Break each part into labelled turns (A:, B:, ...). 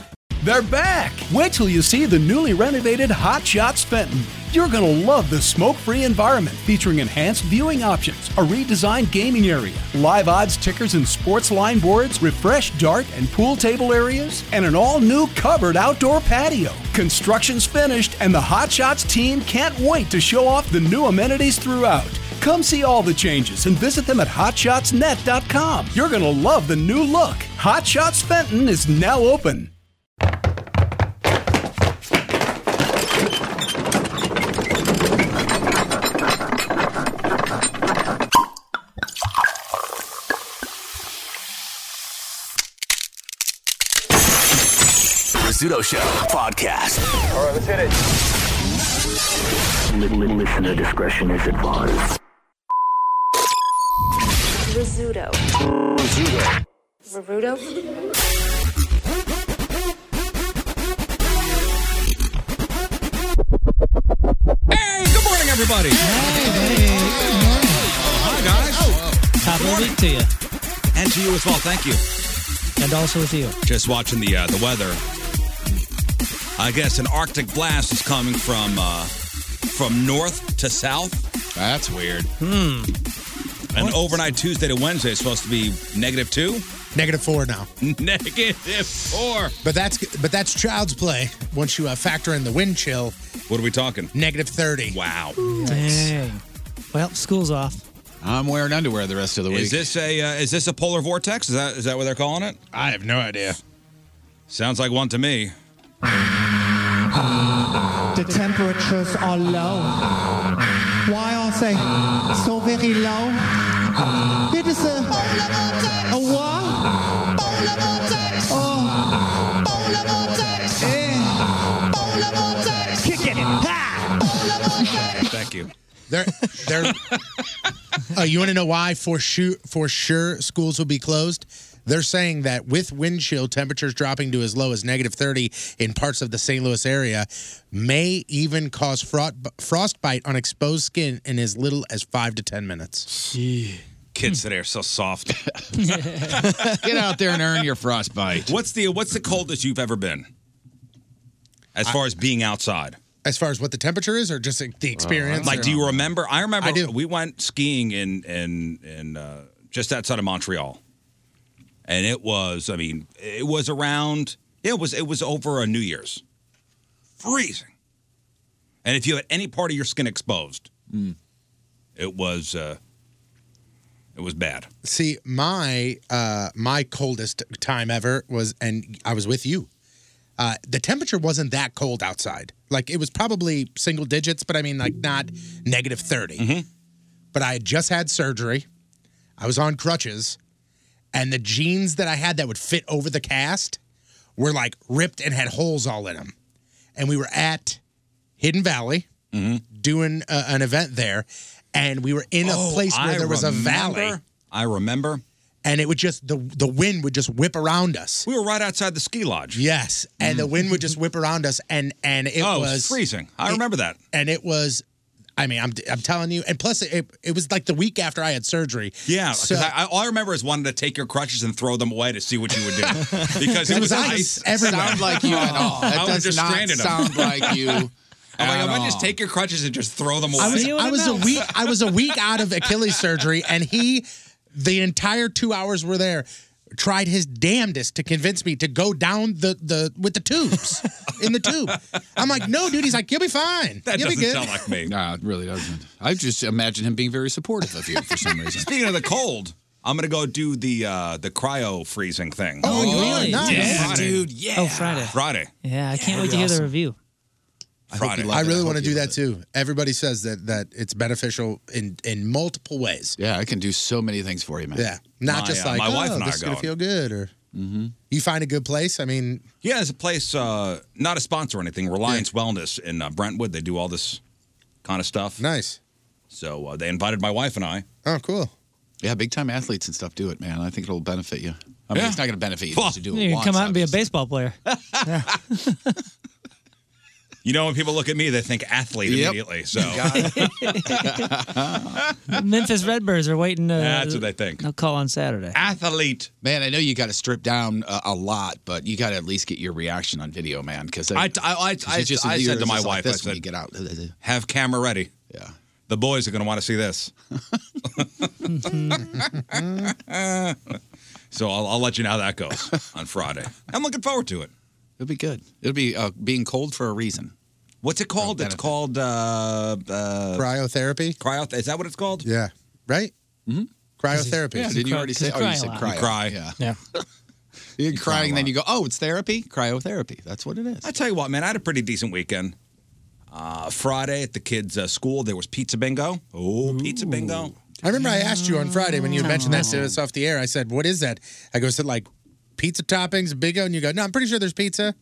A: They're back! Wait till you see the newly renovated Hot Shots Fenton. You're going to love the smoke free environment featuring enhanced viewing options, a redesigned gaming area, live odds tickers and sports line boards, refreshed dart and pool table areas, and an all new covered outdoor patio. Construction's finished, and the Hot Shots team can't wait to show off the new amenities throughout. Come see all the changes and visit them at hotshotsnet.com. You're going to love the new look. Hot Shots Fenton is now open.
B: Rizzuto Show podcast.
C: All right, let's hit it.
B: Listener discretion is advised.
D: Rizzuto. Rizzuto.
E: Hey, good morning, everybody. Hey, hey. Hi, guys.
F: Happy week to you.
E: And to you as well. Thank you.
F: And also with you.
E: Just watching the uh, the weather. I guess an Arctic blast is coming from uh, from north to south. That's weird. Hmm. And overnight Tuesday to Wednesday is supposed to be negative two.
G: Negative four now.
E: Negative four.
G: But that's but that's child's play. Once you uh, factor in the wind chill,
E: What are we talking?
G: negative thirty.
E: Wow.
F: Dang. Well, school's off.
H: I'm wearing underwear the rest of the week.
E: Is this a uh, is this a polar vortex? Is that is that what they're calling it? I have no idea. Sounds like one to me.
I: The temperatures are low. Why are they so very low? It is a a what? Oh. Eh. Kick it.
E: Thank you.
G: They're they're. uh, you want to know why? For sure, for sure, schools will be closed. They're saying that with wind chill temperatures dropping to as low as negative 30 in parts of the St. Louis area may even cause frost, frostbite on exposed skin in as little as five to 10 minutes.
E: Kids today are so soft.
H: Get out there and earn your frostbite.
E: What's the what's the coldest you've ever been? As far as being outside.
G: As far as what the temperature is, or just like, the experience?
E: Uh, Like,
G: or-
E: do you remember? I remember we went skiing in in in uh, just outside of Montreal, and it was. I mean, it was around. It was it was over a New Year's, freezing. And if you had any part of your skin exposed,
H: Mm.
E: it was uh, it was bad.
G: See, my uh my coldest time ever was, and I was with you. Uh, the temperature wasn't that cold outside. Like it was probably single digits, but I mean, like not negative 30.
E: Mm-hmm.
G: But I had just had surgery. I was on crutches, and the jeans that I had that would fit over the cast were like ripped and had holes all in them. And we were at Hidden Valley doing uh, an event there, and we were in a
E: Mm-hmm. Oh,
G: place where
E: I
G: there was a
E: remember.
G: valley
E: I remember.
G: and it would just the the wind would just whip around us.
E: We were right outside the ski lodge.
G: Yes, and the wind would just whip around us, and and it
E: Oh, it was
G: was
E: freezing. I
G: it-
E: remember that.
G: and it was. I mean, I'm I'm telling you, and plus it it was like the week after I had surgery.
E: Yeah,
G: So-
E: because I, I, all I remember is wanting to take your crutches and throw them away to see what you would do. Because it,
G: It
E: was
G: was
E: ice.
G: ice everywhere.
E: everywhere.
G: Sound like you at all. That
E: I was
G: does
E: just
G: not
E: stranded 'em.
G: sound like you
E: I'm like,
G: at
E: I'm gonna just
G: all.
E: take your crutches and just throw them away.
G: I was, I was a week I was a week out of Achilles surgery, and he, the entire two hours we're there, tried his damnedest to convince me to go down the the with the tubes in the tube. I'm like, no, dude. He's like, you'll be fine.
H: That
G: you'll be
H: doesn't
G: good.
H: sound
E: like me.
H: No, it really doesn't. I just imagine him being very supportive of you for some reason.
E: Speaking of the cold, I'm gonna go do the uh, the cryo freezing thing.
H: Oh, you are? Really? Nice.
E: Yeah,
H: Friday.
E: dude. Yeah.
F: Oh, Friday.
E: Friday.
F: Yeah, I can't
E: that'd
F: wait
E: be
F: to hear
E: awesome.
F: the review.
E: Friday.
G: I really want to do that too. Everybody says that that it's beneficial in in multiple ways.
H: Yeah, I can do so many things for you, man.
G: Yeah, not
H: My,
G: just
H: uh,
G: like
H: my
G: oh,
H: wife and I
G: this
H: are
G: is gonna
H: going.
G: feel good or you find a good place. I mean,
E: Yeah, there's a place, uh, not a sponsor or anything, Reliance Wellness in uh, Brentwood. They do all this kind of stuff.
G: Nice.
E: So uh, they invited my wife and I.
G: Oh, cool.
H: Yeah, big time athletes and stuff do it, man. I think it'll benefit you. I mean,
F: Yeah.
H: it's not going to benefit you just to do it
F: you can
H: once.
F: come out and be a baseball player.
E: You know, when people look at me, they think athlete
H: Yep.
E: immediately. So
F: Memphis Redbirds are waiting. To,
H: That's what they think.
F: They'll call on Saturday.
E: Athlete.
H: Man, I know you got to strip down a, a lot, but you got to at least get your reaction on video, man. Because
E: I, I, I, I, I said to my wife,
H: like
E: I
H: this when
E: said,
H: you get out.
E: have camera ready.
H: Yeah.
E: The boys are going to want to see this. so I'll, I'll let you know how that goes on Friday. I'm looking forward to it.
H: It'll be good. It'll be uh, being cold for a reason.
E: What's it called? It's called uh, uh,
G: cryotherapy.
E: Cryo. Is that what it's called?
G: Yeah. Right. Mm-hmm. Cryotherapy.
H: Yeah, did you already say? Oh, you said cryo. Yeah.
F: Yeah.
H: You're crying, then you go, oh, it's therapy? Cryotherapy. That's what it is.
E: I tell you what, man, I had a pretty decent weekend. Uh, Friday at the kids' uh, school, there was pizza bingo. Oh, pizza bingo.
G: I remember I asked you on Friday when you had mentioned
F: Oh.
G: that to us off the air. I said, "What is that?" I go, "Is it like pizza toppings, bingo?" And you go, "No, I'm pretty sure there's pizza,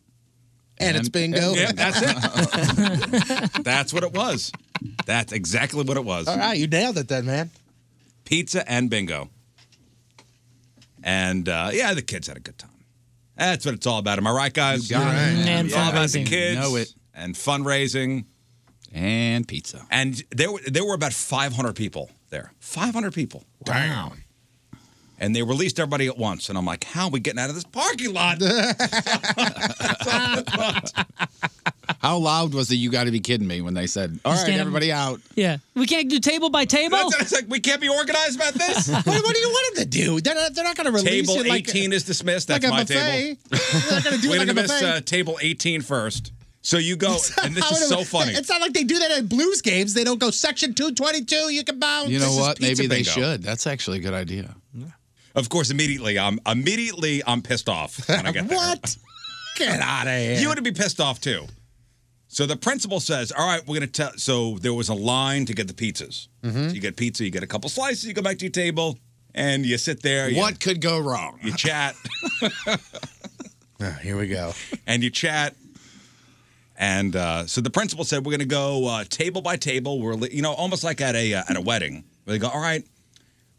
G: and, it's bingo."
E: Yeah, that's it. that's what it was. That's exactly what it was.
G: All right, you nailed it then, man.
E: Pizza and bingo. And uh, yeah, the kids had a good time. That's what it's all about. Am I right, guys?
H: You got it. Mm, and
E: It's all about the
H: fundraising.
E: kids.
H: Know it.
E: And fundraising.
H: And pizza.
E: And there, were- there were about 500 people there. 500 people.
G: Wow.
E: And they released everybody at once. And I'm like, how are we getting out of this parking lot?
H: How loud was it? You got to be kidding me when they said, all right,
F: Stand up.
H: everybody out.
F: Yeah, we can't do table by table.
E: It's like, we can't be organized about this.
G: what, what do you want them to do? They're not, they're not going to release
E: table
G: it like
E: 18 is dismissed.
G: like
E: That's
G: a
E: my
G: buffet.
E: table.
G: They're not going to do
E: we
G: it like a
E: didn't miss
G: buffet.
E: uh, table 18 first. So you go, and this
G: How
E: is
G: would
E: so
G: it-
E: funny.
G: It's not like they do that at blues games. They don't go section two twenty two. You can bounce.
H: You know
G: This is
H: what?
G: pizza
H: Maybe they
G: bingo.
H: should. That's actually a good idea.
E: Of course, immediately I'm immediately I'm pissed off when I get there.
G: What? Get out of here.
E: You would be pissed off too. So the principal says, "All right, we're gonna tell." So there was a line to get the pizzas.
H: Mm-hmm.
E: So you get pizza, you get a couple slices, you go back to your table, and you sit there. you-
H: What could go wrong?
E: You chat
G: Oh, here we go.
E: and you chat. And uh, so the principal said, "We're going to go uh, table by table. We're li- you know almost like at a uh, at a wedding where they go, all right,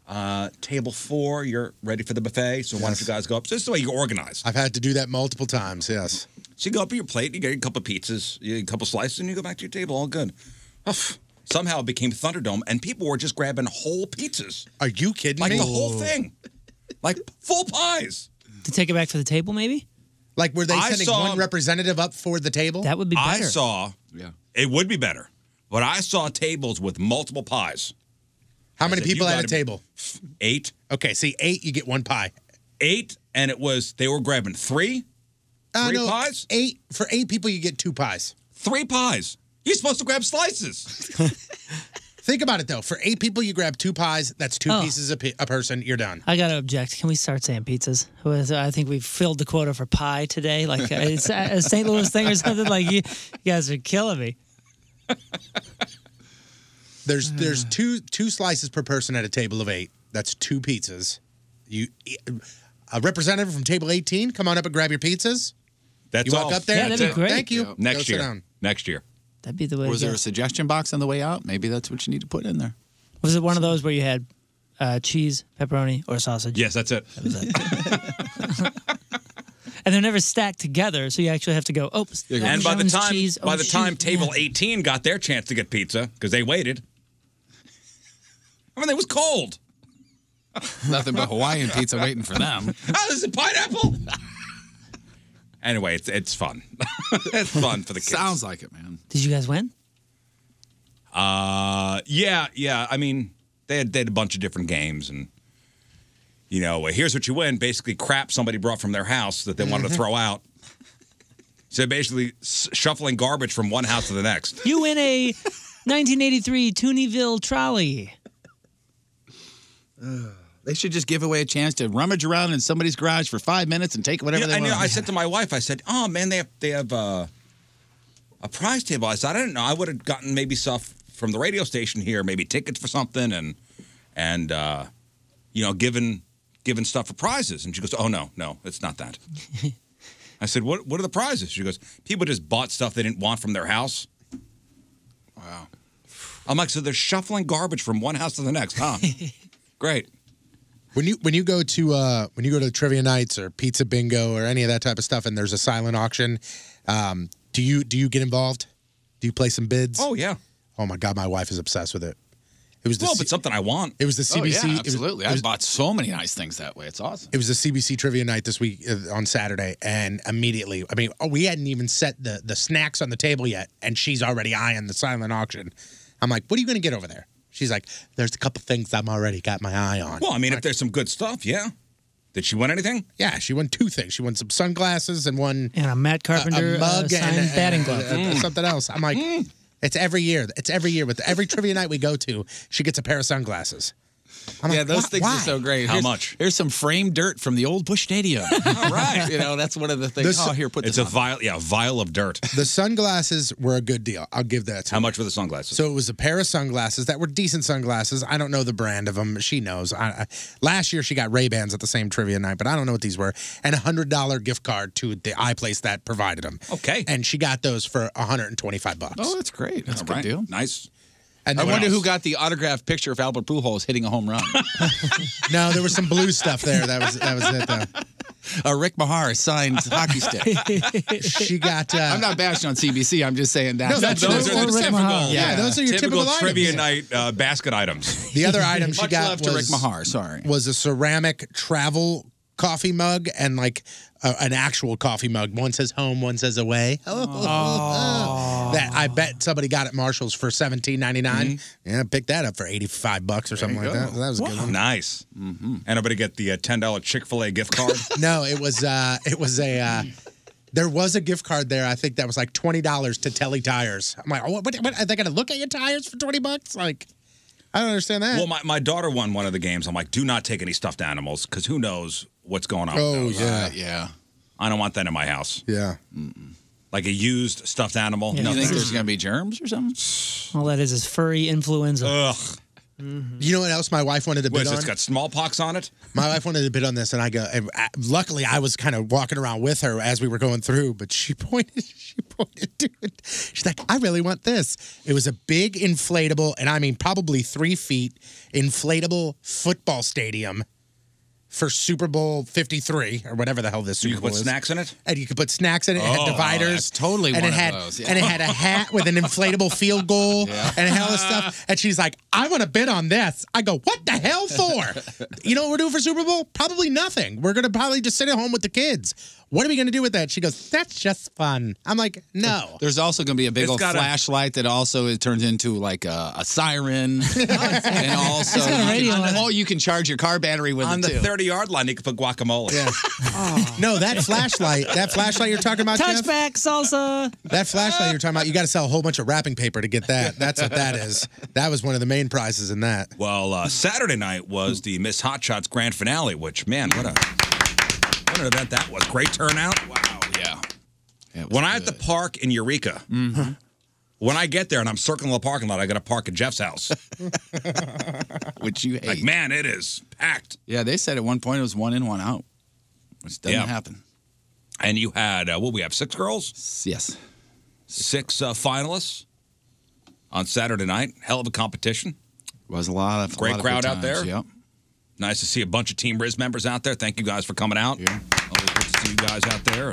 E: uh, table four, you're ready for the buffet. So why don't you guys go up? So this is the way you organize.
G: I've had to do that multiple times. Yes.
E: So you go up to your plate, you get a couple pizzas, you get a couple slices, and you go back to your table. All good. Oof. Somehow it became Thunderdome, and people were just grabbing whole pizzas,
G: Are you kidding
E: like
G: me?
E: the whole thing, like full pies.
F: To take it back to the table, maybe
G: Like, were they
E: I
G: sending
E: saw-
G: one representative up for the table?
F: that would be
E: I
F: better.
E: saw.
H: Yeah.
E: It would be better, but I saw tables with multiple pies.
G: How many
E: said, "You
G: people at
E: gotta
G: a
E: be-
G: table?
E: Eight,
G: Okay, see, eight, you get one pie.
E: eight, and it was they were grabbing three,
G: Uh,
E: three
G: no,
E: pies,
G: Eight for eight people, you get two pies.
E: three pies. You're supposed to grab slices.
G: Think about it though. For eight people, you grab two pies. That's two
F: Oh.
G: pieces a, pi- a person. You're done.
F: I gotta object. Can we start saying pizzas? Was- I think we filled the quota for pie today. Like it's a a St. Louis thing or something. Like you, you guys are killing me.
G: There's
F: Uh.
G: there's two two slices per person at a table of eight. That's two pizzas. You e, a representative from table 18, come on up and grab your pizzas.
E: That's
G: You walk
E: all.
G: up there.
F: Yeah, that'd be great.
G: Thank you.
H: Yeah.
E: Next
G: Go sit
E: year.
G: down.
E: Next year.
F: That'd be the way.
H: Was
F: to
H: there
F: go.
H: a suggestion box on the way out? Maybe that's what you need to put in there.
F: Was it one of those where you had uh, cheese, pepperoni, or sausage.
E: Yes, that's it.
F: And they're never stacked together, so you actually have to go. Oh,
E: and by the
F: Parmesan's
E: time
F: cheese, oh,
E: by the
F: shoot."
E: time table 18 got their chance to get pizza because they waited. I mean, it was cold.
H: Nothing but Hawaiian pizza waiting for them.
E: Oh, this is pineapple. Anyway, it's it's fun. it's fun for the kids. Sounds
H: like it, man.
F: Did you guys win?
E: Uh, yeah, yeah. I mean, they had they had a bunch of different games, and you know, uh, here's what you win. Basically, crap somebody brought from their house that they wanted
H: Mm-hmm.
E: to
F: Mhm.
E: throw out. So basically, s- shuffling garbage from one house to the next.
F: You win a 1983 Toonyville trolley.
H: They should just give away a chance to rummage around in somebody's garage for five minutes and take whatever
E: Yeah,
H: they
E: I
H: want.
E: know. I said to my wife, I said, "Oh man, they have they have uh, a prize table." I said, "I don't know. I would have gotten maybe stuff from the radio station here, maybe tickets for something, and and uh, you know, given given stuff for prizes." And she goes, "Oh no, no, it's not that." I said, "What what are the prizes?" She goes, "People just bought stuff they didn't want from their house." Wow. I'm like, so they're shuffling garbage from one house to the next, huh? Great.
G: When you when you go to uh, when you go to trivia nights or pizza bingo or any of that type of stuff, and there's a silent auction, um, do you do you get involved? Do you play some bids?
E: Oh yeah.
G: Oh my god, my wife is obsessed with it. It was the
H: Well,
G: C-
H: but
E: something I want.
G: It was the
H: Oh, yeah,
G: CBC. it was-
H: absolutely.
G: it
H: I
G: was-
H: bought so many nice things that way. It's awesome.
G: It was the CBC trivia night this week uh, on Saturday, and immediately, I mean, oh, we hadn't even set the the snacks on the table yet, and she's already eyeing the silent auction. I'm like, "What are you going to get over there?" She's like, "There's a couple things I'm already got my eye on."
E: Well, I mean, if there's some good stuff, yeah. Did she win anything?
G: Yeah, she won two things. She won some sunglasses and one
F: and a Matt Carpenter, uh, signed batting glove. Mm.
G: something else. I'm like, it's every year. It's every year with every trivia night we go to, she gets a pair of sunglasses. I'm
H: yeah,
G: like,
H: those
G: "Why-
H: things
G: why?"
H: are so great.
G: How
H: Here's-
G: much?
H: Here's some frame dirt from the old Bush Stadium. All right, you know that's one of the things.
G: This-
H: oh, here, put
E: it's
H: this
E: a
H: on.
E: vial, yeah, a vial of dirt.
G: The sunglasses were a good deal. I'll give that to
E: How much were the sunglasses?
G: So it was a pair of sunglasses that were decent sunglasses. I don't know the brand of them. She knows. I, I, last year she got Ray Bans at the same trivia night, but I don't know what these were. And a hundred dollar gift card to the iPlace that provided them. Okay. And she got those for hundred and twenty five bucks.
H: Oh, that's great. That's a good
G: All right.
H: deal.
E: Nice.
G: And
H: I
G: then what
H: wonder who
G: else?
H: got the autographed picture of Albert Pujols hitting a home run.
G: no, there was some blue stuff there. That was that was it though.
H: Uh, Rick Mahar signed hockey stick.
G: she got. Uh,
H: I'm not bashing on CBC. I'm just saying that.
G: No, that's-
E: those are the typical,
H: Yeah, those are your typical,
E: trivia
H: items.
E: night uh, basket items.
G: The other item she
H: Much
G: got
H: love
G: was
H: to Rick Mahar. Sorry.
G: was a ceramic travel coffee mug and like a, an actual coffee mug. One says home, one says away.
H: Oh.
G: that I bet somebody got at Marshalls for seventeen
H: Mm-hmm.
G: Yeah, picked that up for eighty five bucks or something like that. That was a good one.
E: Nice. Mm-hmm. And I'm gonna get the uh, ten dollar Chick fil A gift card.
G: No, it was uh it was a uh there was a gift card there. I think that was like twenty dollars to Telly Tires. I'm like, oh, what, what? Are they gonna look at your tires for twenty bucks? Like, I don't understand that.
E: well, my, my daughter won one of the games. I'm like, do not take any stuffed animals because who knows what's going on.
G: Oh,
E: with those.
G: yeah. Right,
H: yeah.
E: I don't want that in my house.
G: Yeah.
E: Like a used stuffed animal.
F: Yeah. You think there's
H: gonna be germs or something?
F: All that is is furry influenza.
E: Ugh.
G: You know what else my wife wanted to
E: What
G: bid
E: is it?
G: on?
E: It's got smallpox on it.
G: My wife wanted to bid on this, and I go. and I- luckily, I was kind of walking around with her as we were going through, but she pointed. She pointed to it. She's like, "I really want this." It was a big inflatable, and I mean, probably three feet inflatable football stadium for Super Bowl Fifty Three or whatever the hell this Super
E: You can
G: Bowl
E: put
G: is.
E: snacks in it.
G: And you could put snacks in it. It
E: Oh,
G: had dividers.
E: that's totally
G: and
E: one
G: it
E: of
G: had,
E: those, yeah.
G: And it had a hat with an inflatable field goal and a hell of stuff. And she's like, I want to bid on this. I go, what the hell for? you know what we're doing for Super Bowl? Probably nothing. We're going to probably just sit at home with the kids. What are we going to do with that? She goes, that's just fun. I'm like, no.
H: There's also going to be a big
G: It's
H: old
G: got a-
H: flashlight that also it turns into like a, a siren, and also
E: It's got a
H: you
E: radio
H: can,
E: on it.
H: oh, you can charge your car battery with
E: On
H: it
E: the
H: too.
E: 30 yard line, you can put guacamole. Yeah.
G: No, that flashlight, that flashlight you're talking about, Jeff?
F: Touchback salsa.
G: That flashlight you're talking about, you got to sell a whole bunch of wrapping paper to get that. That's what that is. That was one of the main prizes in that.
E: Well,
G: Hmm.
E: uh, Saturday night was the Miss Hot Shots grand finale, which man, what a what an event that was! Great turnout. Wow, yeah. When I at the park in Eureka,
H: Mm-hmm.
E: when I get there and I'm circling the parking lot, I got to park at Jeff's house.
H: Which you hate.
E: Like man, it is packed.
H: Yeah, they said at one point it was one in, one out, which doesn't
E: Yeah.
H: happen.
E: And you had uh, what we have six girls.
H: Yes,
E: six uh, finalists on Saturday night. Hell of a competition.
H: Was a lot of
E: great
H: lot of good
E: crowd out
H: times,
E: there.
H: Yep.
E: Nice to see a bunch of Team Riz members out there. Thank you guys for coming out. Always good to see you guys out there.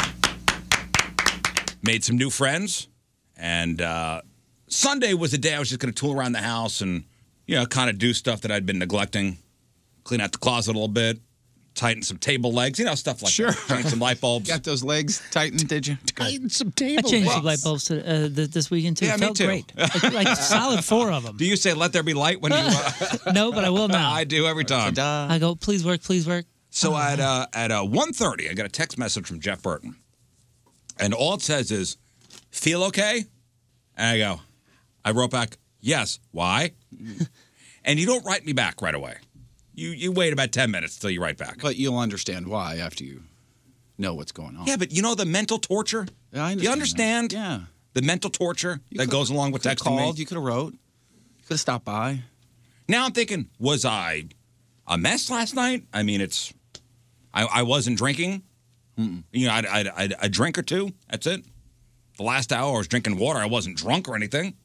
E: Made some new friends. And uh, Sunday was the day I was just going to tool around the house and, you know, kind of do stuff that I'd been neglecting. Clean out the closet a little bit, tighten some table legs, you know, stuff like sure. that. Change some light bulbs. Got those legs tightened, did you?
G: Tighten some
F: I
G: table.
F: changed some
G: legs.
F: light bulbs to, uh, th- this weekend too.
E: Yeah, me
F: Felt
E: too.
F: great. Like, like solid four of them.
E: Do you say "Let there be light" when you? Uh,
F: no, but I will now.
E: I do every time.
F: I go, please work, please work.
E: So at uh, at uh, one thirty, I got a text message from Jeff Burton, and all it says is, "Feel okay?" And I go, I wrote back, "Yes." Why? and you don't write me back right away. You you wait about ten minutes till you write back. But you'll understand why after you know what's going on. Yeah, but you know the mental torture. Yeah, I You understand? Yeah. The mental torture that goes along with
H: could've
E: texting
H: called,
E: me. You could have wrote. You could have stopped by. Now I'm thinking, was I a mess last night? I mean, it's I, I wasn't drinking. You know, I'd, I'd, I'd, a drink or two. That's it. The last hour I was drinking water. I wasn't drunk or anything.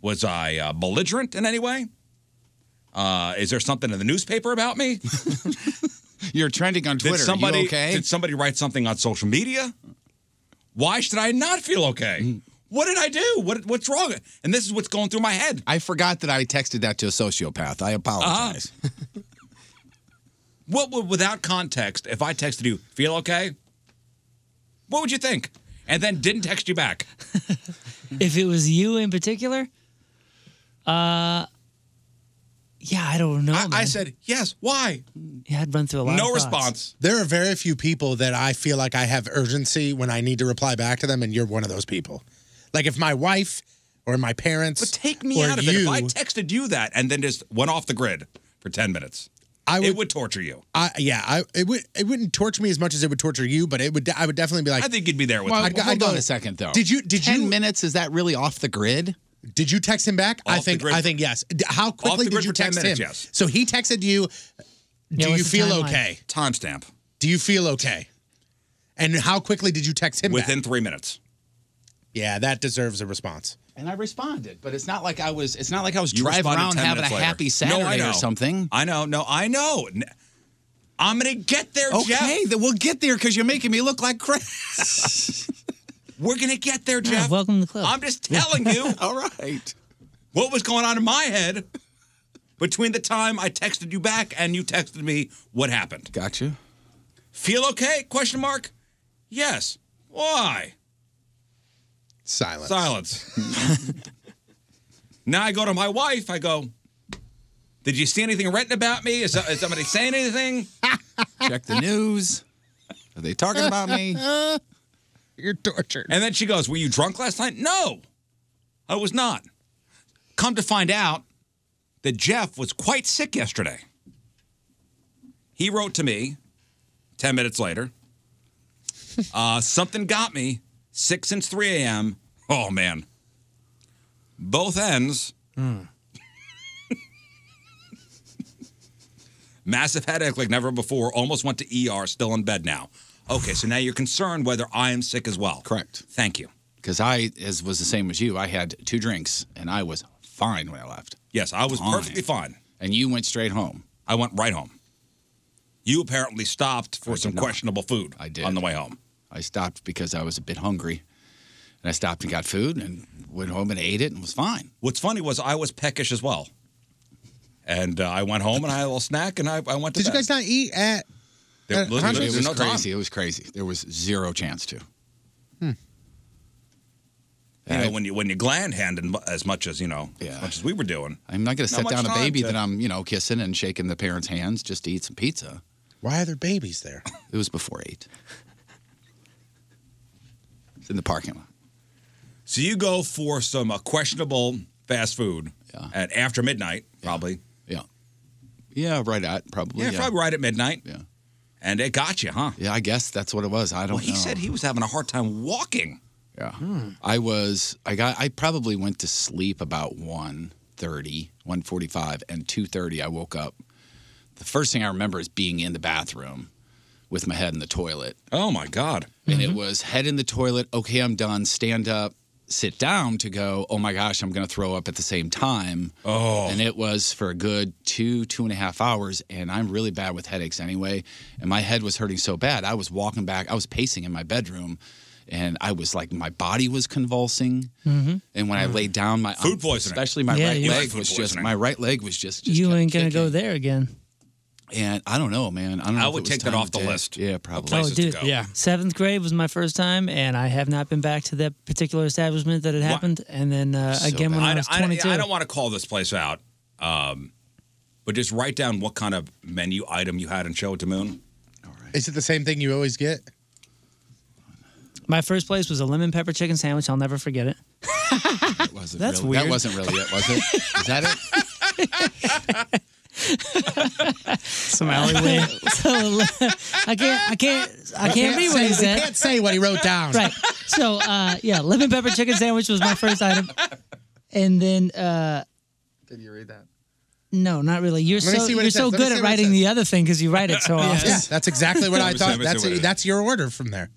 E: Was I uh, belligerent in any way? Uh, is there something in the newspaper about me? You're trending on
H: Twitter.
E: Did
H: You
E: somebody,
H: okay?
E: Did somebody write something on social media? Why should I not feel okay? What did I do? What, what's wrong? And this is what's going through my head.
H: I forgot that I texted that to a sociopath. I apologize.
E: Uh-huh. What would, without context, if I texted you, feel okay? What would you think? And then didn't text you back.
F: If it was you in particular, uh, yeah, I don't know. I,
E: said yes. Why?
F: Yeah, I'd run through a lot. of thoughts.
G: There are very few people that I feel like I have urgency when I need to reply back to them, and you're one of those people. Like if my wife or my parents,
E: But take me
G: or
E: out of
G: you,
E: it. If I texted you that and then just went off the grid for 10 minutes, I would, it would torture you.
G: I, yeah, I it would it wouldn't torture me as much as it would torture you, but it would I would definitely be like
E: I think you'd be there with
G: Well,
E: me.
G: I'd go- I'd
H: Hold
G: go-
H: on a second, though.
G: Did you did
H: Ten
G: you
H: minutes is that really off the grid?
G: Did you text him back? I think I think yes. D- How quickly
H: the
G: did
H: grid
G: you
H: for 10
G: text
H: minutes,
G: him?
H: yes.
G: So he texted you.
H: Yeah,
G: Do
H: what's
G: you
H: the
G: feel
H: timeline?
G: okay?
E: Timestamp.
G: Do you feel okay? And how quickly did you text him?
E: Within three minutes.
G: Yeah, that deserves a response.
H: And I responded, but it's not like I was. It's not like I was
E: You
H: driving
E: responded
H: around
E: 10
H: having a
E: minutes later.
H: happy
E: No,
H: Saturday
E: I know.
H: or something.
E: I know. No, I know. N- I'm gonna get there,
H: okay,
E: Jeff.
H: then we'll get there because you're making me look like crap.
E: We're gonna get there, Jeff.
F: welcome to the club.
E: I'm just telling you. All right. What was going on in my head between the time I texted you back and you texted me? What happened?
H: Gotcha.
E: Feel okay? Question mark. Yes. Why?
G: Silence.
E: Silence. now I go to my wife. I go. Did you see anything written about me? Is, is somebody saying anything?
H: Check the news. Are they talking about me?
G: You're tortured.
E: And then she goes, Were you drunk last night? No, I was not. Come to find out that Jeff was quite sick yesterday. He wrote to me 10 minutes later uh, Something got me, sick since 3 a.m. Oh, man. Both ends,
G: Hmm.
E: massive headache like never before, almost went to ER, still in bed now. Okay, so now you're concerned whether I am sick as well. Correct. Thank you.
H: Because I, as was the same as you, I had two drinks and I was fine when I left.
E: Yes, I was perfectly fine.
H: And you went straight home.
E: I went right home. You apparently stopped for some questionable food. I did on the way home.
H: I stopped because I was a bit hungry, and I stopped and got food and went home and ate it and was fine.
E: What's funny was I was peckish as well, and uh, I went home and I had a little snack and I, I went to
G: Did you
E: bed.
G: guys not eat at?
E: There-
G: at
E: listen,
G: Hondra's?
E: there's
H: It was
E: no time.
H: crazy. It was crazy. There was zero chance to.
G: Hmm.
E: You know, when you when you gland handed as much as you know, as much as we were doing.
H: I'm not going to
E: Not
H: set
E: much
H: down a
E: time
H: baby
E: to-
H: that I'm, you know, kissing and shaking the parents' hands just to eat some pizza.
G: Why are there babies there?
H: It was before eight. it's in the parking lot.
E: So you go for some uh, questionable fast food at after midnight, probably.
H: Yeah. Yeah, Uh, right at probably.
E: Yeah,
H: yeah.
E: probably right at midnight. Yeah. And it got you, huh?
H: Yeah, I guess that's what it was. I don't.
E: Well, he
H: know.
E: said he was having a hard time walking.
H: Yeah. I was I got I probably went to sleep about 1.30, 1.45, and 2.30 I woke up. The first thing I remember is being in the bathroom with my head in the toilet.
E: Oh my God.
F: Mm-hmm.
H: And it was head in the toilet, okay, I'm done, stand up, sit down to go, oh my gosh, I'm going to throw up at the same time. Oh. And it was for a good two, two and a half hours. And I'm really bad with headaches anyway. And my head was hurting so bad. I was walking back, I was pacing in my bedroom. And I was like, my body was convulsing,
F: Mm-hmm.
H: and when I laid down, my
E: Mm. Food poisoning.
H: especially my
F: Yeah,
H: right
F: you- You like
H: leg
E: food
H: was just
E: poisoning.
H: my right leg was just
F: You ain't gonna go there again.
H: And I don't know, man. I don't know.
E: I
H: if
E: would
H: it was
E: take that
H: time
E: off
H: of
E: the
H: day.
E: list
H: Yeah, probably.
F: Oh, Yeah. Seventh grade was my first time, and I have not been back to that particular establishment that it happened. And then uh, again, when I, was 22.
E: I, don't want to call this place out, um, but just write down what kind of menu item you had and show it to Moon.
G: Is it the same thing you always get?
F: my first place was a lemon pepper chicken sandwich. I'll never forget it.
H: Was it
F: That's
H: really- That
F: weird.
H: wasn't really it, was it? Is that it?
F: Some alleyway. so, I can't. I can't. I can't
G: We can't
F: read what
G: say-
F: he
G: we
F: said.
G: can't say what he wrote down.
F: Right. So uh, yeah, lemon pepper chicken sandwich was my first item, and then. Uh,
G: Did you read that?
F: no, not really. You're
G: Let me
F: so
G: see what it
F: you're so
G: says. Let
F: good
G: me see
F: at
G: what it
F: writing
G: says.
F: the other thing because you write it so often.
G: Yeah, that's exactly what
F: Let
G: I
F: me see, let
G: thought.
F: me see
G: That's e,
F: what it is.
G: that's your order from there.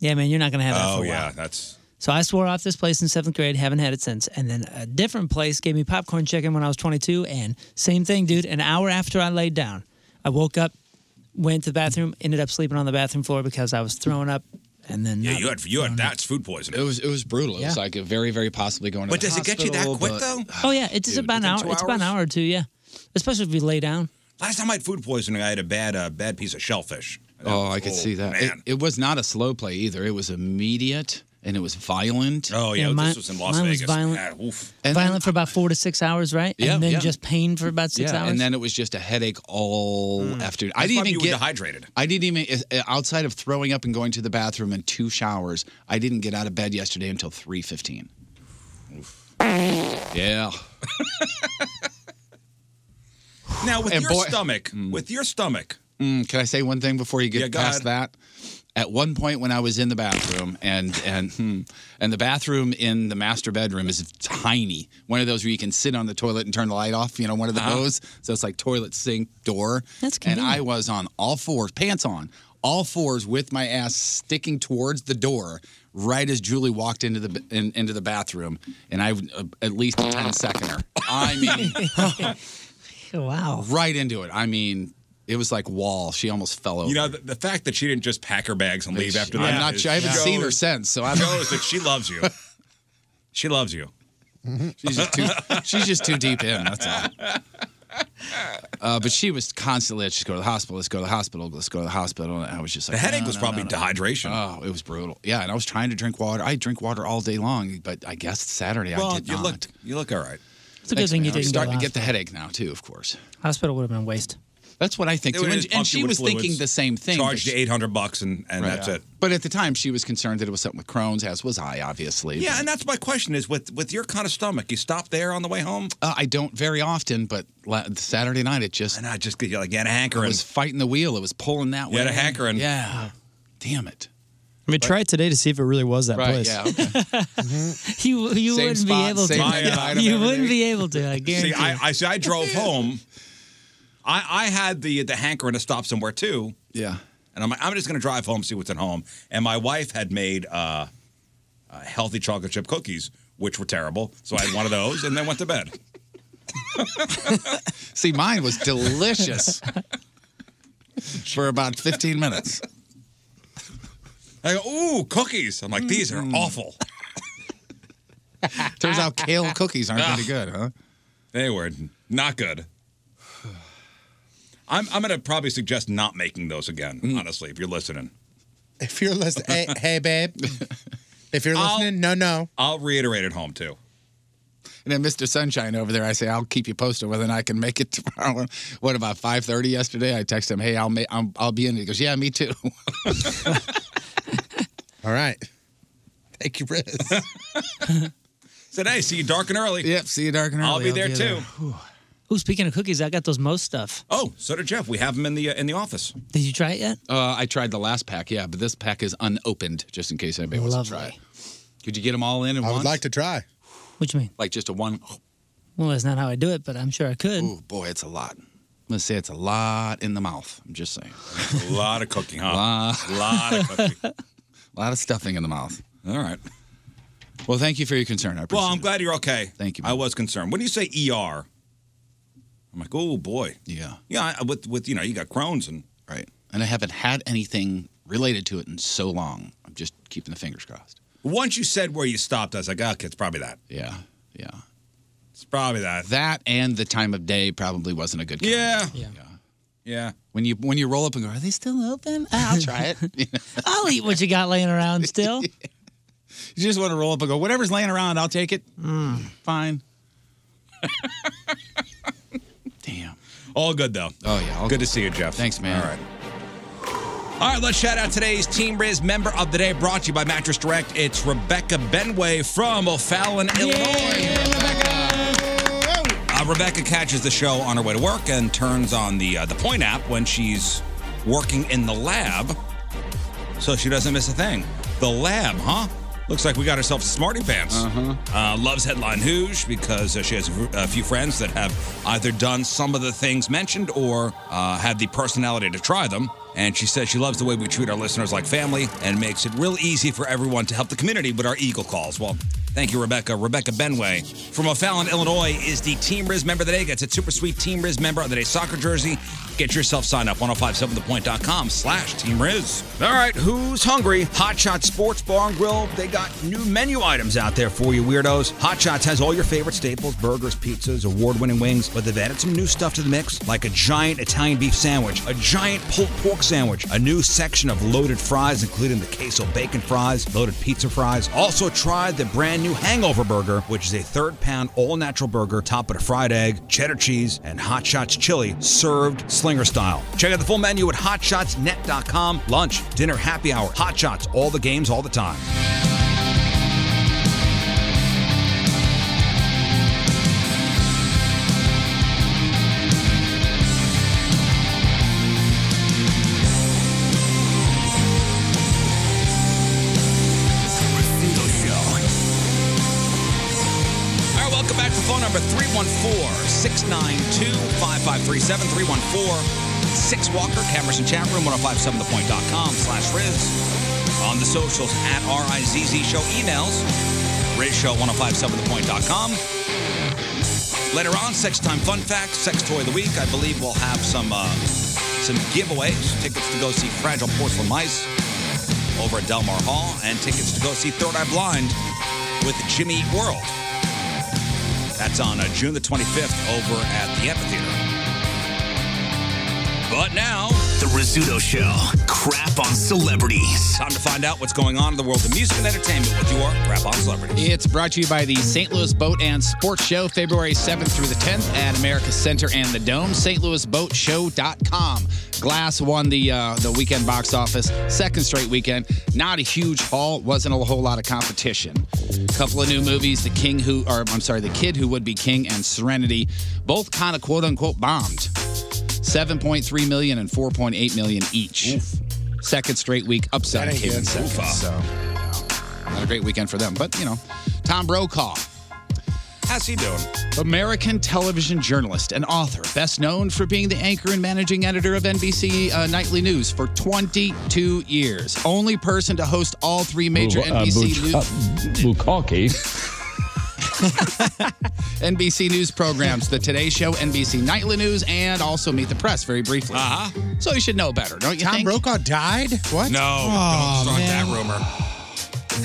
F: Yeah, man, you're not gonna have that for a while.
E: Oh, that's
F: So I swore off this place in seventh grade, haven't had it since. And then a different place gave me popcorn chicken when I was 22, and same thing, dude. An hour after I laid down, I woke up, went to the bathroom, ended up sleeping on the bathroom floor because I was throwing up. And then
E: Yeah, you had you had that's food poisoning.
H: Uh-huh. It was it was brutal. It was like a very very possibly going.
E: But
H: to the
E: does it get you that
H: hospital,
E: quick,
H: but-
E: though?
F: Oh yeah, it's just about
E: within
F: an hour.
E: two
F: It's about an
E: hours?
F: hour or two, yeah. Especially if you lay down.
E: Last time I had food poisoning, I had a bad uh, bad piece of shellfish.
H: Oh, I could see that. It, it was not a slow play either. It was immediate and it was violent.
E: Oh
F: Yeah, this mine- was in Las mine was Vegas. violent.
E: Ah,
H: And
F: Violent for about four to six hours, right?
H: Yeah,
F: and then
H: yeah.
F: just pain for about six
H: yeah,
F: hours.
H: and then it was just a headache all afternoon.
E: Mm. That's
H: I didn't
E: probably
H: even
E: you were
H: get
E: dehydrated.
H: I didn't even uh, outside of throwing up and going to the bathroom and two showers. I didn't get out of bed yesterday until three fifteen. Yeah.
E: Now with
H: And
E: your
H: boy-
E: stomach, with your stomach,
H: Mm, can I say one thing before you get
E: Yeah, go
H: past that? At one point, when I was in the bathroom, and and hmm, and the bathroom in the master bedroom is tiny, one of those where you can sit on the toilet and turn the light off. You know, one of
E: Uh-huh.
H: those. So it's like toilet sink door.
F: That's
H: And I
F: convenient.
H: was on all fours, pants on, all fours, with my ass sticking towards the door. Right as Julie walked into the in, into the bathroom, and I uh, at least a 10 seconder. I mean,
F: Oh, wow.
H: right into it. I mean, it was like wall. She almost fell over.
E: you know the, the fact that she didn't just pack her bags and leave after that.
H: I'm not
E: is-
H: sure. I haven't
E: shows-
H: seen her since, so I don't
E: shows that she loves you. She loves you.
H: She's just too. she's just too deep in. That's all. Uh, but she was constantly, let's just go to the hospital, let's go to the hospital, let's go to the hospital. And I was just like,
E: The headache was probably
H: dehydration. Oh, it was brutal. Yeah, and I was trying to drink water. I drink water all day long, but I guess Saturday
E: well,
H: I did
E: you
H: not.
E: looked you look all right.
F: It's a good thing you
H: I'm
F: didn't go to
H: starting
F: the
H: to get the headache now, too, of course.
F: Hospital would have been a waste.
H: That's what I think, too.
E: They would've
H: And,
E: just
H: and
E: pumped you
H: she
E: with
H: was thinking
E: fluids,
H: the same thing.
E: Charged
H: but
E: you
H: she-
E: 800 bucks and, and
H: Right.
E: that's it.
H: But at the time, she was concerned that it was something with Crohn's, as was I, obviously.
E: Yeah, and that's my question is with with your kind of stomach, you stop there on the way home?
H: Uh, I don't very often, but la- Saturday night it just. And
E: I just get like, you had a hankering.
H: It was fighting the wheel. It was pulling that
E: You
H: way.
E: had a hankering.
H: Yeah. Damn it.
C: I mean, try it today to see if it really was that
H: Right,
C: place.
H: yeah,
F: You you
H: Same
F: wouldn't
H: spot,
F: be able
H: same
F: to.
H: item, item,
F: you
H: everything.
F: wouldn't be able to. I guarantee.
E: See, I, I see. I drove home. I I had the the hankering to stop somewhere too.
H: Yeah.
E: And I'm like, I'm just gonna drive home, see what's at home. And my wife had made uh, uh, healthy chocolate chip cookies, which were terrible. So I had one of those, and then went to bed.
H: See, mine was delicious for about 15 minutes.
E: I go, ooh, cookies. I'm like, these are awful.
H: Mm-hmm. Turns out kale cookies aren't
E: Ugh.
H: really good, huh?
E: Ah. They were not good. I'm I'm gonna probably suggest not making those again. Honestly, if you're listening,
G: If you're listening, hey, hey, babe. If you're
E: I'll-
G: listening, no, no.
E: I'll reiterate at home too.
H: And then Mr. Sunshine over there, I say, I'll keep you posted whether or not I can make it tomorrow. What about 5:30 yesterday? I text him, Hey, I'll make, I'm, I'll be in. He goes, Yeah, me too.
G: All right. Thank you, Riz.
E: Said, hey, see you dark and early.
H: Yep, see you dark and
E: I'll be there too.
F: Ooh, speaking of cookies, I got those most stuff.
E: Oh, so did Jeff. We have him in the uh, in the office.
F: Did you try it yet?
H: Uh, I tried the last pack, yeah, but this pack is unopened, just in case anybody wants to try. it. Could you get them all in at
G: I would
H: once?
G: like to try.
F: What you mean?
H: Like just a one.
F: Well, that's not how I do it, but I'm sure I could.
H: Oh boy, it's a lot. I'm gonna say it's a lot in the mouth. I'm just saying.
E: A lot of cooking, huh?
H: Lot,
E: lot of cooking.
H: lot of stuffing in the mouth.
E: All right.
H: Well, thank you for your concern. I appreciate
E: Well, I'm glad you're okay.
H: Thank you.
E: I was concerned. When you say ER, I'm like, oh boy.
H: Yeah.
E: Yeah, I- with with you know, you got Crohn's and
H: right. And I haven't had anything related to it in so long. I'm just keeping the fingers crossed.
E: Once you said where you stopped, I was like, okay, it's probably that.
H: Yeah. Yeah.
E: It's probably that.
H: That and the time of day probably wasn't a good.
E: Yeah.
H: Yeah.
E: Yeah.
H: When you when you roll up and go, are they still open? Ah, I'll try it. you
F: I'll eat what you got laying around still.
H: just want to roll up and go, whatever's laying around, I'll take it.
F: Mm.
H: Fine.
E: All good though.
H: Oh yeah.
E: good to see you, Jeff.
H: Thanks, man.
E: All right. All right, let's shout out today's Team Riz member of the day brought to you by Mattress Direct. It's Rebecca Benway from O'Fallon, Illinois. Uh, Rebecca catches the show on her way to work and turns on the uh, the Point app when she's working in the lab, so she doesn't miss a thing. The lab, huh? Looks like we got ourselves Smarty Pants. Uh-huh. loves headline Hoosh because uh, she has a v- a few friends that have either done some of the things mentioned or uh, have the personality to try them. And she says she loves the way we treat our listeners like family and makes it real easy for everyone to help the community with our Eagle calls. Well, Thank you, Rebecca. Rebecca Benway from O'Fallon, Illinois is the Team Riz member of the day. Gets a super sweet Team Riz member of the day soccer jersey. Get yourself signed up, 1057thepoint.com slash Team Riz. All right, who's hungry? Hot Shot Sports Bar and Grill. They got new menu items out there for you weirdos. Hot Shots has all your favorite staples, burgers, pizzas, award-winning wings, but they've added some new stuff to the mix, like a giant Italian beef sandwich, a giant pulled pork sandwich, a new section of loaded fries, including the queso bacon fries, loaded pizza fries. Also try the brand new Hangover Burger, which is a third-pound all-natural burger topped with a fried egg, cheddar cheese, and Hot Shots chili, served slinger style. Check out the full menu at hotshotsnet.com. Lunch, dinner, happy hour, Hot Shots, all the games, all the time. All right, welcome back to phone number 314-692-5537, 314-6Walker, cameras and chat room, 1057thepoint.com slash Riz. On the socials at R-I-Z-Z show emails, Show 1057thepoint.com. Later on, sex time fun fact, sex toy of the week. I believe we'll have some uh, some giveaways, tickets to go see Fragile Porcelain Mice over at Delmar Hall, and tickets to go see Third Eye Blind with Jimmy Eat World. That's on uh, June the 25th over at the Amphitheater. But now,
B: The Rizzuto Show. Crap on celebrities.
E: Time to find out what's going on in the world of music and entertainment with your Crap on Celebrity.
H: It's brought to you by the St. Louis Boat and Sports Show, February 7th through the 10th at America Center and the Dome, stlouisboatshow.com. Glass won the uh, the weekend box office, second straight weekend. Not a huge haul, wasn't a whole lot of competition. couple of new movies, The King Who, or I'm sorry, The Kid Who Would Be King and Serenity, both kind of quote unquote bombed. 7.3 million and 4.8 million each. Second straight week upside
G: That ain't
H: came in
G: good.
H: second.
G: Oof.
H: So not a great weekend for them, but you know, Tom Brokaw.
E: How's he doing?
H: American television journalist and author, best known for being the anchor and managing editor of NBC uh, Nightly News for 22 years. Only person to host all three major
D: Bu- uh,
H: NBC
D: Buch-
H: News.
D: uh, Bukaki.
H: NBC News programs, The Today Show, NBC Nightly News, and also Meet the Press very briefly.
E: Uh-huh.
H: So you should know better, don't you
G: Tom
H: think?
G: Brokaw died? What?
H: No,
G: Aw,
H: don't start
G: man.
H: that
E: rumor.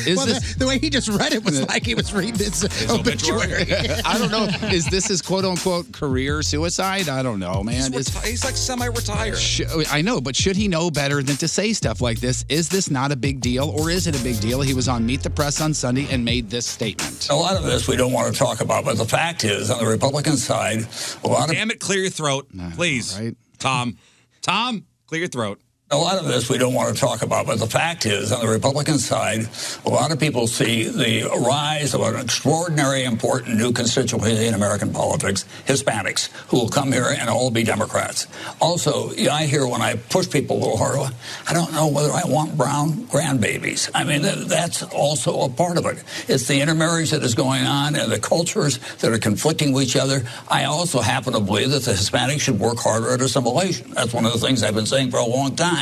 H: Is
G: well,
H: this-
G: the, the way he just read it was like he was reading his, obituary.
H: I don't know. Is this his quote unquote career suicide? I don't know, man.
E: he's,
H: Is-
E: reti- he's like semi-retired.
H: Sh- I know, but should he know better than to say stuff like this? Is this not a big deal or is it a big deal? He was on Meet the Press on Sunday and made this statement.
B: A lot of this we don't want to talk about, but the fact is, on the Republican side, a lot of
E: Damn it, clear your throat, please. Tom, Tom, clear your throat.
B: a lot of this we don't want to talk about, but the fact is, on the Republican side, a lot of people see the rise of an extraordinary important new constituency in American politics, Hispanics, who will come here and all be Democrats. Also, you know, I hear when I push people a little harder, I don't know whether I want brown grandbabies. I mean, th- that's also a part of it. It's the intermarriage that is going on and the cultures that are conflicting with each other. I also happen to believe that the Hispanics should work harder at assimilation. That's one of the things I've been saying for a long time. time.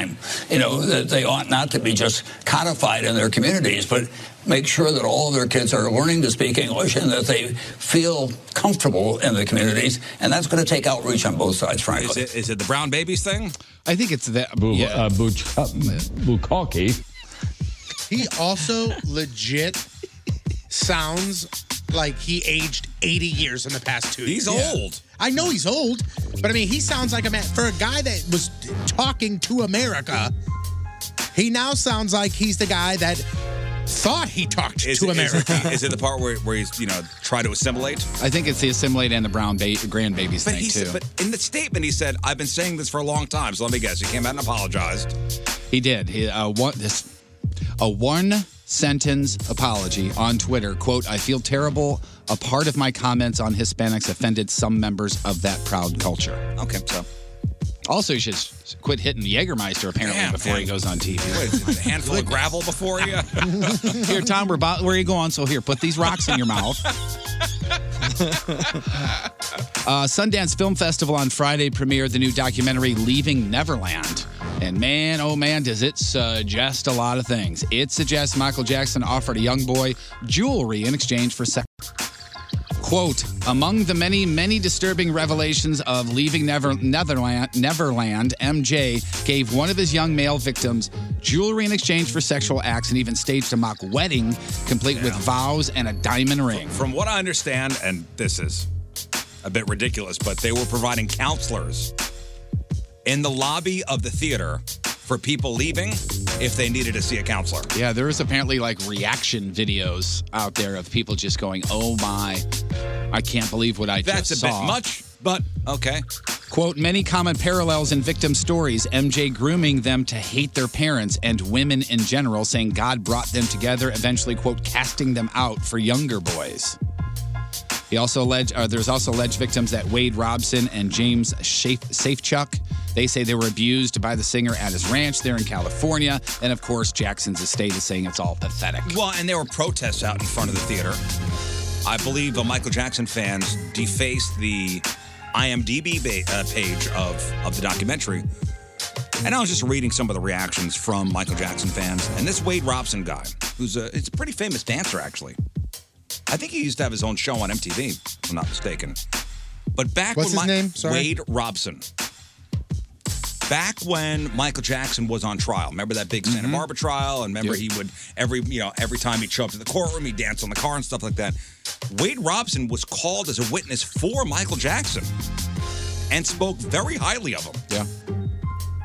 B: You know, that they ought not to be just codified in their communities, but make sure that all of their kids are learning to speak English and that they feel comfortable in the communities. And that's going to take outreach on both sides, frankly.
E: Is it, is it the brown babies thing?
H: I think it's that.
D: Bu-
H: yeah.
D: uh, Buch- uh, Bukaki.
G: He also legit sounds like he aged 80 years in the past two
E: He's
G: years.
E: old.
G: I know he's old, but I mean, he sounds like a man. For a guy that was talking to America, he now sounds like he's the guy that thought he talked
E: Is,
G: to
E: it- is
G: America.
E: it the, is it the part where, where he's, you know, try to assimilate?
H: I think it's the assimilate and the brown ba- grandbabies
E: But,
H: thing
E: he
H: too.
E: said, but in the statement, he said, I've been saying this for a long time. So let me guess. He came out and apologized.
H: He did. He, uh, one, this, a one sentence apology on Twitter. Quote, I feel terrible. A part of my comments on Hispanics offended some members of that proud culture.
E: Okay, so.
H: Also, he should s- quit hitting Jägermeister apparently
E: Yeah,
H: before he
E: man.
H: goes on TV.
E: What, a handful of gravel before you?
H: here, Tom, we're about where are you going? So here, put these rocks in your mouth. Uh, Sundance Film Festival on Friday premiered the new documentary Leaving Neverland. And man, oh man, does it suggest a lot of things. It suggests Michael Jackson offered a young boy jewelry in exchange for sex. Quote, among the many, many disturbing revelations of leaving Never- Netherland, Neverland, MJ gave one of his young male victims jewelry in exchange for sexual acts and even staged a mock wedding complete with vows and a diamond ring.
E: From what I understand, and this is a bit ridiculous, but they were providing counselors in the lobby of the theater for people leaving if they needed to see a counselor.
H: Yeah, there is apparently like reaction videos out there of people just going, "Oh my, I can't believe what I
E: That's a
H: just
E: bit
H: saw."
E: much, but okay.
H: Quote, many common parallels in victim stories, MJ grooming them to hate their parents and women in general, saying God brought them together, eventually, quote, casting them out for younger boys. He also alleged, uh, there's also alleged victims that Wade Robson and James Safe, Safechuck. They say they were abused by the singer at his ranch there in California. And of course, Jackson's estate is saying it's all pathetic.
E: Well, and there were protests out in front of the theater. I believe uh, Michael Jackson fans defaced the IMDb ba- uh, page of, of the documentary. And I was just reading some of the reactions from Michael Jackson fans. And this Wade Robson guy, who's a, it's a pretty famous dancer, actually. I think he used to have his own show on MTV, if I'm not mistaken. But back
G: What's
E: when
G: his
E: Mi-
G: name? Sorry.
E: Wade Robson. Back when Michael Jackson was on trial, remember that big
G: Mm-hmm.
E: Santa Barbara trial, and remember he would every you know every time he'd show up to the courtroom, he'd dance on the car and stuff like that. Wade Robson was called as a witness for Michael Jackson, and spoke very highly of him.
H: Yeah.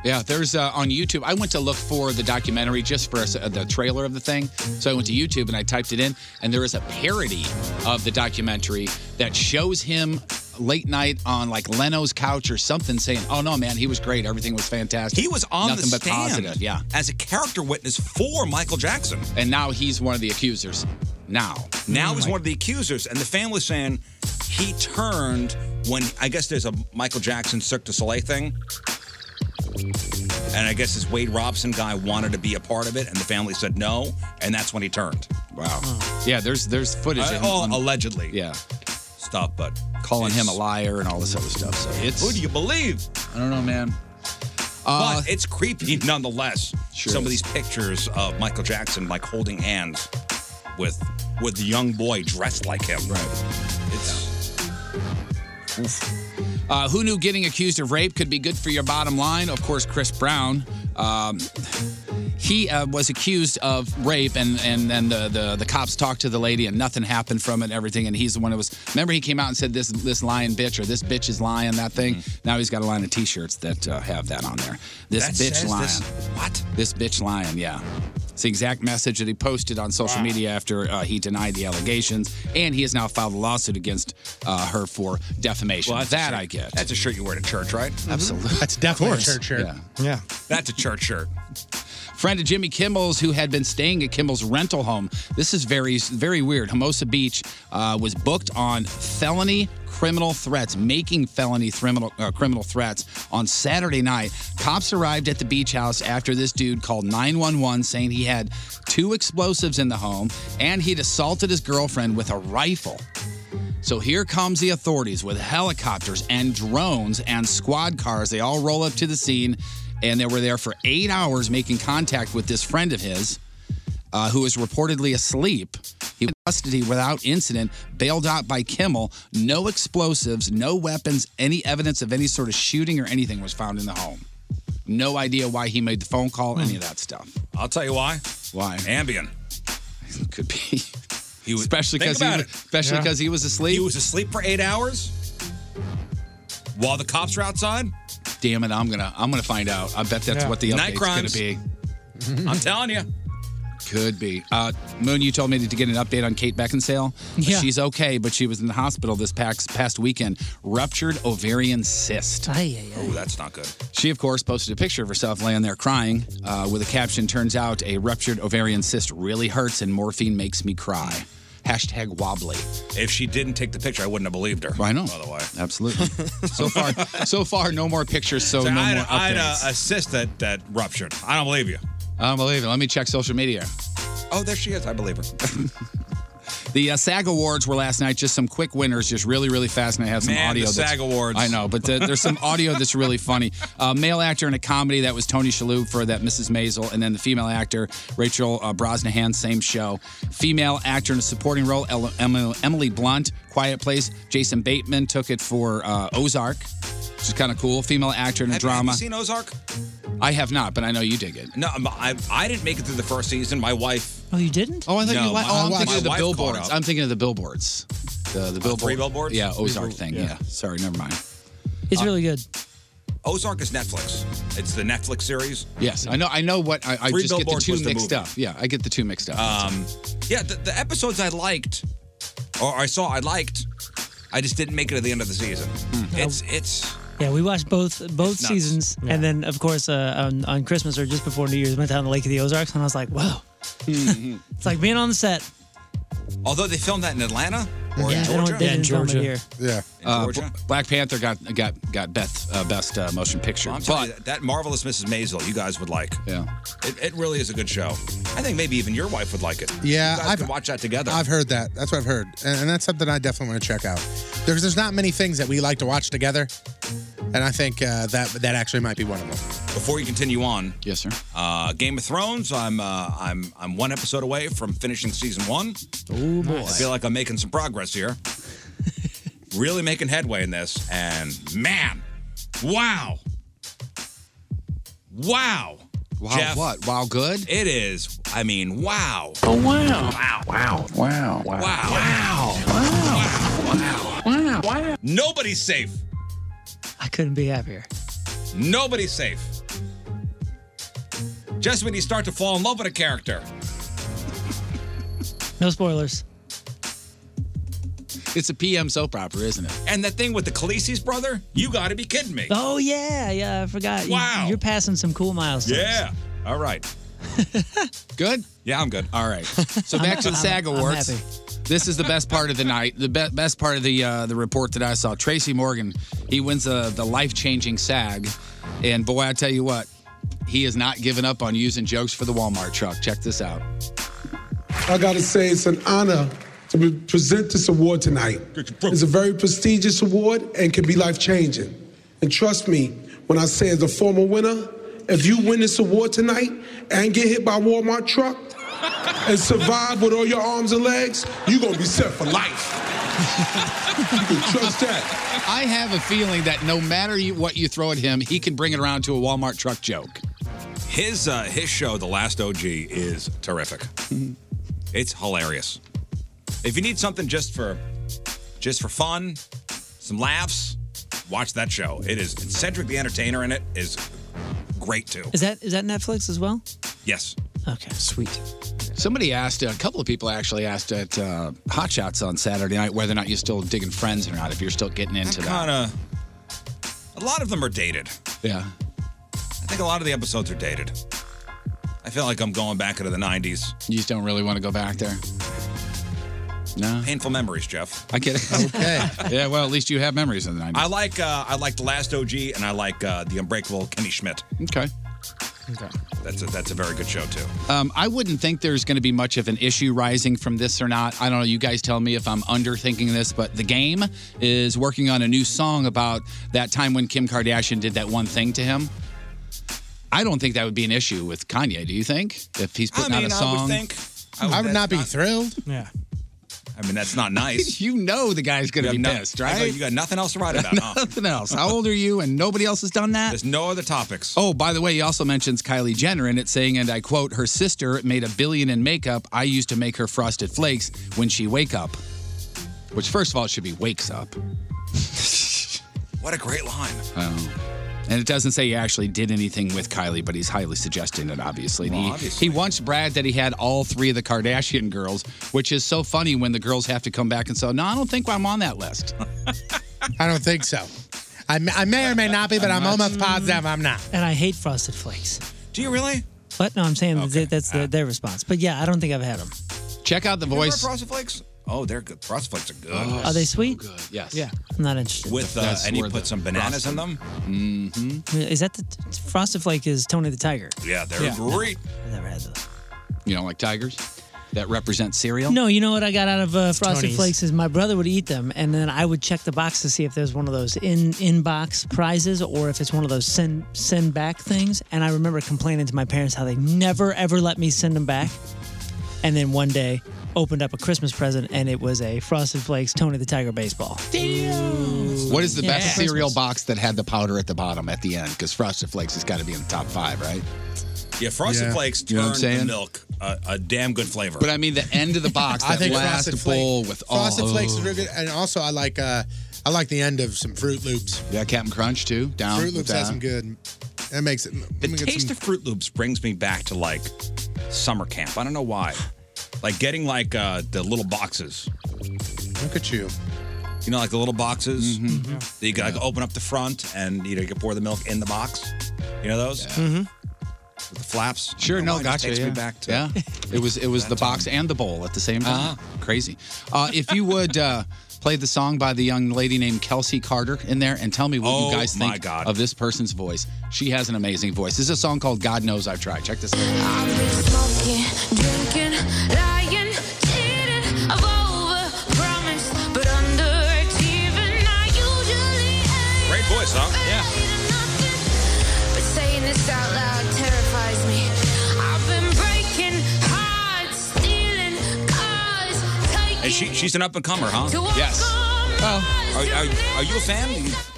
H: Yeah, there's uh, on YouTube. I went to look for the documentary just for us- uh, the trailer of the thing. So I went to YouTube and I typed it in, and there is a parody of the documentary that shows him late night on like Leno's couch or something saying, Oh no, man, he was great. Everything was fantastic.
E: He was on
H: Nothing
E: the
H: but
E: stand
H: positive. Yeah.
E: as a character witness for Michael Jackson.
H: And now he's one of the accusers. Now.
E: Now he's
H: Like-
E: one of the accusers, and the family's saying he turned when I guess there's a Michael Jackson Cirque du Soleil thing, and I guess this Wade Robson guy wanted to be a part of it, and the family said no, and that's when he turned. Wow.
H: Yeah, there's there's footage.
E: Uh,
H: in-
E: oh,
H: on-
E: allegedly.
H: Yeah.
E: Stuff, but
H: calling him a liar and all this other stuff. So it's
E: Who do you believe?
H: I don't know, man. Uh,
E: but it's creepy nonetheless. Some of these pictures of Michael Jackson like holding hands with with the young boy dressed like him. Right. It's
H: Uh, who knew getting accused of rape could be good for your bottom line? Of course, Chris Brown. Um, he uh, was accused of rape, and and then the, the the cops talked to the lady, and nothing happened from it, and everything. And he's the one that was. Remember, he came out and said this this lying bitch or this bitch is lying that thing. Now he's got a line of T-shirts that uh, have that on there. This
E: Mm-hmm. That
H: bitch
E: says
H: lying.
E: this- what?
H: This bitch lying. Yeah. It's the exact message that he posted on social media after uh, he denied the allegations, and he has now filed a lawsuit against uh, her for defamation.
E: Well, that's a
H: that
E: shirt-
H: I get.
E: That's a shirt you wear to church, right?
H: Absolutely.
G: That's
H: definitely a
G: definitely a church shirt.
H: Yeah.
G: yeah.
E: That's a church shirt.
H: Friend of Jimmy Kimmel's who had been staying at Kimmel's rental home. This is very, very weird. Hermosa Beach uh, was booked on felony criminal threats, making felony criminal, uh, criminal threats on Saturday night. Cops arrived at the beach house after this dude called 911 saying he had two explosives in the home and he'd assaulted his girlfriend with a rifle. So here comes the authorities with helicopters and drones and squad cars. They all roll up to the scene and they were there for eight hours making contact with this friend of his uh, who was reportedly asleep. He was in custody without incident, bailed out by Kimmel. No explosives, no weapons, any evidence of any sort of shooting or anything was found in the home. No idea why he made the phone call, any of that stuff.
E: I'll tell you why.
H: Why?
E: Ambien.
H: Could be.
E: He was,
H: Especially 'cause he was- especially 'cause he was asleep.
E: He was asleep for eight hours while the cops were outside.
H: Damn it! I'm gonna I'm gonna find out. I bet that's
E: Yeah.
H: what the
E: Night
H: update's gonna
E: crimes.
H: be.
E: I'm telling you.
H: Could be. Uh, Moon, you told me to get an update on Kate Beckinsale.
F: Yeah.
H: She's okay, but she was in the hospital this past, past weekend. Ruptured ovarian cyst.
E: Oh, that's not good.
H: She, of course, posted a picture of herself laying there crying uh, with a caption Turns out a ruptured ovarian cyst really hurts and morphine makes me cry. Hashtag wobbly.
E: If she didn't take the picture, I wouldn't have believed her.
H: I know.
E: By the way.
H: Absolutely. so far, so far, no more pictures. So,
E: So
H: no
E: I had,
H: more updates.
E: I had a, a cyst that, that ruptured. I don't believe you.
H: I don't believe it. Let me check social media.
E: Oh, there she is. I believe her.
H: The uh, SAG Awards were last night. Just some quick winners, just really, really fast. And I have some
E: Man,
H: audio.
E: the
H: that's-
E: SAG Awards.
H: I know, but the, there's some audio that's really funny. Uh, male actor in a comedy that was Tony Shalhoub for that Mrs. Maisel, and then the female actor Rachel uh, Brosnahan, same show. Female actor in a supporting role El- Emily, Emily Blunt, Quiet Place. Jason Bateman took it for uh, Ozark, which is kind of cool. Female actor in a
E: Have-
H: drama.
E: Have you seen Ozark?
H: I have not, but I know you dig it.
E: No, I'm- I, I didn't make it through the first season. My wife.
F: Oh, you didn't?
H: Oh, I thought
E: No,
H: you. Li-
E: my-
H: oh, I'm
E: my
H: thinking of the
E: wife caught
H: billboards.
E: up. Uh,
H: I'm thinking of the billboards. The the billboard.
E: three billboards?
H: Yeah,
E: Three
H: Ozark
E: bill-
H: thing.
E: yeah.
H: Yeah. Sorry, never mind. Uh,
F: It's really good.
E: Ozark is Netflix. It's the Netflix series.
H: Yes, I know. I know what I, I
E: Three
H: just get the
E: Billboards
H: two
E: was the
H: mixed
E: movie.
H: up. Yeah, I get the two mixed up.
E: Um, yeah, the, the episodes I liked, or I saw I liked, I just didn't make it to the end of the season.
H: Hmm.
E: It's it's
F: Yeah, we watched both both
E: It's nuts.
F: seasons, and then of course uh, on, on Christmas or just before New Year's, went down to the Lake of the Ozarks, and I was like, "Wow,
H: Hmm.
F: it's like being on the set."
E: although they filmed that in Atlanta or
F: Yeah,
E: in
F: they don't-
E: Georgia.
F: they Yeah, in didn't film it Georgia. here.
H: Yeah,
E: In Georgia?
H: Black Panther got got got best uh, best uh, motion picture.
E: I'm
H: but
E: telling you, that, that marvelous Mrs. Maisel, you guys would like.
H: Yeah,
E: it, it really is a good show. I think maybe even your wife would like it.
G: Yeah,
E: you guys
G: I've-
E: could watch that together.
G: I've heard that. That's what I've heard, and, and that's something I definitely want to check out. There's there's not many things that we like to watch together, and I think uh, that that actually might be one of them.
E: Before you continue on,
H: yes, sir.
E: Uh, Game of Thrones. I'm uh, I'm I'm one episode away from finishing season one.
F: Oh boy!
E: I feel like I'm making some progress here. really making headway in this, and man, wow, wow,
H: Wow, what? Wow, good.
E: It is. I mean, wow.
H: Oh, wow.
E: Wow.
H: Wow.
E: Wow. Wow. Wow. Wow. Wow. Wow. Nobody's safe.
F: I couldn't be happier.
E: Nobody's safe. Just when you start to fall in love with a character.
F: No spoilers.
H: it's a PM soap opera, isn't it?
E: And the thing with the Khaleesi's brother, you got to be kidding me.
F: Oh yeah, yeah, I forgot.
E: Wow.
F: you, are passing some cool milestones.
E: Yeah. All right.
H: good?
E: Yeah, I'm good.
H: All right. So back to the
F: I'm-
H: SAG
F: I'm
H: Awards.
F: happy.
H: This is the best part of the night. The be- best part of the uh, the report that I saw. Tracy Morgan, he wins the the life changing SAG, and boy, I tell you what, he has not given up on using jokes for the Walmart truck. Check this out.
J: I gotta say, it's an honor to be- present this award tonight. It's a very prestigious award and can be life changing. And trust me when I say, as a former winner, if you win this award tonight and get hit by a Walmart truck and survive with all your arms and legs, you're gonna be set for life. you can trust that.
H: I have a feeling that no matter you, what you throw at him, he can bring it around to a Walmart truck joke.
E: His uh, his show, The Last OG, is terrific. it's hilarious. If you need something just for just for fun, some laughs, watch that show. It is Cedric the Entertainer in it is great too.
F: Is that is that Netflix as well?
E: Yes.
F: Okay, sweet.
H: Somebody asked, a couple of people actually asked at uh, Hot Shots on Saturday night whether or not you're still digging friends or not, if you're still getting into that.
E: Kind of. A lot of them are dated.
H: Yeah.
E: I think a lot of the episodes are dated. I feel like I'm going back into the '90s.
H: You just don't really want to go back there. No.
E: Painful memories, Jeff.
H: I get it. Okay. yeah, well, at least you have memories of the 90s.
E: I like uh, I like the Last OG and I like uh, the Unbreakable Kenny Schmidt.
H: Okay. Okay.
E: That's a, that's a very good show too.
H: Um, I wouldn't think there's going to be much of an issue rising from this or not. I don't know. You guys tell me if I'm underthinking this, but the game is working on a new song about that time when Kim Kardashian did that one thing to him. I don't think that would be an issue with Kanye. Do you think if he's putting
E: mean,
H: out a
E: I would
H: song?
E: think-
H: I would not be thrilled.
F: Yeah.
E: I mean, that's not nice.
H: you know the guy's going
E: You
H: to be
E: have no-
H: pissed,
E: I go,
H: right?
E: you got nothing else to write about, huh?
H: nothing else. How old are you? And nobody else has done that.
E: There's no other topics.
H: Oh, by the way, he also mentions Kylie Jenner in it, saying, and I quote, her sister made a billion in makeup. I used to make her frosted flakes when she wake up. Which, first of all, should be wakes up.
E: What a great line.
H: Oh. And it doesn't say he actually did anything with Kylie, but he's highly suggesting it, obviously.
E: Well,
H: he,
E: obviously.
H: he once bragged that he had all three of the Kardashian girls, which is so funny when the girls have to come back and say, No, I don't think I'm on that list.
G: I don't think so. I may, I may or may not be, but I'm, almost positive I'm not.
F: And I hate frosted flakes.
E: Do you really?
F: But no, I'm saying that that's the, their response. But yeah, I don't think I've had them.
H: Check out the
E: You remember Frosted Flakes? Oh, they're good. Frosted Flakes are good.
F: Are they sweet?
H: Yes.
F: Yeah, I'm not interested.
E: With uh, and he put some bananas in them.
H: Mm.
F: Mm-hmm. Is that the Frosted Flake? Is Tony the Tiger?
E: Yeah,
F: they're Yeah. great. Never had those.
H: You don't like tigers that represent cereal?
F: No, you know what I got out of uh, Frosted
H: Tony's.
F: Flakes is my brother would eat them, and then I would check the box to see if there's one of those in in box prizes or if it's one of those send send back things. And I remember complaining to my parents how they never ever let me send them back. And then one day, opened up a Christmas present, and it was a Frosted Flakes Tony the Tiger baseball.
H: What is the
F: Yeah.
H: best cereal box that had the powder at the bottom at the end? Because Frosted Flakes has got to be in the top five, right?
E: Yeah, Frosted
H: Yeah.
E: Flakes
H: You know what I'm
E: turn the
H: saying?
E: milk a, a damn good flavor.
H: But I mean, the end of the box, that
G: I think
H: last
G: frosted
H: bowl
G: flake,
H: with all.
G: frosted flakes is really good, and also I like uh, I like the end of some Fruit Loops.
H: Yeah, Captain Crunch too. Down
G: Fruit
H: with
G: Loops
H: that.
G: has some good. That makes it.
E: The taste of Fruit Loops brings me back to like summer camp. I don't know why. Like getting like uh, the little boxes.
G: Look at you.
E: You know, like the little boxes
H: Mm-hmm.
E: that you can like, open up the front and you know you can pour the milk in the box. You know those with the flaps.
H: Mm-hmm. Sure,
E: You know
H: no,
E: why? It just
H: gotcha.
E: Takes
H: yeah.
E: me back to
H: yeah. It was it was
E: that
H: the box and the bowl at the same time. Crazy. Uh, if you would uh, play the song by the young lady named Kelsey Carter in there and tell me what
E: Oh,
H: you guys
E: my
H: think
E: God.
H: of this person's voice. She has an amazing voice. This is a song called God Knows I've Tried. Check this out. Ah.
K: Smoking, drinking, lying, cheating. I've overpromised, but underachieving. I usually
E: Great voice, huh? Yeah.
K: but saying this out loud terrifies me. I've been breaking hearts, stealing cars, taking.
E: And she she's an up and comer, huh?
K: To walk
H: Yes.
E: Are, are, are you a fan?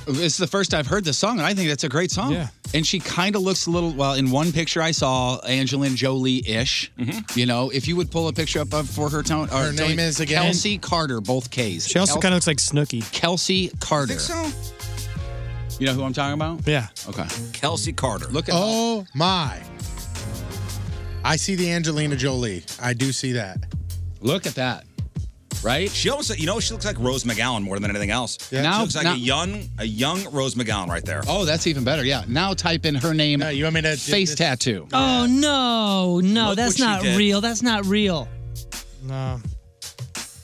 H: It's the first I've heard the song, and I think that's a great song. Yeah. And she kind of looks a little, well, in one picture I saw Angelina Jolie ish. You know, if you would pull a picture up of for her tone. or
G: Her name
H: Tony-
G: is again-
H: Kelsey Carter, both K's.
C: She also
H: Kel-
C: kind of looks like Snooky.
H: Kelsey Carter. You know who I'm talking about?
C: Yeah.
H: Okay.
E: Kelsey Carter.
H: Look at
G: Oh my! I see the Angelina Jolie. I do see that.
H: Look at that. Right?
E: She almost you know she looks like Rose McGowan more than anything else.
H: Yeah.
E: She
H: Now-
E: looks like
H: now-
E: a young a young Rose McGowan right there.
H: Oh, that's even better. Yeah. Now type in her name. you want me to face tattoo?
F: Oh no, no,
H: Look what
F: that's
H: she
F: not
H: did.
F: real. That's not real.
C: No.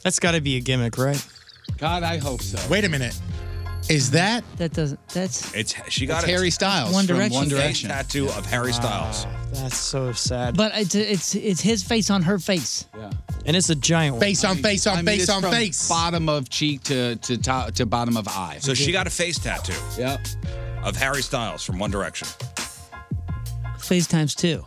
C: That's got to be a gimmick, right?
H: God, I hope so.
G: Wait a minute. Is that
F: that doesn't? That's
E: it's she got
C: It's
E: it.
C: Harry Styles One from Direction. One
E: Face
C: Direction.
E: tattoo of Harry Styles.
C: That's so sad.
F: But it's it's it's his face on her face.
H: Yeah.
C: And it's a giant one.
G: Face on face on face
H: it's
G: on
H: from
G: face.
H: Bottom of cheek to to to, to bottom of eye.
E: So she got a face tattoo.
H: Yep.
E: Of Harry Styles from One Direction.
F: FaceTimes too.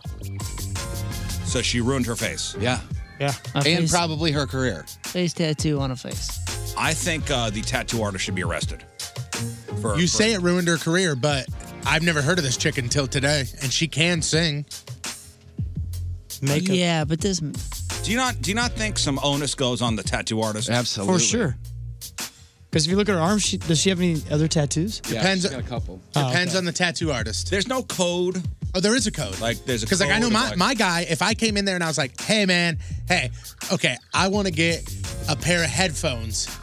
E: So she ruined her face.
H: Yeah.
C: Yeah.
F: A face-
H: probably her career.
F: Face tattoo on a face.
E: I think uh, the tattoo artist should be arrested. For,
G: you
E: for-
G: say it ruined her career, but I've never heard of this chick until today, and she can sing.
E: Makeup.
F: Yeah, but this
E: Do you not do you not think some onus goes on the tattoo artist?
H: Absolutely.
C: For sure. Because if you look at her arm, she, does she have any other tattoos?
G: Depends.
C: Oh,
G: Depends
C: okay.
G: on the tattoo artist.
E: There's no code.
G: Oh, there is a code.
E: Like there's a
G: Because like I know
E: code of,
G: my,
E: like-
G: my guy, if I came in there and I was like, hey man, hey, okay, I want to get a pair of headphones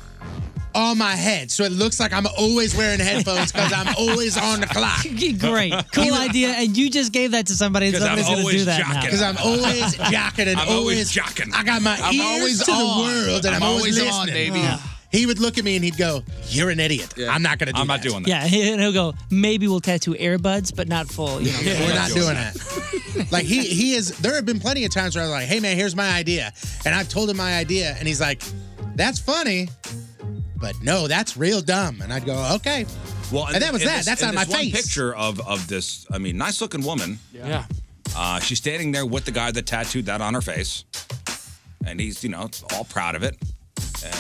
G: on my head, so it looks like I'm always wearing headphones because I'm always on the clock.
F: Great, cool idea, and you just gave that to somebody. And
G: 'Cause I'm
F: somebody's gonna
G: always
F: do that now.
G: jocking. 'Cause I'm always jocking and I'm always always-
E: jocking.
G: I got my
H: I'm
G: ears
H: always
G: to
H: on.
G: the world, and I'm,
H: I'm
G: always,
H: always on,
G: listening.
H: baby.
G: He would look at me and he'd go, "You're an idiot. I'm not gonna do
E: I'm not
G: that.
E: doing that.
F: Yeah, and he'll go. Maybe we'll tattoo earbuds, but not full. You know,
G: We're not doing that. like he he is. There have been plenty of times where I was like, "Hey man, here's my idea," and I've told him my idea, and he's like, "That's funny, but no, that's real dumb." And I'd go, "Okay,
E: Well,
G: And that was that. That's
E: and
G: not my
E: this one
G: face.
E: picture of of this. I mean, nice looking woman.
G: Yeah.
E: Uh, she's standing there with the guy that tattooed that on her face, and he's you know all proud of it.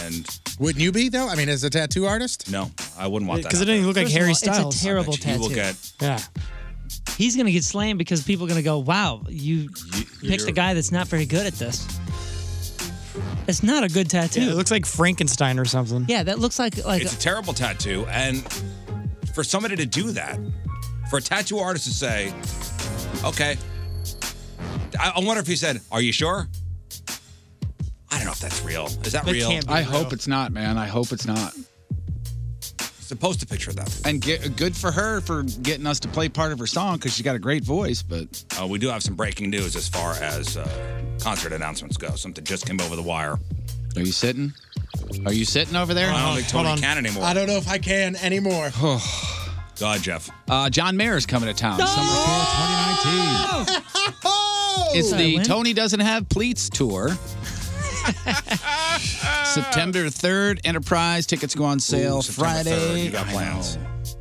E: And
G: Wouldn't you be though? I mean, as a tattoo artist?
E: No, I wouldn't
G: want
F: Because it didn't look like Harry Styles.
G: I bet you he will
E: get-
F: yeah. He's gonna get slammed because people are gonna go, "Wow, you, picked
C: you're-
F: a guy that's not very good at this." It's not a good tattoo.
C: Yeah, it looks like Frankenstein or something.
F: Yeah, that looks like like
E: it's a terrible tattoo, and for somebody to do that, for a tattoo artist to say, "Okay," I, I wonder if he said, "Are you sure?" I don't know if that's real. Is that real?
H: I hope it's not, man. I hope it's not.
E: Supposed to picture that.
H: And get, good for her for getting us to play part of her song because she's got a great voice. But
E: Uh, we do have some breaking news as far as uh, concert announcements go. Something just came over the wire.
H: are you sitting? Are you sitting over there?
E: I don't think Tony can anymore.
G: I don't know if I can anymore.
E: God, Jeff.
H: Uh, John Mayer's coming to town.
G: Oh!
H: It's
G: Sorry,
H: the
G: when?
H: Tony Doesn't Have Pleats tour. September 3rd, Enterprise. Tickets go on sale
E: Ooh, September
H: Friday.
E: 3rd, you got plans.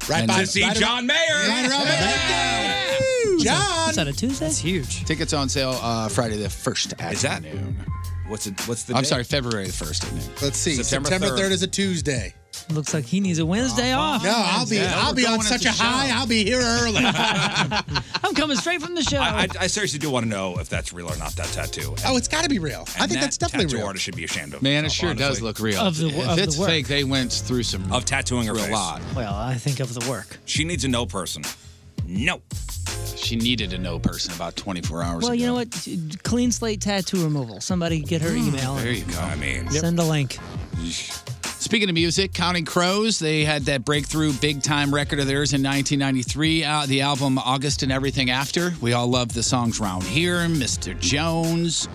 H: Right by-
E: to see
H: right
E: John Mayer.
H: Right around
F: John. Is that a Tuesday? That's huge.
H: Tickets on sale uh, Friday the 1st at
E: Is that-
H: noon.
E: What's it? What's the?
H: I'm
E: date?
H: sorry, February the 1st at noon.
G: Let's see.
H: September
G: September,
H: 3rd.
G: 3rd. is a Tuesday.
F: Looks like he needs a Wednesday off.
G: No, I'll be
F: Yeah.
G: I'll be on such a high. I'll be here early.
F: I'm coming straight from the show.
E: I, I seriously do want to know if that's real or not. That tattoo.
G: oh, it's got to be real. I
E: And
G: think
E: that
G: that's definitely
E: tattoo
G: real.
E: artist should be ashamed of.
H: Man, it
E: himself,
H: sure does
E: honestly.
H: look real. if it's fake, they went through some
E: of tattooing her
H: through a
E: face.
H: lot.
F: well, I think of the work.
E: She needs a no person. No.
H: She needed a no person about 24 hours ago.
F: Well,
H: Hmm.
F: you know what? Clean slate tattoo removal. Somebody get her email.
H: There you go. I mean,
F: Send a link.
H: Speaking of music, Counting Crows, they had that breakthrough big time record of theirs in 1993, uh, the album August and Everything After. We all love the songs Round Here, Mr. Jones,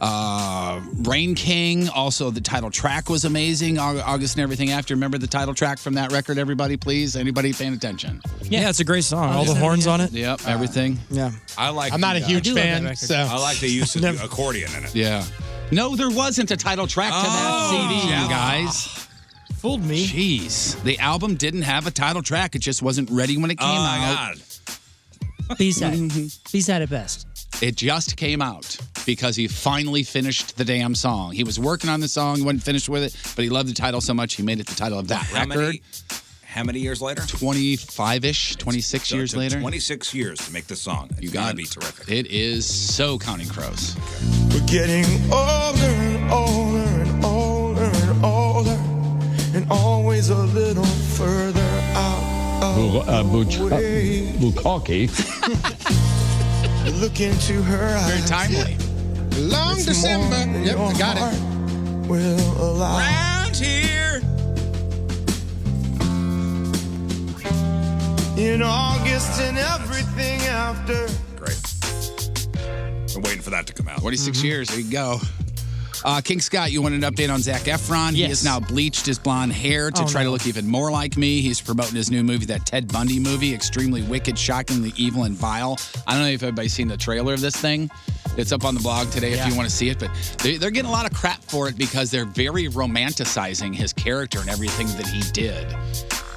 H: uh, Rain King. Also, the title track was amazing, Au- August and Everything After. Remember the title track from that record, everybody, please? Anybody paying attention?
C: Yeah, it's a great song. All the
H: Yeah.
C: horns on it.
H: Yep, everything.
C: Yeah.
E: I like.
H: I'm not a
E: the,
H: huge I do love fan, that record. so-
E: I like the use of the accordion in it.
H: Yeah. No, there wasn't a title track to that
E: Oh.
H: CD, you guys.
C: Fooled me.
H: Jeez. The album didn't have a title track. It just wasn't ready when it came
E: Ah.
H: out.
F: B side.
E: Mm-hmm.
F: B side at best.
H: It just came out because he finally finished the damn song. He was working on the song, wasn't finished with it, but he loved the title so much he made it the title of that
E: How
H: record.
E: many- How many years later?
H: 25 ish, 26
E: So it
H: years
E: took
H: later.
E: 26 years to make this song. It's you got to be terrific.
H: It is so Counting Crows.
L: We're getting older and older and older and older and always a little further out Oh,
D: Bu-
L: of
D: uh, Buch-
L: the
D: uh,
L: way.
D: Bukaki.
L: Look into her eyes.
H: Very timely.
G: Long
L: It's
G: December.
L: more than
G: Yep,
L: your
G: I got it.
L: heart Will allow.
E: Round here.
L: In August and everything after.
E: Great. I'm waiting for that to come out.
H: 26 years. There you go. Uh, King Scott, you wanted an update on Zach Efron. He
E: Yes.
H: has now bleached his blonde hair to
E: Oh,
H: try to
E: no.
H: look even more like me. He's promoting his new movie, that Ted Bundy movie, extremely wicked, shockingly evil, and vile. I don't know if everybody's seen the trailer of this thing. It's up on the blog today if
M: Yeah.
H: you want to see it, but they, they're getting a lot of crap for it because they're very romanticizing his character and everything that he did.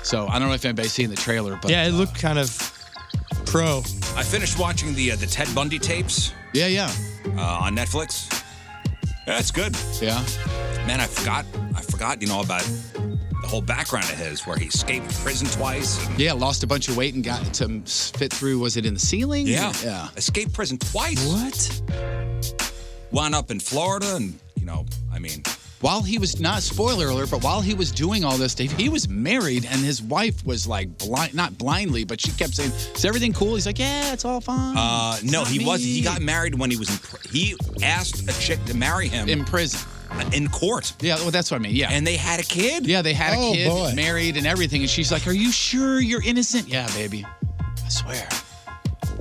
H: So I don't know if anybody's seen the trailer, but
C: yeah, it looked
E: uh,
C: kind of pro.
E: I finished watching the uh, the Ted Bundy tapes.
H: Yeah, yeah.
E: Uh, on Netflix. That's good.
H: Yeah.
E: Man, I forgot. I forgot. You know about the whole background of his, where he escaped prison twice. And,
H: yeah, lost a bunch of weight and got to fit through. Was it in the ceiling?
E: yeah,
H: Yeah.
E: Escaped prison twice.
H: What?
E: Wound up in Florida, and you know, I mean,
H: while he was not spoiler alert, but while he was doing all this, Dave, he was married and his wife was like blind, not blindly, but she kept saying, "Is everything cool?" He's like, "Yeah, it's all fine."
E: uh,
H: It's
E: no,
H: not
E: he was. He
H: me."
E: got married when he was in. Pr- he asked a chick to marry him
H: in prison,
E: in court.
H: Yeah, well, that's what I mean. Yeah,
E: and they had a kid.
H: Yeah, they had
E: Oh,
H: a kid,
E: boy.
H: married, and everything. And she's like, "Are you sure you're innocent?" Yeah, baby, I swear,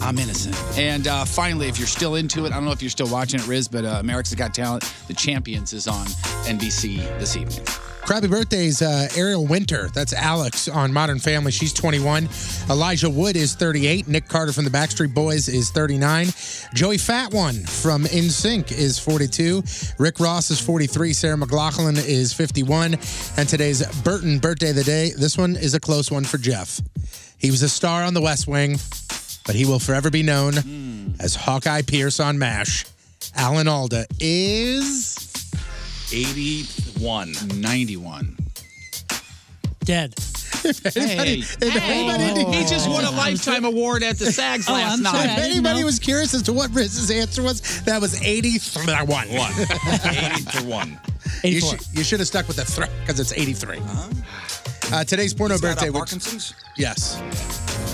H: I'm innocent. And uh, finally, if you're still into it, I don't know if you're still watching it, Riz, but uh, America's Got Talent, The Champions is on NBC this evening.
G: Crappy birthdays, uh, Ariel Winter. That's Alex on Modern Family. She's 21. Elijah Wood is 38. Nick Carter from the Backstreet Boys is 39. Joey Fat One from InSync is 42. Rick Ross is 43. Sarah McLaughlin is 51. And today's Burton birthday of the day. This one is a close one for Jeff. He was a star on The West Wing, but he will forever be known as Hawkeye Pierce on MASH. Alan Alda is
E: 81.
H: 91.
F: Dead.
G: If anybody, if anybody-
H: He just won a lifetime award at the
G: Oh,
H: SAGs last night.
G: If anybody was curious as to what Riz's answer was, that was 81. One.
E: One. 81.
G: You, should, you should have stuck with the three because it's 83. Uh, today's porno
E: Is that, uh,
G: birthday. which-
E: Parkinson's?
G: Yes.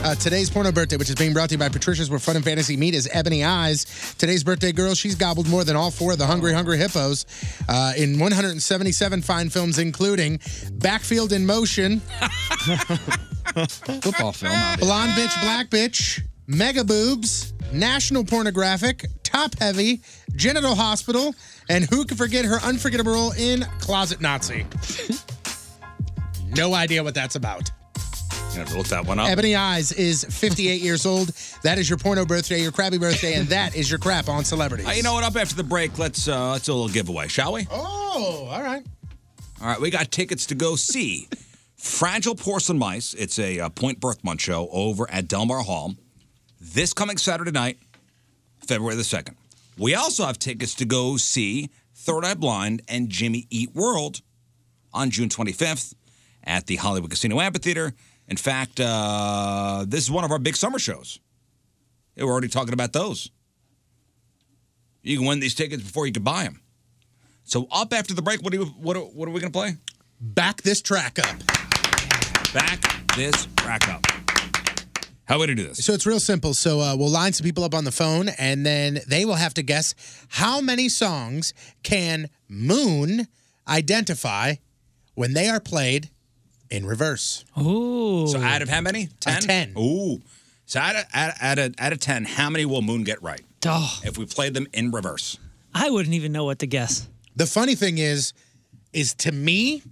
G: Uh, today's porno birthday, which is being brought to you by Patricia's Where Fun and Fantasy Meet, is Ebony Eyes. Today's birthday girl, she's gobbled more than all four of the Hungry Hungry Hippos uh, in 177 fine films, including Backfield in Motion,
H: Football film.
G: Blonde Bitch, Black Bitch, Mega Boobs, National Pornographic, Top Heavy, Genital Hospital, and who can forget her unforgettable role in Closet Nazi? no idea what that's about.
E: You have to look that one up.
G: Ebony Eyes is 58 years old. That is your porno birthday, your crabby birthday, and that is your crap on celebrities.
E: Uh, you know what? Up after the break, let's uh, let's do a little giveaway, shall we?
G: Oh, all right.
E: All right, we got tickets to go see Fragile Porcelain Mice. It's a uh, Point Birthmont show over at Delmar Hall this coming Saturday night, February the 2nd. We also have tickets to go see Third Eye Blind and Jimmy Eat World on June 25th at the Hollywood Casino Amphitheater. In fact, uh, this is one of our big summer shows. Yeah, We're already talking about those. You can win these tickets before you can buy them. So up after the break, what do you, what are, what are we going to play?
G: Back this track up.
E: Back this track up. How would you do this?
G: So it's real simple. So uh, we'll line some people up on the phone, and then they will have to guess how many songs can Moon identify when they are played in reverse.
F: Ooh.
E: So out of how many? Ten. Ten. Ooh. So out of out of, out of out of ten, how many will Moon get right?
F: Oh.
E: If we played them in reverse.
F: I wouldn't even know what to guess.
G: The funny thing is, is to me,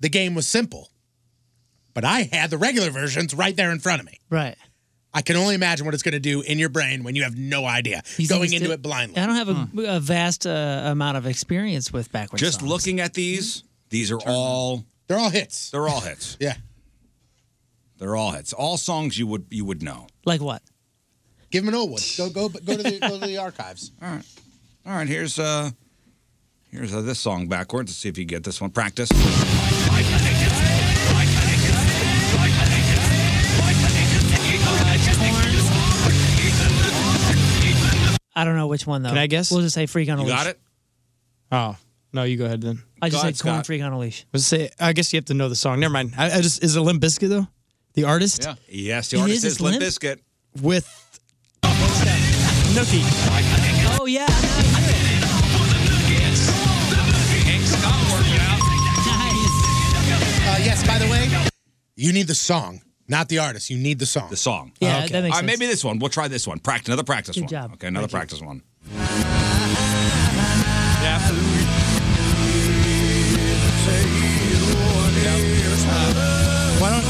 G: the game was simple, but I had the regular versions right there in front of me.
F: Right.
G: I can only imagine what it's going to do in your brain when you have no idea going into it blindly.
F: I don't have a,
E: Hmm.
F: a vast uh, amount of experience with backwards.
E: Just
F: songs.
E: looking at these, these are all
G: they're all hits.
E: They're all hits.
G: yeah.
E: They're all hits. All songs you would you would know.
F: Like what?
G: Give him an old one. Go go go to the go to the archives.
E: All right. All right. Here's uh here's uh, this song backwards. Let's see if you get this one. Practice.
F: I don't know which one though.
C: Can I guess?
F: We'll just say freak on a leash.
C: Oh no, you go ahead then.
F: I just said corn freak on a leash.
C: Let's say. I guess you have to know the song. Never mind. I, I just is it Limp Bizkit though? The artist.
E: Yeah. Yes, the
C: It
E: artist
C: is,
E: is
C: it's
E: Limp
C: Limp?
E: Bizkit.
C: With. Nookie.
F: Oh yeah.
G: Uh, yes. By the way, you need the song, not the artist. You need the song. The
E: song.
G: Yeah,
E: Okay. All right, maybe this one. We'll try this one. Practice another practice
G: Good
E: one.
G: job.
E: Okay, another
G: Thank you.
E: practice one.
C: Uh, Why don't?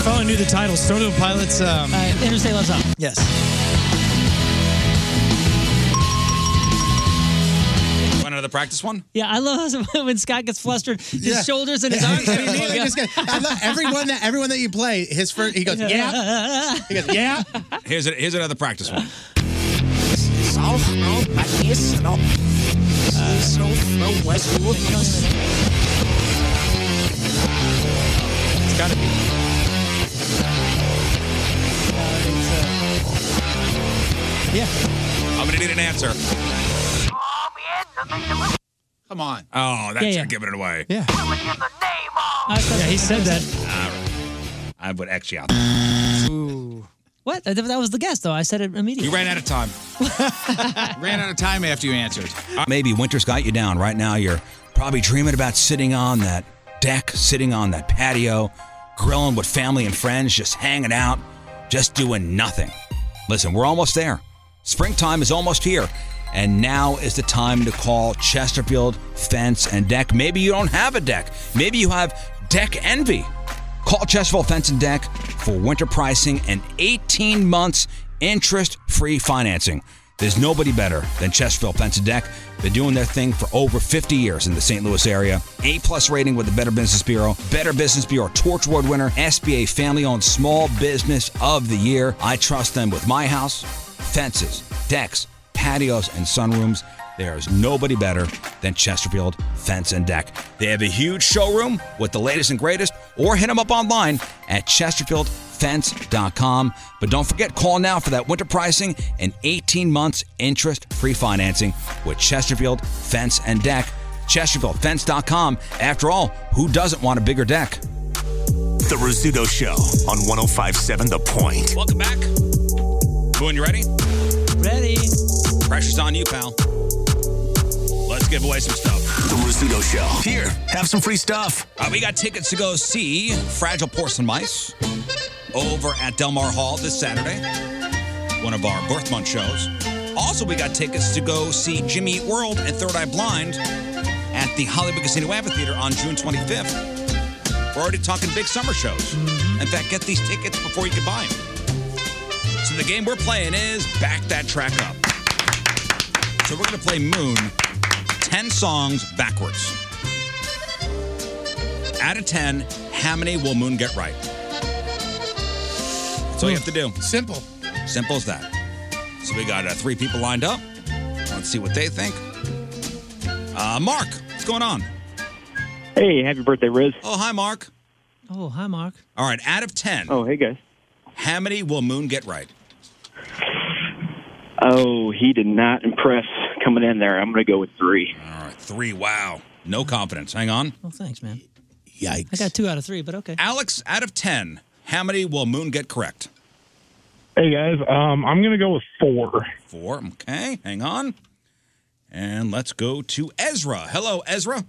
C: If I only knew the title, Stone Temple Pilots. Um,
F: Uh, Interstate Love Song.
C: Yes.
E: Want another practice one?
F: Yeah, I love how when Scott gets flustered, his
G: Yeah.
F: shoulders and his arms.
G: Yeah, he just gets- I love everyone that everyone that you play. His first, he goes, yeah. He goes, yeah.
E: Here's a, here's another practice one.
C: It's gotta be.
E: Yeah. I'm gonna need an answer.
H: Come on.
E: Oh, that's
H: Yeah,
E: it,
H: yeah.
E: giving it away.
C: Yeah.
F: yeah, he said that.
E: I would X you out.
F: Ooh. What? That that was the guess though. I said it immediately.
E: You ran out of time.
H: Ran out of time after you answered.
E: Maybe winter's got you down. Right now, you're probably dreaming about sitting on that deck, sitting on that patio, grilling with family and friends, just hanging out, just doing nothing. Listen, we're almost there. Springtime is almost here. And now is the time to call Chesterfield Fence and Deck. Maybe you don't have a deck. Maybe you have deck envy. Call Chesterfield Fence and Deck for winter pricing and 18 months interest free financing. There's nobody better than Chesterfield Fence and Deck. They're doing their thing for over 50 years in the St. Louis area. A plus rating with the Better Business Bureau, Better Business Bureau Torch Award winner, SBA Family Owned Small Business of the Year. I trust them with my house, fences, decks, patios, and sunrooms. There's nobody better than Chesterfield Fence and Deck. They have a huge showroom with the latest and greatest, or hit them up online at chesterfieldfence.com. But don't forget, call now for that winter pricing and 18 months interest free financing with Chesterfield Fence and Deck. ChesterfieldFence.com. After all, who doesn't want a bigger deck?
M: The Rizzuto Show on 1057 The Point.
E: Welcome back. Boone, you ready?
F: Ready.
E: Pressure's on you, pal. Let's give away some stuff.
M: The Rizzuto Show. Here, have some free stuff.
E: Uh, we got tickets to go see Fragile Porcelain Mice over at Delmar Hall this Saturday, one of our birth month shows. Also, we got tickets to go see Jimmy Eat World and Third Eye Blind at the Hollywood Casino Amphitheater on June 25th. We're already talking big summer shows. In fact, get these tickets before you can buy them. So the game we're playing is Back That Track Up. So we're going to play Moon 10 songs backwards. Out of 10, how many will Moon get right? That's all you have to do. Simple. Simple as that. So we got uh, three people lined up. Let's see what they think. Uh, Mark, what's going on?
N: Hey, happy birthday, Riz.
E: Oh, hi, Mark.
F: Oh, hi, Mark.
E: All right, out of 10. Oh,
N: hey, guys.
E: How many will Moon get right?
N: Oh, he did not impress coming in there. I'm going to go with three.
E: All right, three. Wow. No confidence. Hang on.
F: Well, thanks, man.
E: Yikes.
F: I got two out of three, but okay.
E: Alex, out of 10, how many will Moon get correct?
O: Hey guys, um, I'm gonna go with four.
E: Four. Okay, hang on. And let's go to Ezra. Hello, Ezra.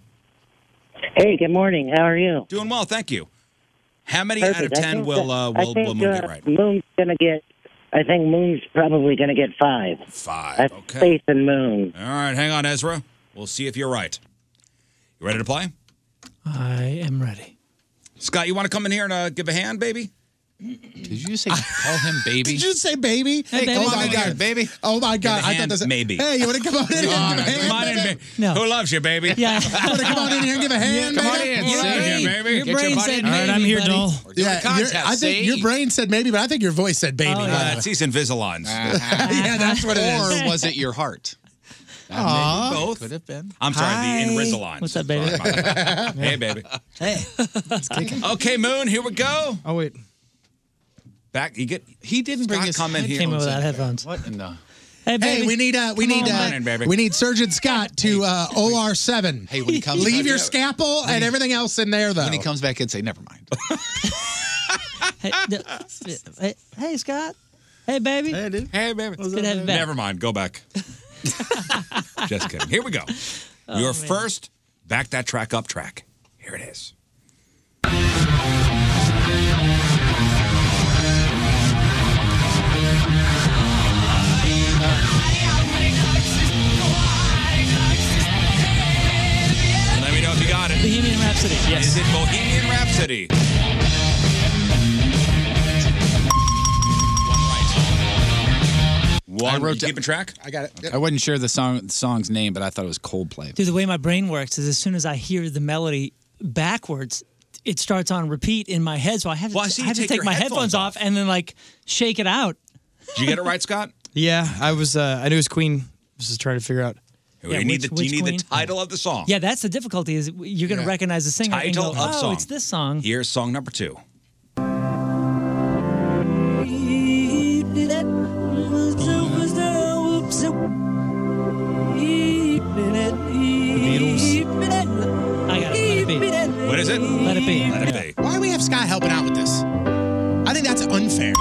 P: Hey, good morning. How are you?
E: Doing well, thank you. How many out of
P: Perfect. I
E: ten
P: think
E: will
P: that-
E: uh,
P: I
E: will,
P: think,
E: will Moon
P: uh,
E: get right?
P: Moon's gonna get. I think Moon's probably gonna get five.
E: Five.
P: That's
E: okay.
P: faith in Moon.
E: All right, hang on, Ezra. We'll see if you're right. You ready to play?
F: I am ready.
E: Scott, you want to come in here and uh, give a hand, baby? Did you say call him baby?
G: Did you say baby?
E: Hey, baby.
G: oh
E: Come on
G: my
E: in here,
G: god,
E: baby.
G: Oh my god,
E: Give a
G: I
E: hand,
G: thought this.
E: maybe. Oh,
G: Hey, you want to come on in here?
E: All
G: and
E: right,
G: give a hand,
E: come on in,
G: baby?
E: baby. Who loves you, baby?
G: Yeah. You wanna come on in here and give a hand,
E: come on
G: baby?
E: in,
G: Your
E: sit in here,
G: brain-
E: baby.
G: your
E: Get
G: brain
E: body
G: said
E: in.
G: maybe, buddy.
E: We're doing
G: Yeah,
E: a contest,
G: your- I think
E: see?
G: your brain said maybe, but I think your voice said baby. by the way.
E: Uh, it's these Invisaligns.
H: Uh-huh.
G: yeah, that's what it is.
H: Or was it your heart? That may be
G: Aw.
H: Uh, both. Could have been.
E: I'm sorry,
H: Hi.
E: the Invisaligns.
H: What's up, baby?
E: Sorry about that. hey, baby. Hey. okay, Moon. Here we go.
C: Oh wait.
E: Back. You get. He didn't
F: bring his
E: comment here.
F: Came in without headphones.
H: What in the?
F: Hey,
G: Hey,
F: baby.
G: we need uh, we
F: Come
G: need
F: on,
G: uh,
F: man, baby.
G: we need Surgeon Scott to uh, OR seven.
H: Hey, when he comes
G: leave
H: back-
G: your scalpel and everything else in there though.
H: When he comes back and say, never mind.
F: Hey, d- hey, hey, Scott. Hey, baby. Hey,
G: dude.
E: Hey, baby.
F: Good to have you back.
E: Never mind. Go back. Just kidding. Here we go.
F: Oh,
E: Your
F: man.
E: first back that track up track. Here it is. Let me know if you got it.
F: Bohemian Rhapsody. Yes.
E: Is it Bohemian Rhapsody? One.
H: I wrote
E: you keeping track?
G: I got it.
H: I wasn't sure the song the song's name, but I thought it was Coldplay.
F: Dude, the way my brain works is as soon as I hear the melody backwards, it starts on repeat in my head. So I have to,
E: see
F: I
E: you
F: have to
E: take
F: take
E: your
F: my
E: headphones
F: headphones off and then like shake it out.
E: Did you get it right, Scott?
C: Yeah, I was. Uh, I knew it was Queen. I was just trying to figure out.
E: you need the you need the title of the song.
F: Yeah, that's the difficulty is you're going to
E: Yeah.
F: recognize the singer
E: Title
F: and go,
E: of
F: oh,
E: song.
F: it's this song.
E: Here's song number two.
F: I got it. Let it be.
E: What is it?
F: Let it be.
E: Let it
G: Why do we have Scott helping out with this? I think that's unfair.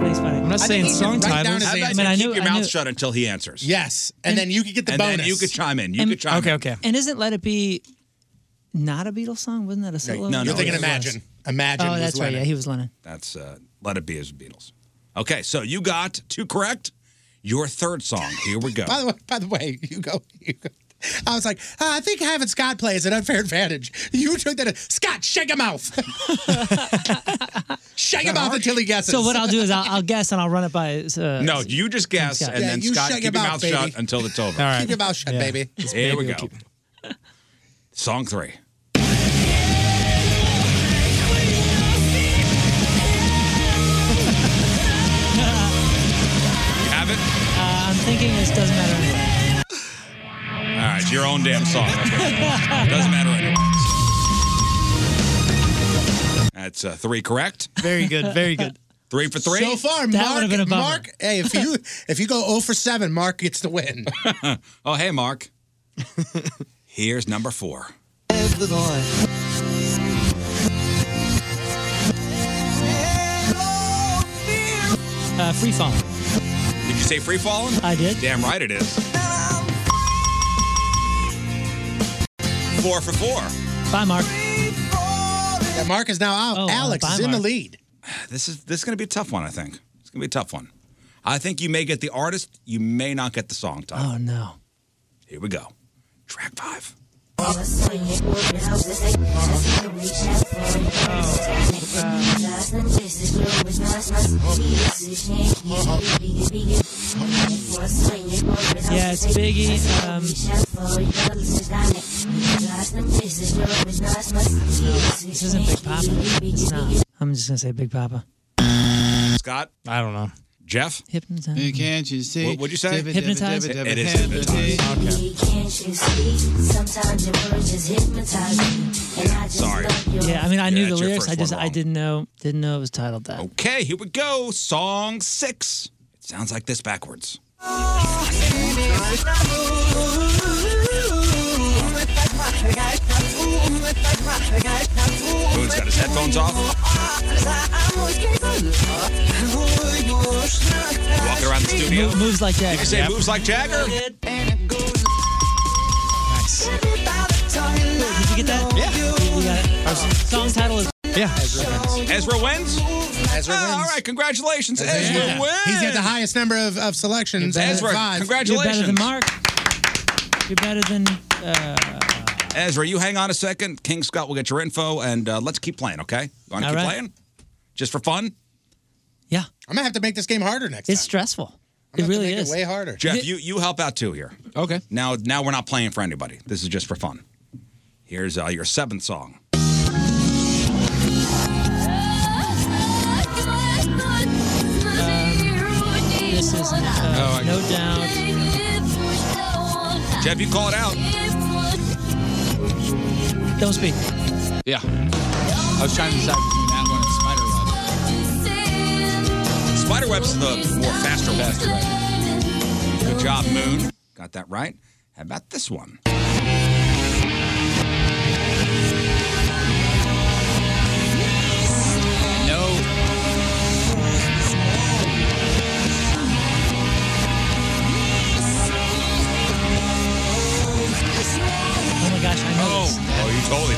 F: Thanks, buddy.
C: I'm not saying song titles.
E: How about you keep your mouth shut until he answers?
G: Yes,
F: and And- then you could get the
E: and Then
F: bonus.
E: you could chime in. You
F: And-
E: could chime.
F: Okay,
E: in.
F: okay. And isn't Let It Be not a Beatles song? Wasn't that a
E: no,
F: solo?
E: no, You're thinking it was. Imagine. Imagine
F: Oh,
E: was
F: that's right.
E: Lennon.
F: Yeah, he was Lennon.
E: That's uh, let it be as Beatles. Okay, so you got two correct. Your third song. Here we go.
G: By the way, by the way, you go. You go. I was like, "Ah, I think having Scott play is an unfair advantage. You took that. Scott, shake your mouth. shake your mouth until he guesses.
F: So what I'll do is I'll, I'll guess and I'll run it by. Uh,
E: no, you just guess,
F: Scott.
E: and
F: Yeah,
E: then
F: you
E: Scott,
F: shut
E: keep
F: your
E: your mouth
F: mouth, baby.
E: shut until it's over.
F: All right. Keep your mouth shut, Yeah. baby. This
E: Here we
F: baby
E: go.
F: will
E: Song three. You have it?
F: Uh, I'm thinking this doesn't matter anyway.
E: All right, it's your own damn song. Okay. Doesn't matter anyway. That's uh, three correct.
G: Very good, very good.
E: Three for three.
G: So far, Mark, Mark, hey, if you if you go 0 for 7, Mark gets the win.
E: oh, hey, Mark. Here's number four.
F: Uh, free fall.
E: Did you say free falling?
F: I did.
E: Damn right it is. Four for four.
F: Bye, Mark. Oh,
G: Yeah, Mark is now out. Alex
E: bye,
G: is in the
E: Mark.
G: lead.
E: This is this is gonna be a tough one, I think. It's gonna be a tough one. I think you may get the artist, you may not get the song title.
F: Oh no.
E: Here we go. Track five.
F: Yeah, it's Biggie. Um, this isn't Big Papa. It's not. I'm just gonna say Big Papa.
E: Scott?
C: I don't know.
E: Jeff?
F: Hypnotize.
H: Hey, Can't you see?
E: What- what'd you say?
H: Hypnotize.
E: It- it is hypnotize. Okay. Sorry.
F: Yeah, I mean, I
E: Yeah,
F: knew the
E: that's your
F: lyrics.
E: first
F: I
E: one
F: just,
E: wrong.
F: I didn't know, didn't know it was titled that.
E: Okay, here we go. Song six. It sounds like this backwards. Boone's got his headphones off, walking around the studio.
F: moves like Jagger.
E: You can say
F: Yep.
E: moves like Jagger.
F: Nice. Did you get that? Yeah. You got it. Song title is.
C: Yeah.
E: Ezra wins.
G: Ezra
E: wins. All right, congratulations, Ezra wins.
G: He's got the highest number of, of selections.
E: You're better-
G: Ezra,
E: Ezra,
G: five.
E: congratulations. You're better than
F: Mark. You're better than. Uh,
E: Ezra, you hang on a second. King Scott will get your info, and uh, let's keep playing, okay? You want to
G: All
E: keep
G: right.
E: playing? Just for fun?
F: yeah.
G: I'm going to have to make this game harder next
F: it's stressful.
G: time.
F: it really
G: make it
F: is.
G: way harder.
E: Jeff, you, you help out too here. Okay. Now now we're not playing for anybody. This is just for fun. Here's uh, your seventh song. Uh,
F: This is uh, no doubt.
E: Jeff, you call it out.
F: Don't speak.
H: Yeah. I was trying to decide between that one and Spider
E: Spiderweb's the more faster one. Good job, Moon. Got that right. How about this one?
H: No.
F: Oh my gosh, I know
E: oh.
F: this.
E: Oh, you totally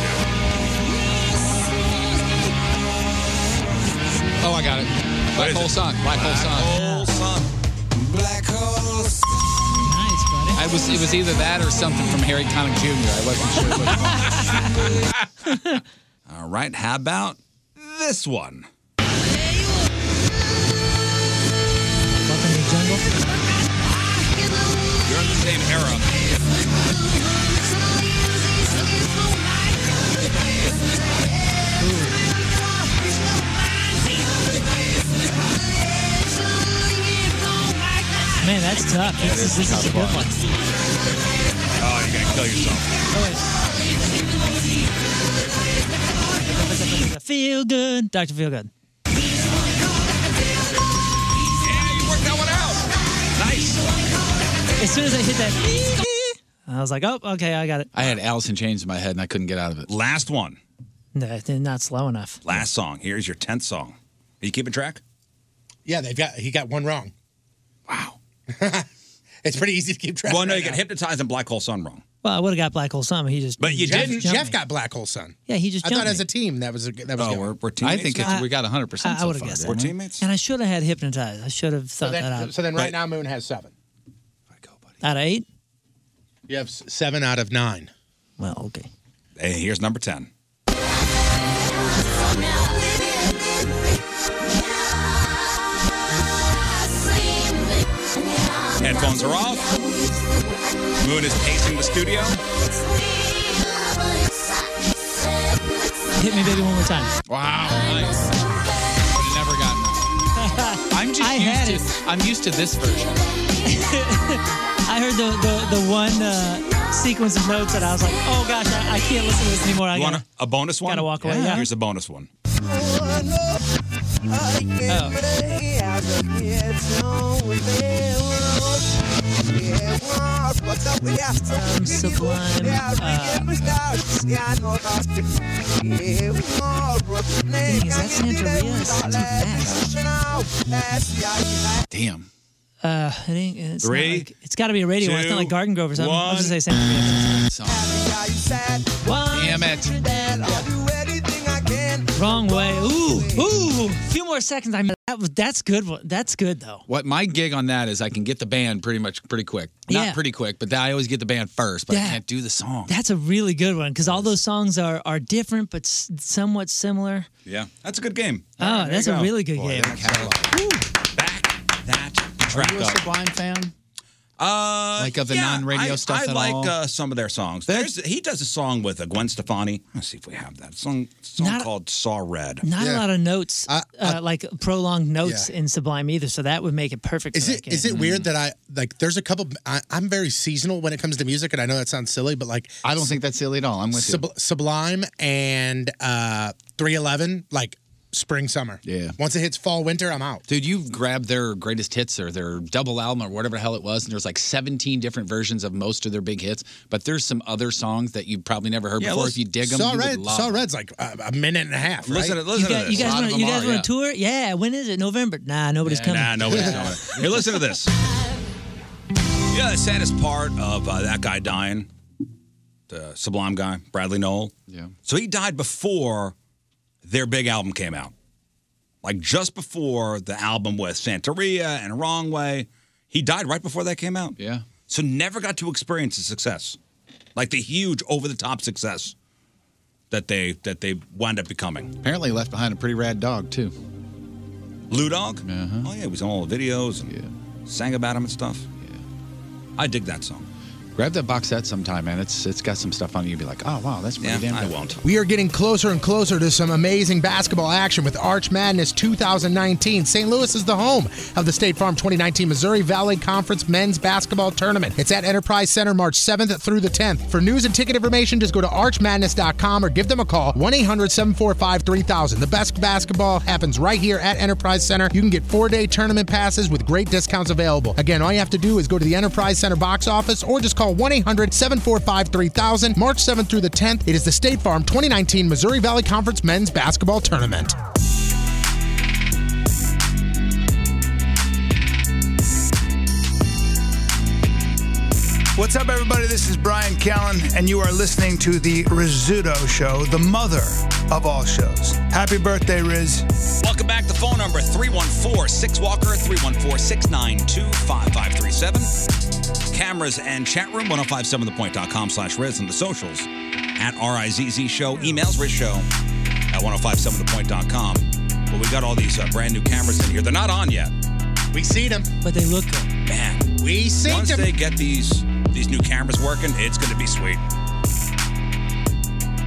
E: do.
H: Oh, I got it. Black Hole Sun. Black Hole Sun.
E: Whole song.
H: Black Hole Nice, buddy. I was, it was either that or something from Harry Connick Jr. I wasn't sure. What it was.
E: All right. How about this one?
F: Welcome to the jungle.
E: You're in the same era.
F: Man, that's tough. This is, this is a good one.
E: Oh, you're gonna kill yourself.
F: Feel good, Doctor Feel Good.
E: Yeah, you worked that one out. Nice.
F: As soon as I hit that, I was like, oh, okay, I got it.
H: I had Allison Chains in my head and I couldn't get out of it.
E: Last one.
F: No, they're not slow enough.
E: Last song. Here's your tenth song. Are you keeping track?
G: Yeah, they've got he got one wrong.
E: Wow.
G: it's pretty easy to keep track.
E: Well, no,
G: right
E: you got
G: now.
E: hypnotized and black hole sun wrong.
F: Well, I would have got Black Hole Sun, but he just.
G: Jeff,
F: just jumped
G: Jeff
F: me.
G: got Black Hole Sun.
F: Yeah, he just
G: I
F: jumped
G: thought as
F: me.
G: a team that was a, that was.
H: Oh,
G: good.
H: we're, we're teammates. I think it's, we got 100 percent.
F: I, I would have guessed that. And I should have had hypnotized. I should have thought
G: So then,
F: that out.
G: so then right now Moon has seven.
F: Out of eight.
G: You have s- seven out of nine.
F: Well, okay.
E: Hey, here's number ten. Headphones are off. Moon is pacing the studio.
F: Hit me, baby, one more time.
H: Wow. Nice. Would've never gotten that. I'm just
F: I
H: used
F: had
H: to.
F: it.
H: I'm used to this version.
F: I heard the the, the one uh, sequence of notes that I was like, oh gosh, I, I can't listen to this anymore. I
E: You want
F: gotta,
E: a, a bonus one?
F: gotta walk away. Yeah.
E: Here's a bonus one.
H: Damn.
F: Uh, I think it's not
H: Three,
F: like- it's got to be a radio. one. it's not
H: two,
F: like Garden Grove or something. I was
H: one.
F: gonna say Santa Maria.
H: Damn it.
F: Wrong way. Ooh, ooh. A few more seconds. I that was that's good. one. That's good though.
H: What my gig on that is, I can get the band pretty much pretty quick. Not
F: Yeah.
H: pretty quick, but I always get the band first, but I
F: Yeah.
H: can't do the
G: Oh.
H: song.
F: That's a really good one because all those songs are are different but s- somewhat similar.
E: Yeah, that's a good game.
F: Oh,
E: All right, there
F: that's
E: you
F: a
E: go.
F: really good game.
E: Track up.
H: Sublime fan?
E: Uh,
H: Like of the
E: yeah,
H: non-radio
E: I,
H: stuff
E: I
H: at
E: like
H: all?
E: Uh, some of their songs. There's he does a song with uh, Gwen Stefani. Let's see if we have that song. Song
F: Not-
E: called Saw Red.
F: Not a lot of notes, uh, like prolonged notes in Sublime either, so that would make it perfect.
G: Is
F: for that
G: it
F: game.
G: is it
H: mm-hmm.
G: weird that I like? There's a couple. I, I'm very seasonal when it comes to music, and I know that sounds silly, but like
H: I don't think that's silly at all. I'm with you.
G: Sub- Sublime and uh 311, like spring summer.
H: Yeah.
G: Once it hits fall winter, I'm out.
H: Dude, you grabbed their greatest hits or their double album or whatever the hell it was, and there's like 17 different versions of most of their big hits. But there's some other songs that you've probably never heard before. If you dig them,
G: Saw
H: you
G: Red,
H: would love.
G: Saw Red's like a, a minute and a half. Right?
H: Listen to- listen
F: You, got, you guys want you guys want to tour? Yeah. When is it? November? Nah, nobody's coming.
E: Nah, nobody's doing it. Here, listen to this. Yeah, the saddest part of uh, that guy dying, the Sublime guy, Bradley Noel.
H: Yeah.
E: So he died before their big album came out. Like just before the album with Santeria and Wrong Way, he died right before that came out.
H: Yeah.
E: So never got to experience the success, like the huge over the top success that they that they wound up becoming.
H: Apparently, left behind a pretty rad dog too.
E: Lou Dog? Oh, yeah, he was on all the videos and sang about him and stuff. Yeah. I dig that song.
H: Grab that box set sometime, man. It's it's got some stuff on it. You'd be like, oh wow, that's pretty damn. I won't.
G: We are getting closer and closer to some amazing basketball action with Arch Madness 2019. St. Louis is the home of the State Farm 2019 Missouri Valley Conference Men's Basketball Tournament. It's at Enterprise Center March 7th through the 10th. For news and ticket information, just go to archmadness.com or give them a call 1 800 745 3000. The best basketball happens right here at Enterprise Center. You can get four day tournament passes with great discounts available. Again, all you have to do is go to the Enterprise Center box office or just call 1 800 745 3000. March 7th through the 10th, it is the State Farm 2019 Missouri Valley Conference Men's Basketball Tournament.
Q: What's up, everybody? This is Brian Callen, and you are listening to The Rizzuto Show, the mother of all shows. Happy birthday, Riz.
E: Welcome back. The phone number 314 6 Walker, 314 692 5537. Cameras and chat room 1057thepoint.com slash Riz and the socials at RIZZ Show. Emails Riz Show at 1057thepoint.com. But we got all these uh, brand new cameras in here. They're not on yet.
G: We see them,
F: but they look good.
E: Man,
G: we see
E: Once they get these these new cameras working, it's going to be sweet.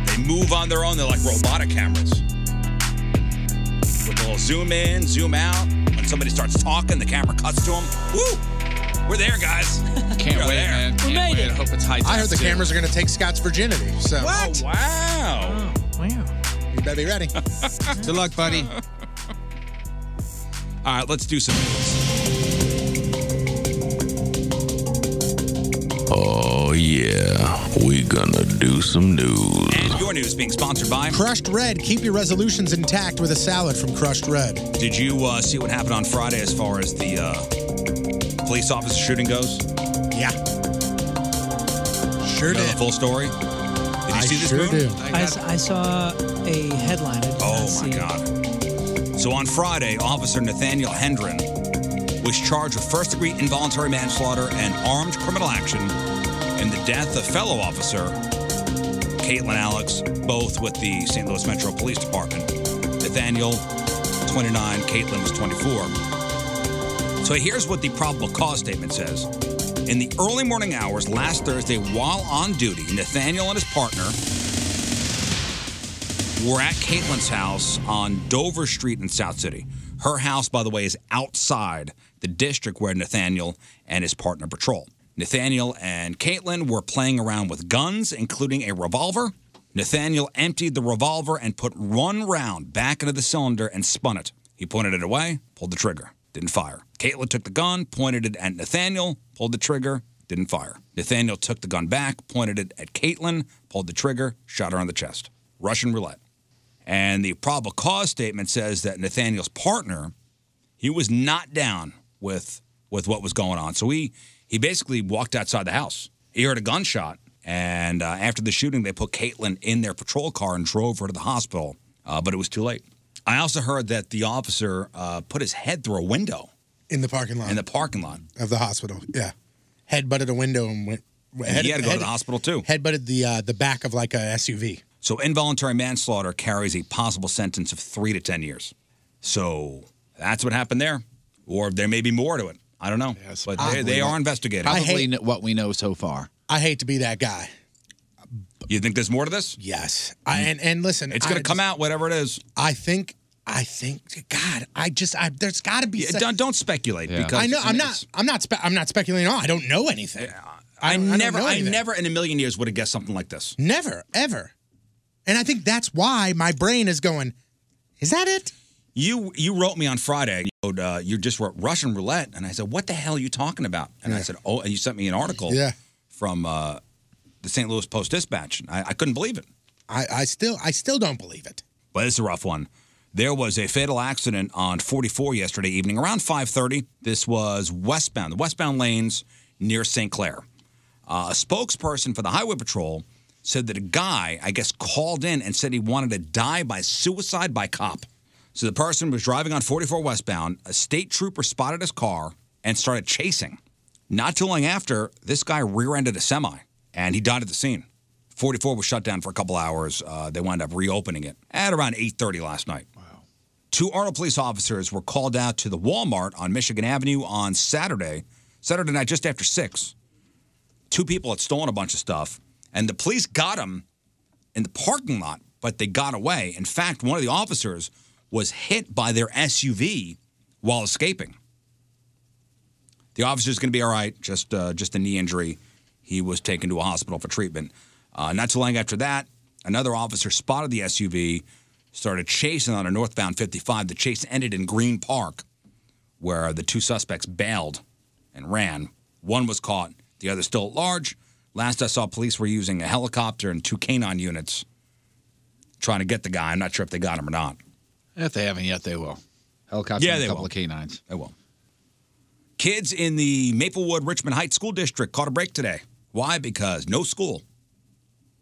E: They move on their own. They're like robotic cameras. With a little zoom in, zoom out. When somebody starts talking, the camera cuts to them. Woo! We're there, guys.
H: Can't
E: We're
H: wait,
E: there.
H: man. Can't wait. I hope it's high.
G: I heard the cameras are going to take Scott's virginity. So Oh,
E: What? wow.
G: You better be ready.
H: Good luck, buddy.
E: All right, let's do some news.
R: Oh, yeah. We gonna do some news.
E: And your news being sponsored by.
G: Crushed Red, keep your resolutions intact with a salad from Crushed Red.
E: Did you uh, see what happened on Friday as far as the uh, police officer shooting goes?
G: Yeah. sure
E: know the
G: did.
E: full story? Did you
G: I
E: see this moon?
G: sure do.
F: I, s- I saw a headline. I did not
E: Oh
F: see
E: my
F: it.
E: God. So on Friday, Officer Nathaniel Hendren was charged with first degree involuntary manslaughter and armed criminal action in the death of fellow officer Caitlin Alex, both with the St. Louis Metro Police Department. Nathaniel, 29, Caitlin was 24. So here's what the probable cause statement says. In the early morning hours last Thursday, while on duty, Nathaniel and his partner, we're at Caitlin's house on Dover Street in South City. Her house, by the way, is outside the district where Nathaniel and his partner patrol. Nathaniel and Caitlin were playing around with guns, including a revolver. Nathaniel emptied the revolver and put one round back into the cylinder and spun it. He pointed it away, pulled the trigger, didn't fire. Caitlin took the gun, pointed it at Nathaniel, pulled the trigger, didn't fire. Nathaniel took the gun back, pointed it at Caitlin, pulled the trigger, shot her on the chest. Russian roulette. And the probable cause statement says that Nathaniel's partner, he was not down with with what was going on. So he he basically walked outside the house. He heard a gunshot, and uh, after the shooting, they put Caitlin in their patrol car and drove her to the hospital. Uh, but it was too late. I also heard that the officer uh, put his head through a window
G: in the parking lot
E: in the parking lot.
G: of the hospital. Yeah, head butted a window and went.
E: And he had to go to the hospital too.
G: Head butted the uh, the back of like a SUV.
E: So involuntary manslaughter carries a possible sentence of three to ten years. So that's what happened there, or there may be more to it. I don't know, but they, they are investigating.
H: Probably kn- what we know so far.
G: I hate to be that guy.
E: You think there's more to this?
G: Yes. I, and and listen,
E: Mm. It's gonna
G: I
E: come
G: just-
E: out, whatever it is.
G: I think. I think. God, I just. I, there's got to be.
E: Yeah,
G: se-
E: don't don't speculate because
G: I know.
E: I
G: I'm
E: mean,
G: not. I'm not. Spe- I'm not speculating at all. I don't know anything.
E: I,
G: don't- I don't
E: never,
G: know
E: I
G: anything.
E: never in a million years would have guessed something like this.
G: Never, ever. And I think that's why my brain is going, is that it?
E: You you wrote me on Friday. You, wrote, uh, you just wrote Russian roulette, and I said, "What the hell are you talking about?" And I
G: Yeah.
E: said, "Oh," and you sent me an article
G: Yeah.
E: from uh, the St. Louis Post Dispatch. I, I couldn't believe it.
G: I, I still I still don't believe it.
E: But it's a rough one. There was a fatal accident on 44 yesterday evening around 5:30. This was westbound, the westbound lanes near St. Clair. Uh, a spokesperson for the Highway Patrol said that a guy, I guess, called in and said he wanted to die by suicide by cop. So the person was driving on 44 westbound. A state trooper spotted his car and started chasing. Not too long after, this guy rear-ended a semi and he died at the scene. 44 was shut down for a couple hours. Uh, they wound up reopening it at around 8:30 last night. Two Arnold police officers were called out to the Walmart on Michigan Avenue on Saturday, Saturday night just after six. Two people had stolen a bunch of stuff, and the police got them in the parking lot, but they got away. In fact, one of the officers was hit by their SUV while escaping. The officer's going to be all right, just uh, just a knee injury. He was taken to a hospital for treatment. Uh, not too long after that, another officer spotted the SUV, started chasing on a northbound 55. The chase ended in Green Park, where the two suspects bailed and ran. One was caught, the other still at large. Last I saw, police were using a helicopter and two canine units trying to get the guy. I'm not sure if they got him or not.
H: If they haven't yet, they will. Helicopter
E: Yeah,
H: and
E: they
H: a couple
E: will.
H: of canines.
E: They will. Kids in the Maplewood Richmond Heights School District caught a break today. Why? Because no school.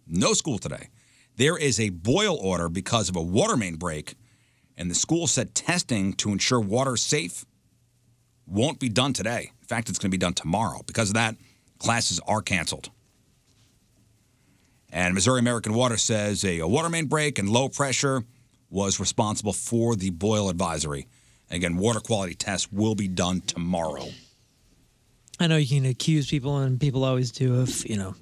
E: No school today. There is a boil order because of a water main break, and the school said testing to ensure water is safe won't be done today. In fact, it's going to be done tomorrow. Because of that, classes are canceled. And Missouri American Water says a, a water main break and low pressure was responsible for the boil advisory. Again, water quality tests will be done tomorrow.
F: I know you can accuse people, and people always do, of you know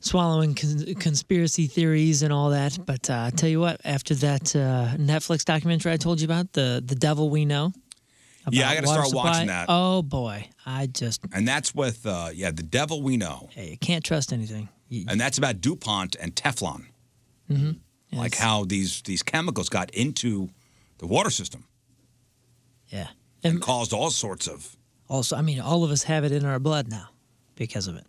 F: swallowing con- conspiracy theories and all that. But uh, I tell you what, after that uh, Netflix documentary I told you about, the the Devil We Know.
E: Yeah, I
F: about
E: gotta
F: water
E: start watching
F: supply,
E: that.
F: Oh boy, I just
E: And that's with, uh, yeah, The Devil We Know.
F: Hey, you can't trust anything.
E: And that's about DuPont and Teflon,
F: hmm
E: like how these, these chemicals got into the water system.
F: Yeah.
E: And, caused all sorts of.
F: Also, I mean, all of us have it in our blood now because of it.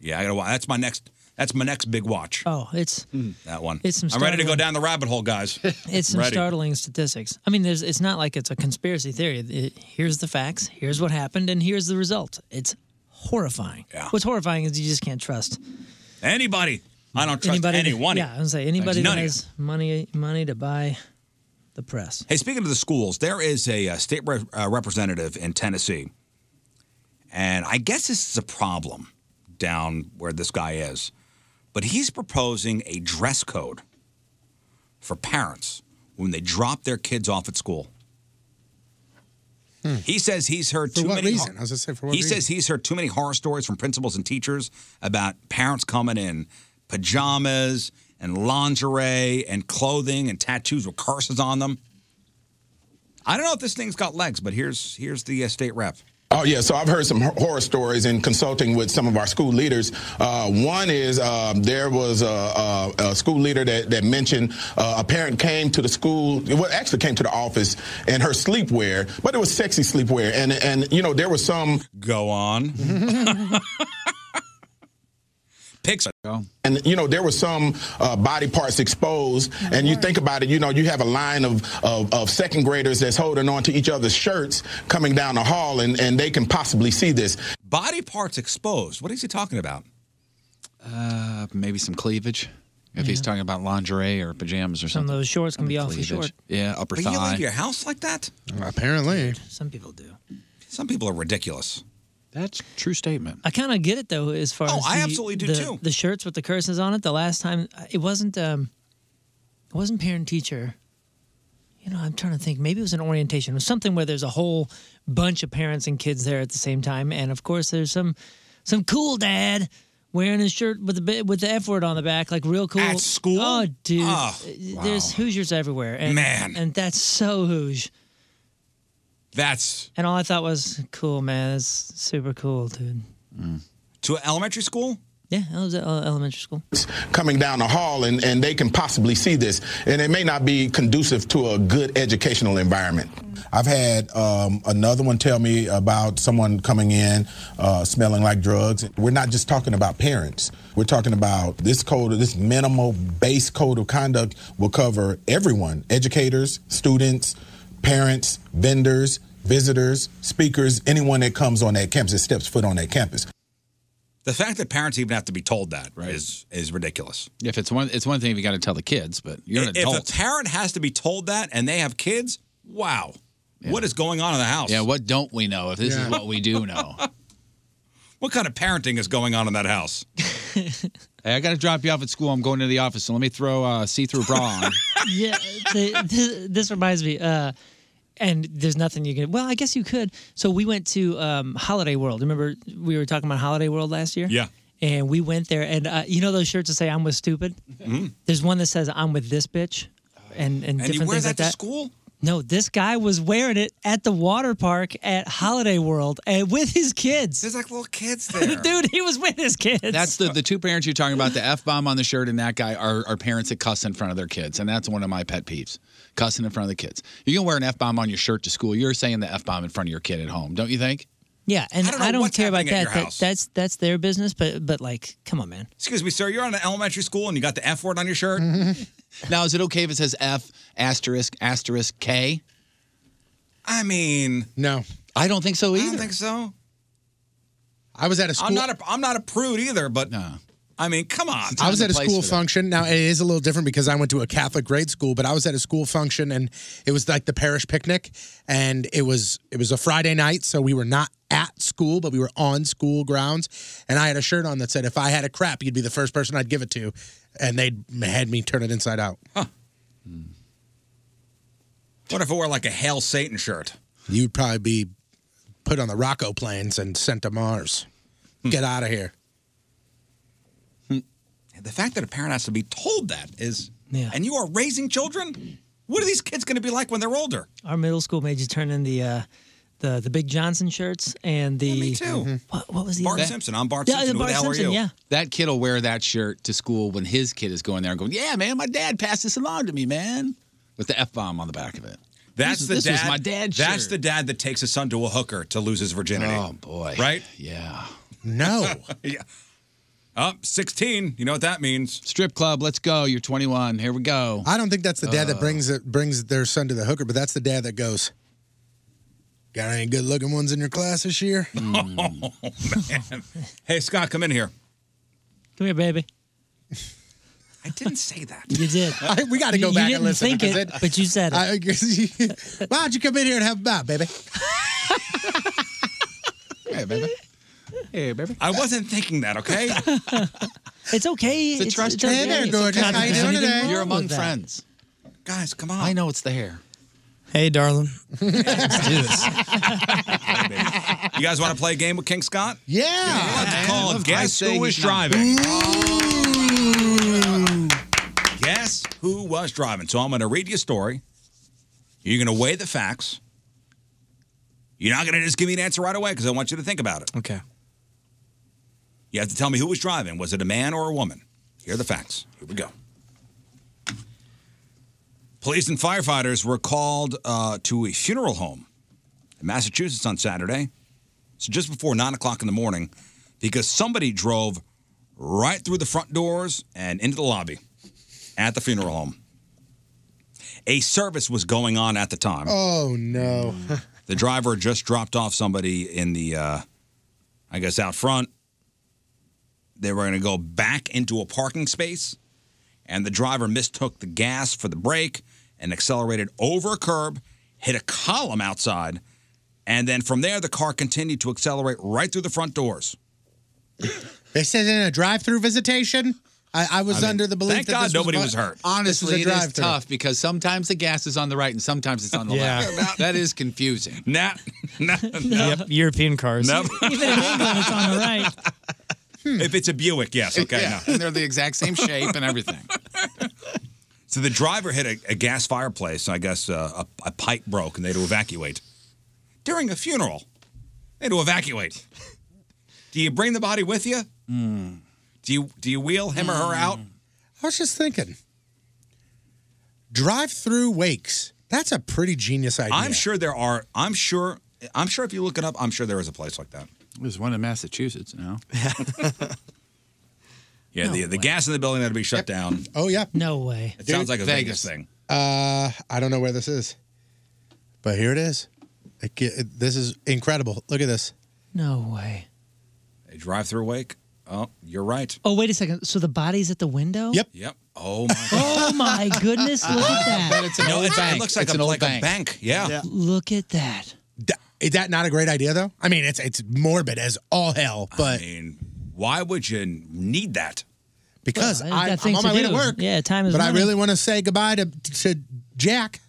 E: Yeah, I gotta watch. That's my next. That's my next big watch.
F: Oh, it's
E: that one.
F: it's some
E: I'm ready to go
F: startling-
E: down the rabbit hole, guys.
F: It's some
E: ready.
F: startling statistics. I mean, there's it's not like it's a conspiracy theory. It- here's the facts. Here's what happened, and here's the result. It's horrifying. What's horrifying is you just can't trust
E: Anybody. I don't trust
F: anybody.
E: anyone.
F: Yeah, I was say anybody that has money money to buy the press.
E: Hey, speaking of the schools, there is a, uh state re- uh, representative in Tennessee, and I guess this is a problem down where this guy is, but he's proposing a dress code for parents when they drop their kids off at school. He says he's heard
G: Hmm. For
E: too
G: what
E: many.
G: reason? I was gonna say for what
E: he
G: reason?
E: says he's heard too many horror stories from principals and teachers about parents coming in pajamas and lingerie and clothing and tattoos with curses on them. I don't know if this thing's got legs, but here's here's the uh, state rep.
S: Oh yeah, so I've heard some hor- horror stories in consulting with some of our school leaders. Uh, one is um, there was a, a, a school leader that, that mentioned uh, a parent came to the school, well, actually came to the office in her sleepwear, but it was sexy sleepwear, and and you know there was some Mm-hmm.
E: go on. Pixar.
S: And you know there were some uh, body parts exposed, and you think about it. You know you have a line of, of of second graders that's holding on to each other's shirts coming down the hall, and and they can possibly see this.
E: Body parts exposed. What is he talking about?
H: Uh, maybe some cleavage. If he's
F: Yeah.
H: talking about lingerie or pajamas or
F: Some of
H: something.
F: those shorts can be awfully
H: Cleavage.
F: short.
H: Yeah, upper
F: But you
H: thigh.
F: leave your
E: house like that?
G: Apparently.
F: Some people do.
E: Some people are ridiculous.
H: That's true statement.
F: I kind of get it though, as far
E: Oh,
F: as
E: I
F: the-
E: absolutely do,
F: the,
E: too.
F: The shirts with the curses on it. The last time it wasn't, um, it wasn't parent teacher. You know, I'm trying to think. Maybe it was an orientation. It was something where there's a whole bunch of parents and kids there at the same time, and of course there's some some cool dad wearing his shirt with the bi- with the F word on the back, like real cool at school. Oh, dude,
E: Oh,
F: there's Hoosiers everywhere, and,
E: Man.
F: and that's so Hoosier.
E: That's
F: And all I thought was, cool, man. That's super cool, dude.
S: Mm.
E: to elementary school.
F: Yeah, I was at uh, elementary school.
S: coming down the hall and, and they can possibly see this and it may not be conducive to a good educational environment
T: I've had um, another one tell me about someone coming in uh, smelling like drugs. We're not just talking about parents. We're talking about this code, this minimal base code of conduct will cover everyone educators, students, parents, vendors, visitors, speakers, anyone that comes on that campus, that steps foot on that campus.
E: The fact that parents even have to be told that is is ridiculous.
H: If it's one, it's one thing if you got to tell the kids, but you're an
E: if
H: adult.
E: a parent has to be told that and they have kids, wow. What is going on in the house? Yeah,
H: what don't we know if this is what we do know?
E: what kind of parenting is going on in that house?
H: hey, I got to drop you off at school. I'm going to the office, so let me throw a see-through bra on.
F: yeah, the, this, this reminds me. Uh, and there's nothing you can. Well, I guess you could. So we went to um, Holiday World. Remember we were talking about Holiday World last year?
E: Yeah.
F: And we went there, and uh, you know those shirts that say "I'm with stupid." There's one that says "I'm with this bitch," and and,
E: And you
F: different
E: wear
F: things
E: that
F: like
E: to
F: that.
E: school?
F: No, this guy was wearing it at the water park at Holiday World and with his kids. There's
E: like little kids
H: there.
F: Dude, he was with his kids.
H: That's the, the two parents you're talking about. The f bomb on the shirt and that guy are, are parents that cuss in front of their kids, and that's one of my pet peeves. Cussing in front of the kids. You can wear an f bomb on your shirt to school. You're saying the f bomb in front of your kid at home, don't you think?
F: Yeah, and I don't,
H: know what's
F: care about
H: happening at
F: that.
H: your
F: that
H: house.
F: that's that's their business, but but like, come on, man.
E: Excuse me, sir, you're on an elementary school and you got the F word on your shirt?
H: now, is it okay if it says F asterisk asterisk K?
E: I mean,
G: no.
H: I don't think so either. I don't
E: think so.
G: I was at a school.
E: I'm not a, I'm not a prude either, but I mean, come on.
G: I was at a school function. Now it is a little different because I went to a Catholic grade school, but I was at a school function and it was like the parish picnic, and it was it was a Friday night, so we were not at school, but we were on school grounds. And I had a shirt on that said, "If I had a crap, you'd be the first person I'd give it to," and they had me turn it inside out.
E: What if it were like a Hail Satan shirt?
G: You'd probably be put on the Rocco planes and sent to Mars.
E: Hmm.
G: Get out of here.
E: The fact that a parent has to be told that is, and you are raising children? What are these kids going to be like when they're older?
F: Our middle school made you turn in the uh, the the big Johnson shirts and the me too. What, what was the
E: Bart
F: other-
E: Simpson. I'm Bart
F: Yeah,
E: Simpson. Who
F: Bart
E: the hell are
F: Simpson.
E: you?
F: Yeah,
H: That kid will wear that shirt to school when his kid is going there and going, Yeah, man, my dad passed this along to me, man. With the F bomb on the back of it.
E: That's
H: This-
E: the
H: this
E: dad.
H: was my dad's
E: That's
H: shirt.
E: the dad that takes his son to a hooker to lose his virginity.
H: Oh, boy.
E: Right?
H: Yeah.
G: No.
E: yeah. Up 16. You know what that means?
H: Strip club, let's go. You're 21. Here we go.
G: I don't think that's the dad
H: Uh.
G: that brings it, brings their son to the hooker, but that's the dad that goes. Got any good looking ones in your class this year?
E: Oh, man. hey, Scott, come in here.
F: Come here, baby.
E: I didn't say that.
F: You did.
G: I- we got to go
F: You-
G: back
F: you didn't
G: and listen.
F: think
G: because
F: it, but you said it.
G: I- I- Why don't you come in here and have a bite, baby?
H: hey, baby. Hey, baby.
E: I wasn't thinking that, okay?
F: It's okay.
H: It's a trust
F: okay.
H: tree. Hey there,
F: It's
H: gorgeous.
F: okay.
H: How you
F: There's
H: doing
F: anything
H: today?
F: wrong
H: You're among
F: with that.
H: friends.
E: Guys, come on.
H: I know it's the hair.
C: Hey, darling.
E: You guys want to play a game with King Scott?
G: Yeah.
E: Let's call Guess Who Was Driving. Guess who was driving? So I'm going to read you a story. You're going to weigh the facts. You're not going to just give me an answer right away because I want you to think about it.
C: Okay.
E: You have to tell me who was driving. Was it a man or a woman? Here are the facts. Here we go. Police and firefighters were called uh, to a funeral home in Massachusetts on Saturday. So just before nine o'clock in the morning, because somebody drove right through the front doors and into the lobby at the funeral home. A service was going on at the time.
G: Oh no.
E: The driver just dropped off somebody in the, uh, I guess, out front. They were going to go back into a parking space, and the driver mistook the gas for the brake and accelerated over a curb, hit a column outside, and then from there, the car continued to accelerate right through the front doors.
G: This isn't a drive-through visitation. I, I was
E: I mean,
G: under the belief
E: thank
G: that
E: God
G: this
E: nobody
G: bu-
E: was hurt.
G: this
H: Honestly,
G: is
H: it
G: a
H: is
G: drive-through.
H: tough because sometimes the gas is on the right and sometimes it's on the
C: Yeah.
H: left. that is confusing.
E: Nah, nah,
C: Yep. European cars.
H: Nope.
F: Even in England, it's on the right.
E: If it's a Buick, yes, okay.
H: Yeah,
E: no.
H: and they're the exact same shape and everything.
E: So the driver hit a, a gas fireplace. I guess uh, a, a pipe broke and they had to evacuate. During a funeral, they had to evacuate. Do you bring the body with you? Do you do you wheel him or her out?
G: Hmm. I was just thinking, drive-through wakes. That's a pretty genius idea.
E: I'm sure there are. I'm sure. I'm sure if you look it up, I'm sure there is a place like that.
H: There's one in Massachusetts now.
E: Yeah, the, the gas in the building had to be shut down.
G: Oh yeah.
F: No way.
E: It sounds like a Vegas, thing.
G: Uh, I don't know where this is, but here it is. It ge- it- this is incredible. Look at this.
F: No way.
E: A drive-through wake. Oh, you're right.
F: Oh, wait a second. So the body's at the window? Yep.
E: Yep. Oh my.
F: Oh my goodness, look at that.
H: But it's an
E: No,
H: old
E: it's- it
H: bank.
E: looks like
H: it's
E: a-
H: an old
E: like a
H: bank.
E: bank. Yeah.
F: Look at that.
G: Is that not a great idea though? I mean, it's it's morbid as all hell, but
E: I mean, why would you need that?
G: because
F: Well,
G: I,
F: they've got
G: I'm
F: things
G: on
F: to
G: my way to
F: do.
G: work.
F: Yeah, time is
G: But I
F: money.
G: really want to say goodbye to to Jack.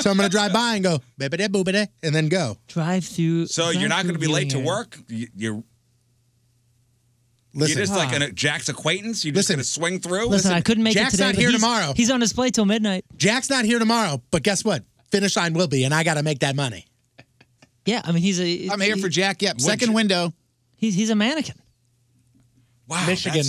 G: so I'm gonna drive by and go bibbidi boobidi and then go.
F: Drive through.
E: So you're not going to be late to work. You, you're
G: Listen.
E: you're just like an, uh, Jack's acquaintance. You're just going to swing through.
F: Listen, I couldn't make
G: Oh, Jack's
F: it today.
G: not
F: but
G: here
F: he's-
G: tomorrow.
F: He's on display till midnight.
G: Jack's not here tomorrow, but guess what? Finish line will be, and I got to make that money.
F: Yeah, I mean he's a.
H: I'm here for Jack. Yep. Second
F: you-
H: window.
F: He's he's a mannequin.
E: Wow.
G: Michigan,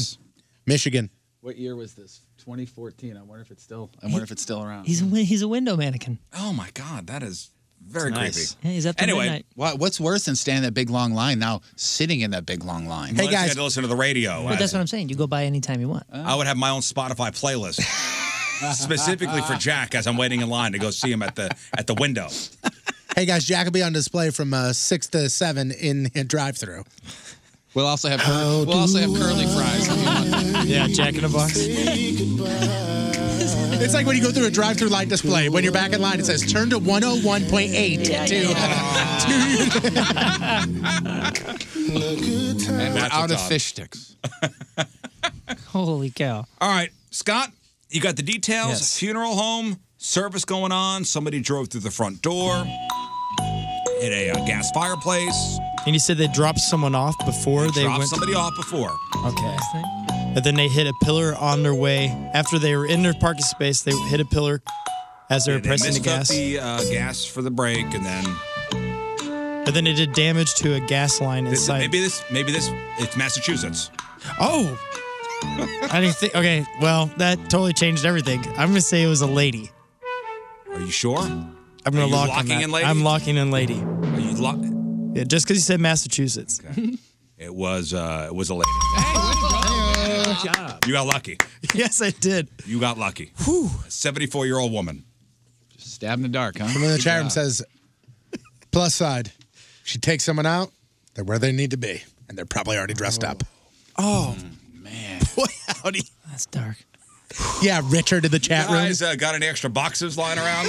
G: Michigan.
H: What year was this? 2014. I wonder if it's still. I wonder if it's still around.
F: He's a, win- he's a window mannequin.
E: Oh my God, that is very
H: Nice.
E: creepy. anyway,
H: wha- what's worse than standing in that big long line? Now sitting in that big long line.
E: well, you got to listen to the radio.
F: But that's what I'm saying. You go by anytime you want.
H: Oh.
E: I would have my own Spotify playlist specifically for Jack as I'm waiting in line to go see him at the at the window.
G: Hey guys, Jack will be on display from uh, six to seven in, in drive-through.
H: We'll also have. we'll also have curly fries.
C: yeah, Jack in a box.
G: It's like when you go through a drive-through line display. When you're back in line, it says turn to 101.8 to.
H: And we're
E: That's
H: out of
E: what's up.
H: fish sticks.
F: Holy cow!
E: All right, Scott, you got the details. Funeral home service going on. Somebody drove through the front door. Hit a uh, gas fireplace.
C: And you said they dropped someone off before they,
E: dropped
C: went.
E: somebody off before.
C: Okay. And then they hit a pillar on their way. After they were in their parking space, they hit a pillar as they were
E: Yeah, they
C: pressing the
E: messed up the
C: gas.
E: uh, gas for the brake, and then uh,
C: But then it did damage to a gas line
E: this,
C: inside.
E: maybe this, maybe this, it's Massachusetts.
C: Oh! I didn't think. Okay, well, that totally changed everything. I'm going to say it was a lady.
E: Are you sure?
C: I'm going
E: Are
C: to
E: you
C: lock on
E: locking
C: that.
E: in lady?
C: I'm locking in lady.
E: Are you lo-
C: Yeah, just because you said Massachusetts.
E: It was uh, it was a lady.
C: Good job.
E: You got lucky.
C: Yes, I did.
E: You got lucky. A 74 year old woman.
H: Stab in the dark, huh?
G: Someone in the chat room says Plus side, she takes someone out, they're where they need to be, and they're probably already dressed up.
F: Oh,
H: man.
G: Boy, howdy.
F: That's dark.
G: Yeah, Richard in the chat room.
E: Guys, uh, got any extra boxes lying around?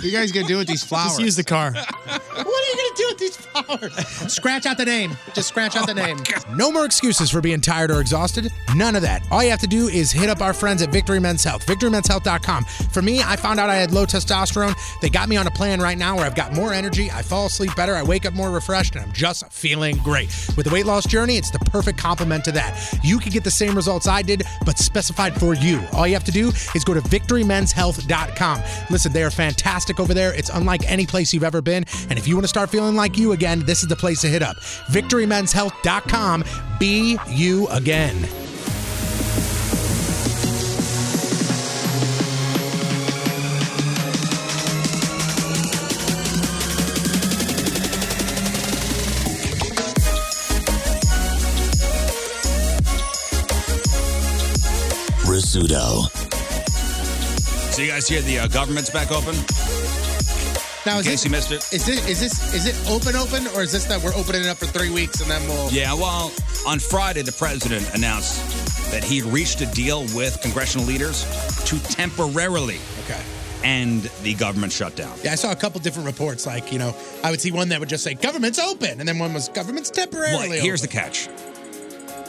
H: you guys gonna do with these flowers?
G: use the
F: car.
G: what are you going to do with these flowers? Scratch out the name. Just scratch
U: Oh
G: out the name. No more excuses for being tired or exhausted. None of that. All you have to do is hit up our friends at Victory Men's Health, victorymenshealth.com. For me, I found out I had low testosterone. They got me on a plan right now where I've got more energy, I fall asleep better, I wake up more refreshed, and I'm just feeling great. With the weight loss journey, it's the perfect complement to that. You can get the same results I did, but specified for you. All you have to do is go to victorymenshealth.com. Listen, they are fantastic over there. It's unlike any place you've ever been. And if you want to start feeling like you again, this is the place to hit up. Victorymenshealth.com. Be you again.
M: Rizzuto.
E: So you guys hear the uh, government's back open?
G: Now,
E: In case
G: is this,
E: you missed it.
G: is this is this is it open open or is this that we're opening it up for three weeks and then we'll
E: Yeah, well, on Friday, the president announced that he'd reached a deal with congressional leaders to temporarily
G: okay.
E: end the government shutdown.
G: Yeah, I saw a couple different reports. Like, you know, I would see one that would just say government's open, and then one was government's temporarily.
E: Well, here's the catch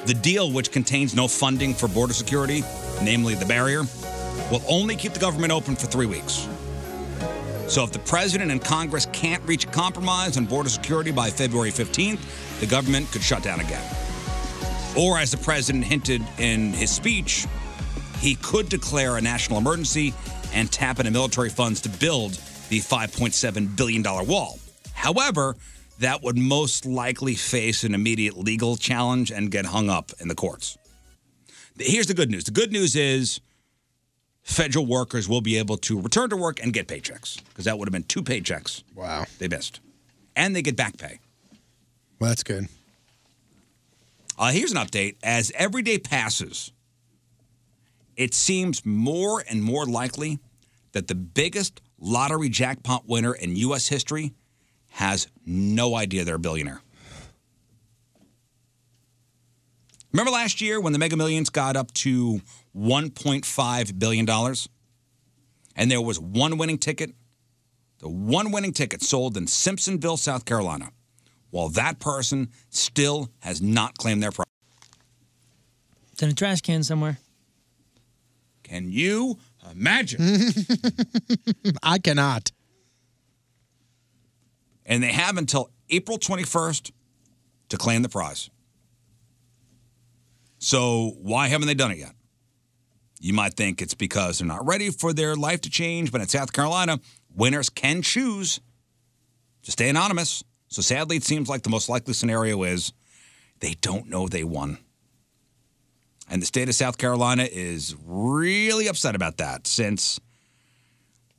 E: the deal, which contains no funding for border security, namely the barrier, will only keep the government open for three weeks. So, if the president and Congress can't reach a compromise on border security by February 15th, the government could shut down again. Or, as the president hinted in his speech, he could declare a national emergency and tap into military funds to build the $5.7 billion wall. However, that would most likely face an immediate legal challenge and get hung up in the courts. Here's the good news the good news is federal workers will be able to return to work and get paychecks because that would have been two paychecks. Wow. They missed. And they get back pay.
G: Well, that's good.
E: Uh, here's an update. As every day passes, it seems more and more likely that the biggest lottery jackpot winner in U.S. history has no idea they're a billionaire. Remember last year when the mega millions got up to $1.5 billion? And there was one winning ticket? The one winning ticket sold in Simpsonville, South Carolina while that person still has not claimed their property.
F: It's in a trash can somewhere.
E: Can you imagine?
G: I cannot.
E: And they have until April 21st to claim the prize. So, why haven't they done it yet? You might think it's because they're not ready for their life to change, but in South Carolina, winners can choose to stay anonymous. So, sadly, it seems like the most likely scenario is they don't know they won. And the state of South Carolina is really upset about that since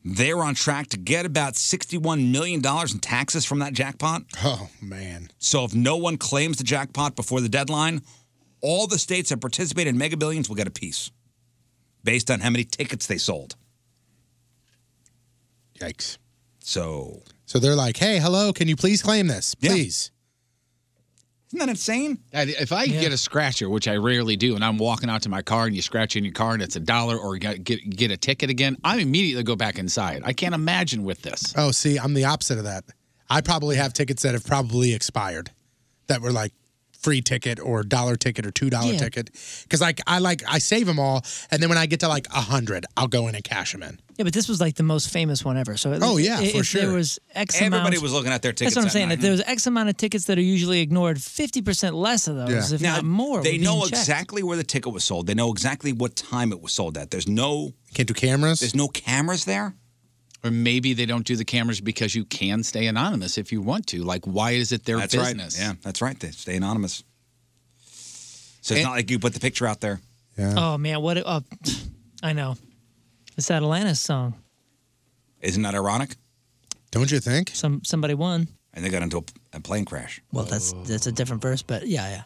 E: they're on track to get about $61 million in taxes from that jackpot.
G: Oh, man.
E: So if no one claims the jackpot before the deadline, all the states that participate in mega billions will get a piece based on how many tickets they sold.
G: Yikes.
E: So
G: So they're like, hey, hello, can you please claim this? Please.
E: Isn't that insane?
H: If I get a scratcher, which I rarely do, and I'm walking out to my car and you scratch in your car and it's a dollar or get, get, get a ticket again, I immediately go back inside. I can't imagine with this.
G: Oh, see, I'm the opposite of that. I probably have tickets that have probably expired that were like free ticket or dollar ticket or two dollar
H: Yeah.
G: ticket. Cause like I like I save them all and then when I get to like a hundred, I'll go in and cash them in.
F: Yeah, but this was like the most famous one ever. So at
G: Oh,
F: least
G: yeah,
F: i- if
G: for sure.
F: There was X amount.
E: Everybody was looking at their tickets
F: That's what I'm
E: that
F: saying.
E: night.
F: If there was X amount of tickets that are usually ignored, 50% less of those, if
E: now,
F: not more.
E: They
F: were
E: know
F: being checked.
E: exactly where the ticket was sold. They know exactly what time it was sold at. There's no
G: can't do cameras.
E: There's no cameras there.
H: Or maybe they don't do the cameras because you can stay anonymous if you want to. Like, why is it their
E: That's right.
H: business?
E: Yeah, that's right. They stay anonymous. So it's
H: And-
E: not like you put the picture out there.
F: Oh, man. What? a- Oh, I know. It's that Atlantis song.
E: Isn't that ironic?
G: Don't you think?
F: Some Somebody won.
E: And they got into a, a plane crash.
F: Well, that's that's a different verse, but yeah, yeah.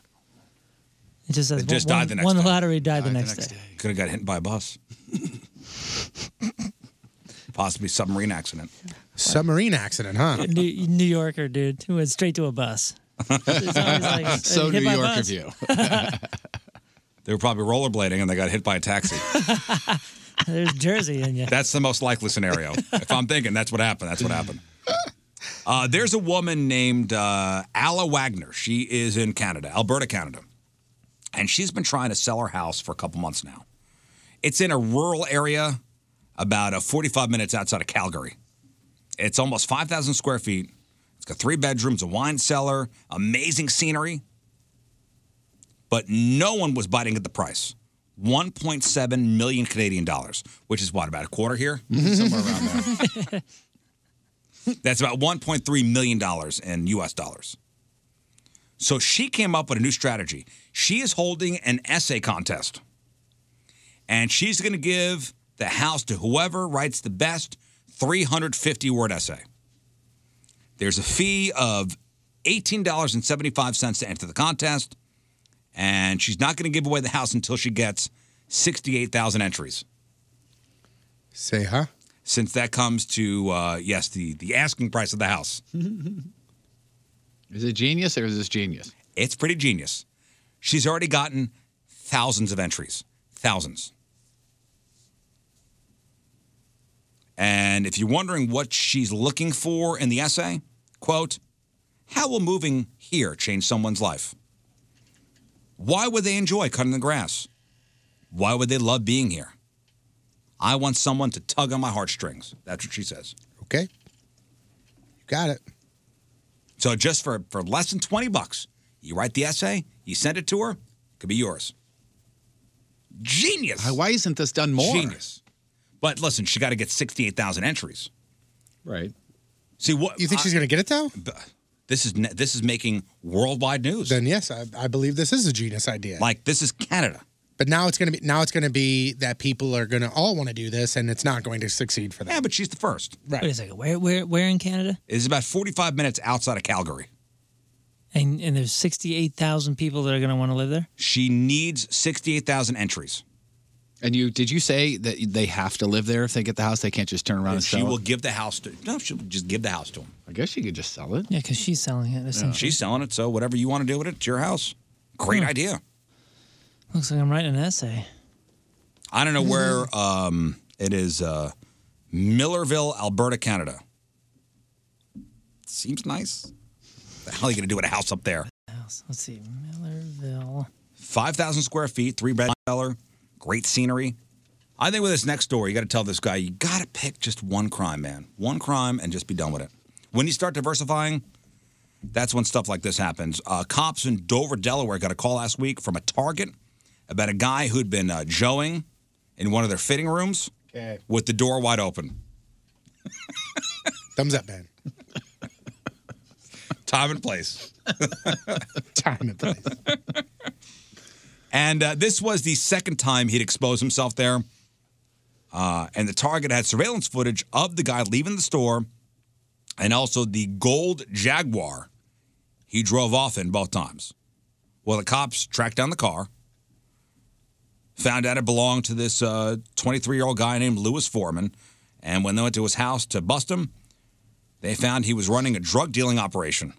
F: It just says
E: It just
F: one,
E: died the next
F: one
E: day.
F: lottery died, the next, day.
E: Could have got hit by a bus. Possibly submarine accident.
G: Submarine accident, huh?
F: New, New Yorker dude who went straight to a bus. It's always like,
H: So
F: uh, hit
H: New
F: by a
H: Yorker
F: bus.
H: view.
E: They were probably rollerblading and they got hit by a taxi.
F: There's Jersey in you.
E: That's the most likely scenario. if I'm thinking that's what happened, that's what happened. Uh, there's a woman named uh, Alla Wagner. She is in Canada, Alberta, Canada. And she's been trying to sell her house for a couple months now. It's in a rural area, about uh, 45 minutes outside of Calgary. It's almost 5,000 square feet. It's got three bedrooms, a wine cellar, amazing scenery. But no one was biting at the price. 1.7 million Canadian dollars, which is what, about a quarter here? Somewhere around there. That's about $1.3 million in US dollars. So she came up with a new strategy. She is holding an essay contest. And she's going to give the house to whoever writes the best 350 word essay. There's a fee of $18.75 to enter the contest and she's not going to give away the house until she gets 68,000 entries.
G: Say, huh?
E: Since that comes to uh, yes, the the asking price of the house.
H: Is it genius or is this genius?
E: It's pretty genius. She's already gotten thousands of entries, thousands. And if you're wondering what she's looking for in the essay, quote, how will moving here change someone's life? Why would they enjoy cutting the grass? Why would they love being here? I want someone to tug on my heartstrings. That's what she says.
G: Okay. You got it.
E: So just for, for less than 20 bucks, you write the essay, you send it to her, could be yours. Genius.
H: Why isn't this done more?
E: Genius. But listen, she got to get 68,000 entries.
H: Right.
E: See what
G: You think she's gonna get it though?
E: This is ne- this is making worldwide news.
G: Then yes, I, I believe this is a genius idea.
E: Like this is Canada.
G: But now it's gonna be now it's gonna be that people are gonna all want to do this, and it's not going to succeed for them.
E: Yeah, but she's the first.
G: Right.
F: Wait a second. Where where where in Canada?
E: It's about 45 minutes outside of Calgary.
F: And and there's sixty eight thousand people that are going to want to live there.
E: She needs 68,000 entries.
H: And you did you say that they have to live there if they get the house? They can't just turn around and
E: she
H: sell
E: will
H: it?
E: give the house to No, she'll just give the house to him.
H: I guess she could just sell it.
F: Yeah, because she's selling it. essentially.
E: She's selling it, so whatever you want to do with it, it's your house. Great
F: Hmm.
E: idea.
F: Looks like I'm writing an essay.
E: I don't know where um, it is. Uh, Millerville, Alberta, Canada. Seems nice. The hell are you going to do with a house up there?
F: House. Let's see, Millerville.
E: 5,000 square feet, three bed cellar, great scenery. I think with this next story, you got to tell this guy, you got to pick just one crime, man. One crime and just be done with it. When you start diversifying, that's when stuff like this happens. Uh, cops in Dover, Delaware got a call last week from a Target about a guy who'd been uh, joeing in one of their fitting rooms
G: Okay.
E: with the door wide open.
G: Thumbs up, man.
E: Time and place.
G: Time and place.
E: And uh, this was the second time he'd exposed himself there. Uh, and the target had surveillance footage of the guy leaving the store and also the gold Jaguar he drove off in both times. Well, the cops tracked down the car, found out it belonged to this 23 year old guy named Lewis Foreman. And when they went to his house to bust him, they found he was running a drug dealing operation.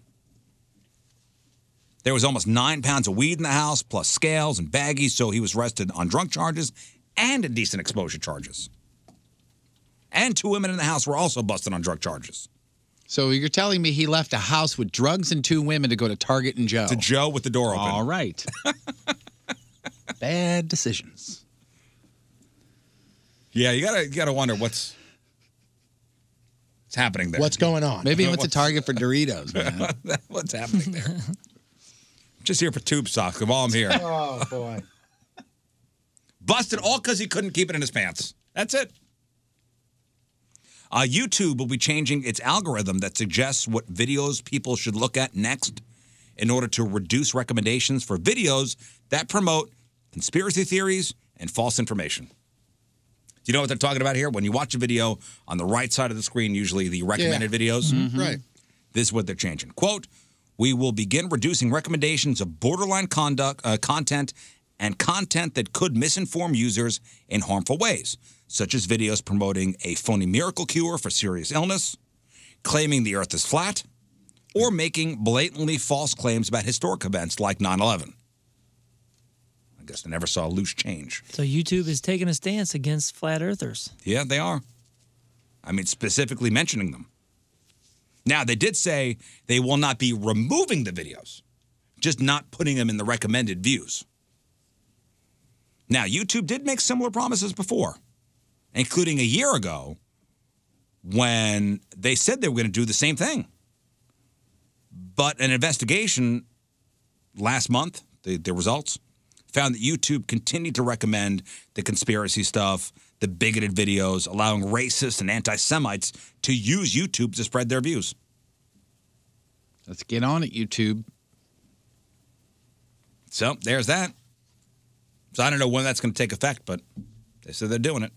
E: There was almost nine pounds of weed in the house, plus scales and baggies, so he was arrested on drunk charges and indecent exposure charges. And two women in the house were also busted on drug charges.
H: So you're telling me he left a house with drugs and two women to go to Target and Joe. To
E: Joe with the door open.
H: All right. Bad decisions.
E: Yeah, you gotta you gotta wonder what's what's happening there.
H: What's
G: going on?
H: Maybe he went to Target for Doritos, man.
E: what's happening there? Just here for tube socks. Of all I'm here,
G: Oh boy.
E: busted all because he couldn't keep it in his pants. That's it. Uh, YouTube will be changing its algorithm that suggests what videos people should look at next in order to reduce recommendations for videos that promote conspiracy theories and false information. Do you know what they're talking about here? When you watch a video on the right side of the screen, usually the recommended videos.
G: Right.
E: This is what they're changing. Quote, we will begin reducing recommendations of borderline conduct uh, content and content that could misinform users in harmful ways, such as videos promoting a phony miracle cure for serious illness, claiming the earth is flat or making blatantly false claims about historic events like 9 11. I guess they never saw a loose change.
F: So YouTube is taking a stance against flat earthers.
E: Yeah, they are. I mean, specifically mentioning them. Now, they did say they will not be removing the videos, just not putting them in the recommended views. Now, YouTube did make similar promises before, including a year ago when they said they were going to do the same thing. But an investigation last month, the, the results, found that YouTube continued to recommend the conspiracy stuff, the bigoted videos, allowing racists and anti Semites to use YouTube to spread their views.
H: Let's get on it, YouTube.
E: So there's that. So I don't know when that's going to take effect, but they said they're doing it.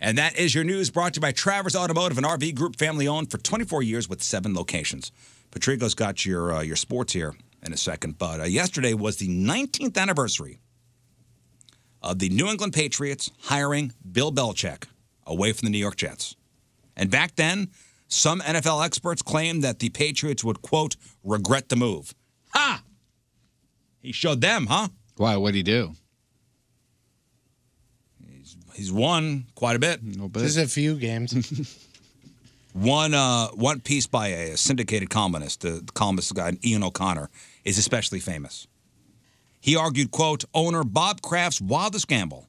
E: And that is your news brought to you by Travers Automotive, an RV group family owned for 24 years with seven locations. Patrico's got your uh, your sports here in a second, but uh, yesterday was the 19th anniversary of the New England Patriots hiring Bill Belichick away from the New York Jets. And back then, some NFL experts claimed that the Patriots would quote regret the move. Ha! He showed them, huh?
H: Why? What'd he do?
E: He's won quite a bit.
G: Just a few games.
E: One uh, one piece by a syndicated columnist, the columnist guy Ian O'Connor, is especially famous. He argued, "quote Owner Bob Kraft's wildest gamble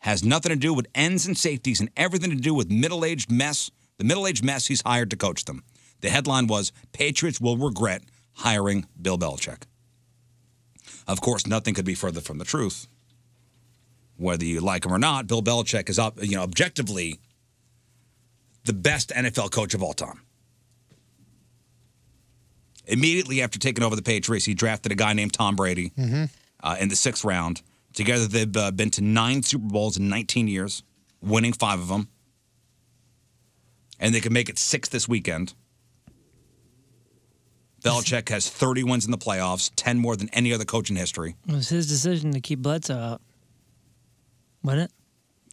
E: has nothing to do with ends and safeties, and everything to do with middle-aged mess. The middle-aged mess he's hired to coach them." The headline was, "Patriots will regret hiring Bill Belichick." Of course, nothing could be further from the truth. Whether you like him or not, Bill Belichick is, ob- you know, objectively the best NFL coach of all time. Immediately after taking over the Patriots, he drafted a guy named Tom Brady
G: Mm-hmm.
E: uh, in the sixth round. Together, they've uh, been to nine Super Bowls in 19 years, winning five of them. And they can make it six this weekend. Belichick has 30 wins in the playoffs, 10 more than any other coach in history.
F: It was his decision to keep Bledsoe out. Wasn't it?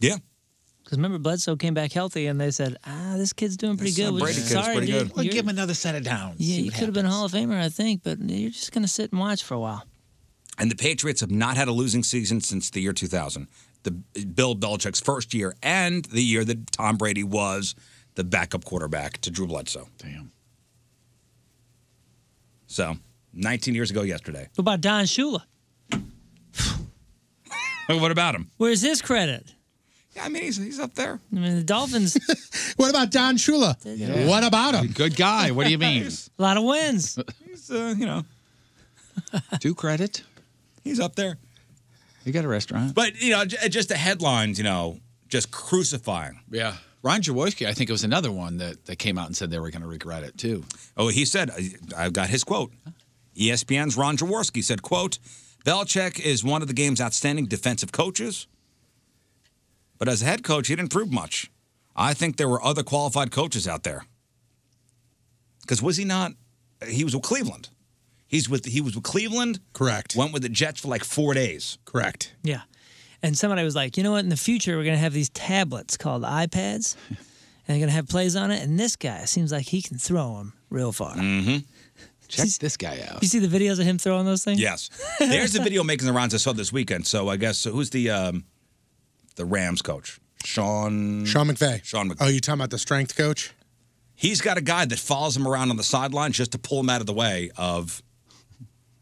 E: Yeah.
F: Because remember, Bledsoe came back healthy, and they said, "Ah, this kid's doing pretty good. We're just sorry, dude.
U: Well,
F: You're-
U: give him another set of downs.
F: yeah,
U: See
F: you
U: what
F: could have been a Hall of Famer, I think, but you're just gonna sit and watch for a while."
E: And the Patriots have not had a losing season since the year 2000, the Bill Belichick's first year, and the year that Tom Brady was the backup quarterback to Drew Bledsoe. Damn. So, 19 years ago yesterday.
F: What about Don Shula?
E: what about him?
F: Where's his credit?
E: Yeah, I mean, he's, he's up there.
F: I mean, the Dolphins.
G: what about Don Shula?
F: Yeah.
G: What about him?
H: Good guy. What do you mean?
F: a lot of wins.
E: He's, uh, you know,
H: Due credit.
E: He's up there.
H: You got a restaurant.
E: But, you know, j- just the headlines, you know, just crucifying.
H: Yeah. Ron Jaworski, I think it was another one that, that came out and said they were going to regret it too.
E: Oh, he said, I- I've got his quote. E ESPN's Ron Jaworski said, quote, Belichick is one of the game's outstanding defensive coaches, but as a head coach, he didn't prove much. I think there were other qualified coaches out there. Because was he not? He was with Cleveland. He's with he was with Cleveland. Correct. Went with the Jets for like four days.
G: Correct.
F: Yeah. And somebody was like, you know what? In the future, we're going to have these tablets called iPads, and they're going to have plays on it. And this guy seems like he can throw them real far.
E: Mm-hmm.
F: Check
H: this guy out.
F: You see the videos of him throwing those things?
E: Yes. There's a video making the rounds I saw this weekend. So I guess who's the um, the Rams coach? Sean
G: Sean McVay.
E: Sean McVay.
G: Oh, you talking about the strength coach?
E: He's got a guy that follows him around on the sidelines just to pull him out of the way of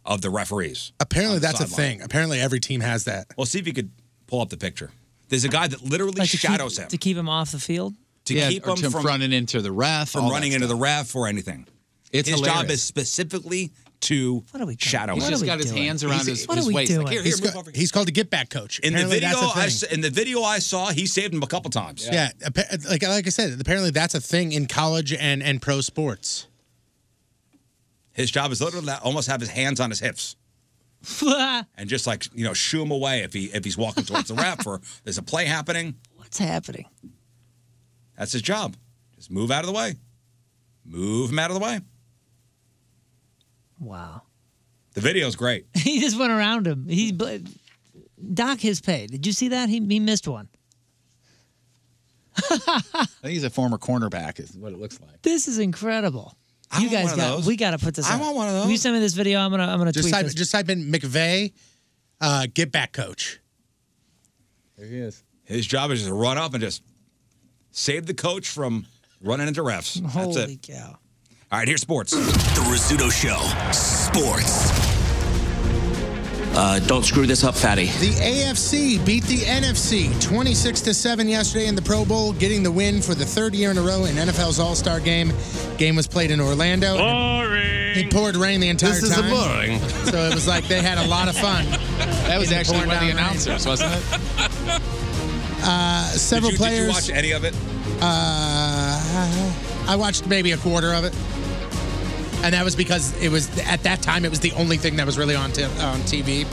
E: of the referees.
G: Apparently,
E: on the
G: that's a
E: sideline.
G: thing. Apparently, every team has that.
E: Well, see if you could pull up the picture. There's a guy that literally
F: Like to keep-
E: shadows him
F: to keep him off the field.
E: to keep him from
H: into the ref,
E: from
H: all that
E: running into the ref or anything.
H: It's
E: his job
H: hilarious.
E: is specifically to shadow
H: He's
E: him.
H: just got his hands around his, his waist. Like, here, here,
G: he's,
H: move
G: ca-
H: over.
G: he's called a get back coach.
E: In the
G: Apparently,
E: video,
G: that's a
E: I,
G: thing.
E: s- in the video I saw, he saved him a couple times.
G: Yeah, appa- like like I said, apparently that's a thing in college and and pro sports.
E: His job is literally to almost have his hands on his hips
F: What's
E: and just like you know shoo him away if he if he's walking towards the ref or there's a play happening.
F: happening?
E: That's his job. Just move out of the way. Move him out of the way.
F: Wow.
E: The video's great.
F: he just went around him. He bl- Doc his pay. Did you see that? He, he missed one.
H: I think he's a former cornerback, is what it looks like.
F: This is incredible. you
H: want
F: guys
H: one of
F: got
H: those.
F: we got to put this.
H: I
F: up.
H: want one of
F: Will You send me this video. I'm gonna I'm gonna
G: Just
F: tweet
G: type,
F: this.
G: just type in McVeigh, uh, get back coach.
H: There he is.
E: His job is just to run up and just save the coach from running into refs. That's
F: Holy
E: it.
F: cow!
E: All right, here's sports.
M: The Rizzuto Show. Sports.
U: Uh, don't screw this up, fatty.
G: The AFC beat the NFC 26 to 7 yesterday in the Pro Bowl, getting the win for the third year in a row in NFL's All Star game. Game was played in Orlando. Boring. It poured rain the entire
H: This is a
G: time.
H: boring.
G: So it was like they had a lot of fun.
H: That was
G: in the
H: actually
G: pouring
H: one of the
G: down rain.
H: announcers, wasn't it?
G: Uh, several
E: did you,
G: players.
E: Did you watch any of it?
G: Uh, I watched maybe a quarter of it, and that was because it was at that time it was the only thing that was really on t- on TV.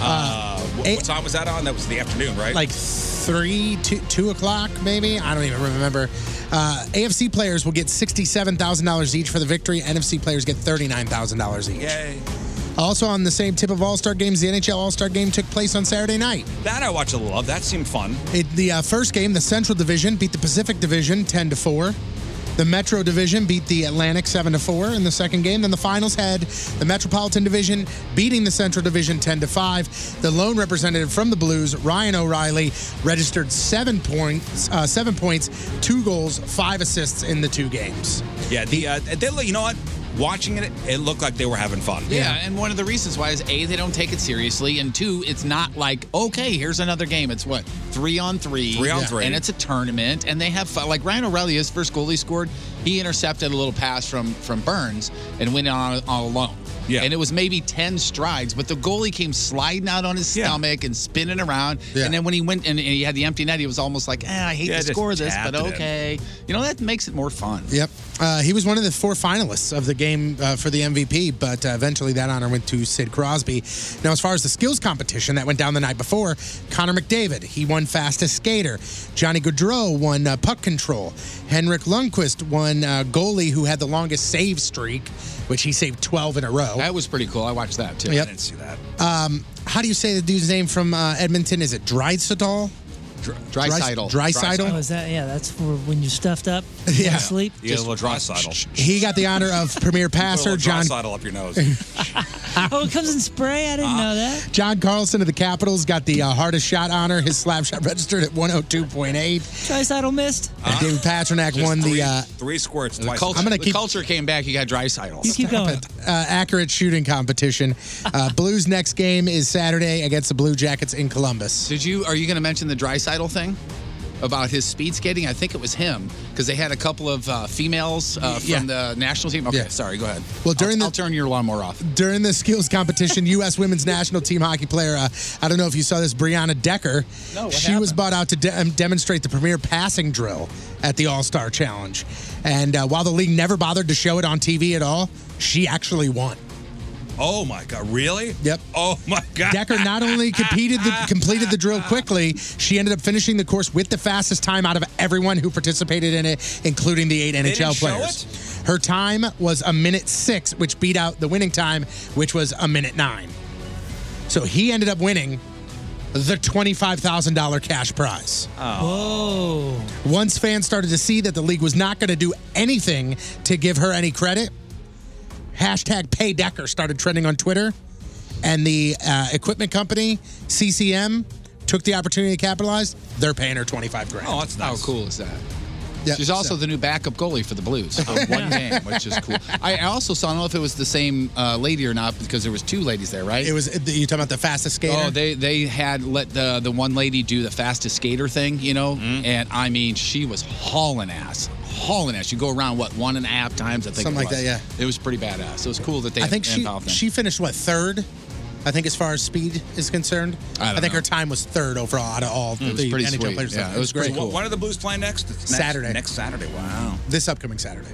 E: Uh, wh- what, time was that on? That was the afternoon, right?
G: Like three, two, two o'clock, maybe. I don't even remember. Uh, AFC players will get sixty-seven thousand dollars each for the victory. NFC players get thirty-nine thousand dollars each.
E: Yay!
G: Also, on the same tip of All Star games, the NHL All Star game took place on Saturday night.
E: That I watched a little of. That seemed fun.
G: It, the uh, first game, the Central Division beat the Pacific Division ten to four. The Metro Division beat the Atlantic seven to four in the second game. Then the finals had the Metropolitan Division beating the Central Division ten to five. The lone representative from the Blues, Ryan O'Reilly, registered seven points, uh, seven points, two goals, five assists in the two games.
E: Yeah, the uh, they, you know what? Watching it, it looked like they were having fun.
H: Yeah, and one of the reasons why is A, they don't take it seriously, and two, it's not like, okay, here's another game. It's what, three on three?
E: Three on three.
H: And it's a tournament, and they have fun. Like Ryan O'Reilly, his first goal he scored, he intercepted a little pass from from Burns and went on all alone. Yeah. And it was maybe 10 strides, but the goalie came sliding out on his stomach and spinning around. And then when he went and, and he had the empty net, he was almost like, eh, I hate
G: Yeah,
H: to
G: just
H: score this,
G: tapped
H: but
G: it in.
H: okay. You know, that makes it more fun.
G: Yep. Uh, he was one of the four finalists of the game uh, for the MVP, but uh, eventually that honor went to Sid Crosby. Now, as far as the skills competition that went down the night before, Connor McDavid, he won fastest skater. Johnny Gaudreau won uh, puck control. Henrik Lundqvist won uh, goalie who had the longest save streak, which he saved 12 in a row.
H: That was pretty cool. I watched that too.
G: Yep.
H: I didn't
E: see that.
G: Um, how do you say the dude's name from uh, Edmonton? Is it Dreisaitl?
H: Dreisaitl.
G: Dreisaitl.
F: Oh, is that yeah? That's for when you stuffed up. Yeah.
G: Yeah.
F: Sleep.
E: Yeah, a little dry sidle.
G: He got the honor of premier passer.
E: dry
G: John
E: sidle up your nose. Uh,
F: oh, it comes in spray. I didn't know that.
G: John Carlson of the Capitals got the uh, hardest shot honor. His slap shot registered at 102.8.
F: Tricidal missed.
G: And David Pasternak won
E: Uh, three,
G: the uh,
E: three squirts.
H: The
E: Twice.
H: culture,
G: I'm gonna
H: the
G: keep-
H: culture came back. You got Dreisaitl.
G: You keep going. uh, accurate shooting competition. Uh, Blues next game is Saturday against the Blue Jackets in Columbus.
H: Did you? Are you going to mention the Drysidle thing about his speed skating? I think it was him because they had a couple of uh, females uh, from
G: Yeah.
H: the national team. Okay,
G: Yeah.
H: sorry. Go ahead.
G: Well, during
H: I'll,
G: the-
H: I'll turn your lawnmower off.
G: During the skills competition, U.S. women's national team hockey player, uh, I don't know if you saw this, Brianna Decker.
H: No, what
G: she was brought out to de- um, demonstrate the premier passing drill at the All Star Challenge. And uh, while the league never bothered to show it on TV at all, she actually won.
E: Oh my god, really?
G: Yep.
E: Oh my god.
G: Decker not only competed the, completed the drill quickly, she ended up finishing the course with the fastest time out of everyone who participated in it, including the eight
E: didn't
G: NHL
E: show
G: players. Her time was a minute six, which beat out the winning time, which was a minute nine. So he ended up winning the $25,000 cash prize.
F: Oh.
G: Once fans started to see that the league was not going to do anything to give her any credit, hashtag pay Decker started trending on Twitter. And the uh, equipment company, CCM, took the opportunity to capitalize. They're paying her 25 grand.
H: Oh, that's nice. How cool is that?
G: Yep,
H: She's also
G: so-
H: the new backup goalie for the Blues for one game, which is cool. I I also saw, I don't know if it was the same uh, lady or not, because there was two ladies there, right?
G: It was you talking about the fastest skater.
H: Oh, they they had let the the one lady do the fastest skater thing, you know, and I mean she was hauling ass, hauling ass. You go around what one and a half times, I think, it
G: Something like
H: was.
G: that, yeah.
H: It was pretty badass. It was cool that they.
G: I think she
H: involved them.
G: she finished what third. I think as far as speed is concerned,
H: I don't
G: think
H: know.
G: her time was third overall out of all
H: Mm, it was
G: the
H: pretty
G: NHL
H: sweet.
G: players.
H: Yeah, it was pretty
E: So, When are the Blues playing next? It's next-
G: Saturday.
E: Next Saturday. Wow.
G: This upcoming Saturday,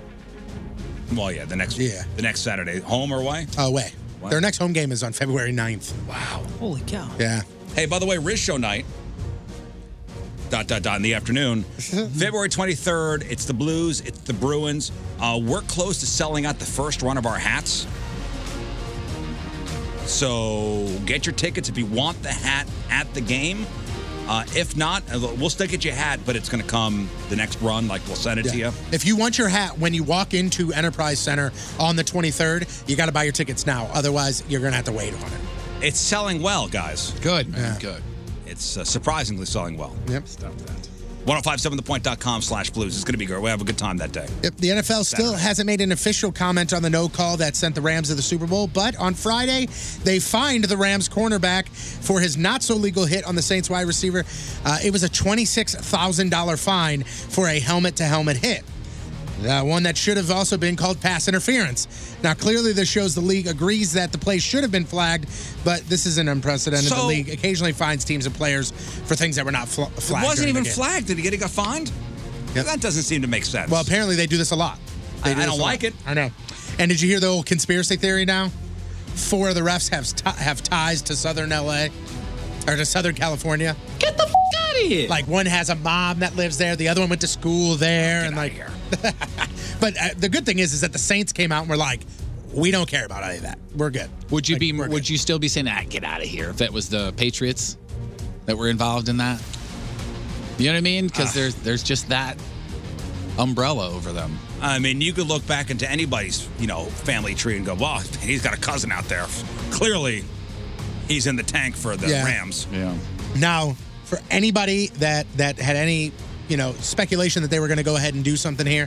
E: Well, yeah, the next. Yeah. The next Saturday, home or away?
G: away.
E: Wow.
G: Their next home game is on February 9th.
E: Wow.
F: Holy cow.
G: Yeah.
E: Hey, by the way, Riz Show night. Dot dot dot in the afternoon, February twenty third. It's the Blues. It's the Bruins. Uh, we're close to selling out the first run of our hats. So get your tickets if you want the hat at the game. Uh, if not, we'll still get you a hat, but it's going to come the next run. Like we'll send it to you.
G: If you want your hat when you walk into Enterprise Center on the 23rd, you got to buy your tickets now. Otherwise, you're going to have to wait on it.
E: It's selling well, guys.
H: Good, man. Good.
E: It's uh, surprisingly selling well.
G: Yep.
H: Stop that.
E: 1057thepoint.com slash blues. It's going to be great. We have a good time that day.
G: Yep, the NFL still hasn't made an official comment on the no call that sent the Rams to the Super Bowl, but on Friday, they fined the Rams cornerback for his not so legal hit on the Saints wide receiver. Uh, it was a $26,000 fine for a helmet to helmet hit. Uh, one that should have also been called pass interference. Now, clearly, this shows the league agrees that the play should have been flagged, but this isn't unprecedented. the
E: So-
G: league occasionally fines teams and players for things that were not fl-
E: It
G: flagged.
E: wasn't
G: during the
E: even
G: game.
E: flagged. Did he get it got fined? That doesn't seem to make sense.
G: Well, apparently they do this a lot. They
E: I-
G: do
E: I
G: this
E: don't
G: a lot.
E: like it.
G: I know. And did you hear the old conspiracy theory now? Four of the refs have t- have ties to Southern LA or to Southern California. Get the f- out of here! Like one has a mom that lives there, the other one went to school there, and like. but uh, the good thing is, is that the Saints came out and were like, we don't care about any of that. We're good.
H: Would you be? Would you still be saying, "Ah, get out of here"? If that was the Patriots that were involved in that, you know what I mean? Because
G: Ah.
H: there's there's just that umbrella over them.
E: I mean, you could look back into anybody's, you know, family tree and go, "Wow, he's got a cousin out there. Clearly, he's in the tank for the
G: Yeah.
E: Rams."
H: Yeah.
G: Now, for anybody that that had any, you know, speculation that they were going to go ahead and do something here,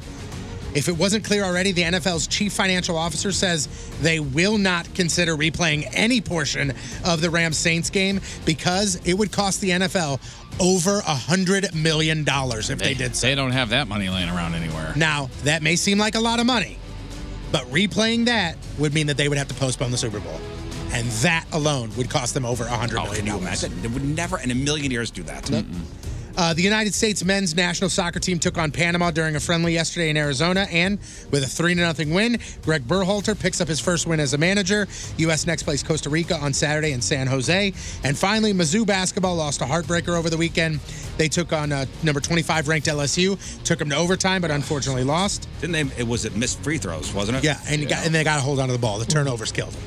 G: if it wasn't clear already, the NFL's chief financial officer says they will not consider replaying any portion of the Rams Saints game because it would cost the NFL over a hundred million dollars if they, did so.
H: They don't have that money laying around anywhere.
G: Now, that may seem like a lot of money, but replaying that would mean that they would have to postpone the Super Bowl. And that alone would cost them over a hundred
E: Oh,
G: million
E: can you imagine? They would never in a million years do that.
G: Uh, the United States men's national soccer team took on Panama during a friendly yesterday in Arizona, and with a 3 0 win, Greg Berhalter picks up his first win as a manager. U.S. next plays Costa Rica on Saturday in San Jose. And finally, Mizzou basketball lost a heartbreaker over the weekend. They took on uh, number 25 ranked LSU, took them to overtime, but unfortunately lost.
E: Didn't they? It was it missed free throws, wasn't it?
G: Yeah, and, you Got, and they got a hold onto the ball. The turnovers killed them.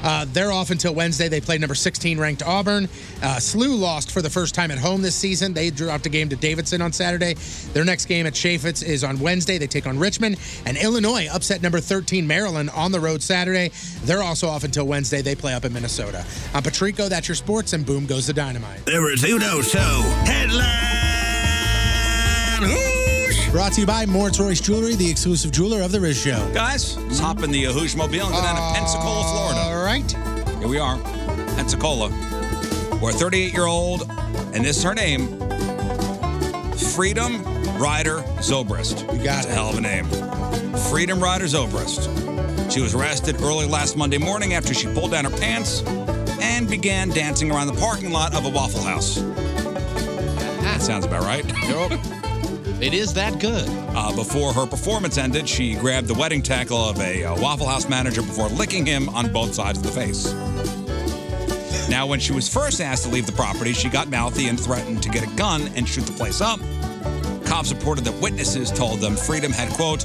G: Uh, they're off until Wednesday. They play number 16 ranked Auburn. Uh, SLU lost for the first time at home this season. They dropped a game to Davidson on Saturday. Their next game at Chaffetz is on Wednesday. They take on Richmond. And Illinois upset number 13 Maryland on the road Saturday. They're also off until Wednesday. They play up in Minnesota. I'm Patrico. That's your sports. And boom goes the dynamite.
M: The Rizzuto Show headline.
G: Brought to you by Moritz Royce Jewelry, the exclusive jeweler of The Riz Show.
E: Guys, let's hop in the Yahoosh Mobile and go down to Pensacola, Florida.
G: All right.
E: Here we are, Pensacola, where a 38 year old, and this is her name, Freedom Rider Zobrist. You got That's a hell of a name. Freedom Rider Zobrist. She was arrested early last Monday morning after she pulled down her pants and began dancing around the parking lot of a Waffle House. That sounds about right. It is that good. Uh, before her performance ended, she grabbed the wedding tackle of a uh, Waffle House manager before licking him on both sides of the face. Now, when she was first asked to leave the property, she got mouthy and threatened to get a gun and shoot the place up. Cops reported that witnesses told them Freedom had, quote,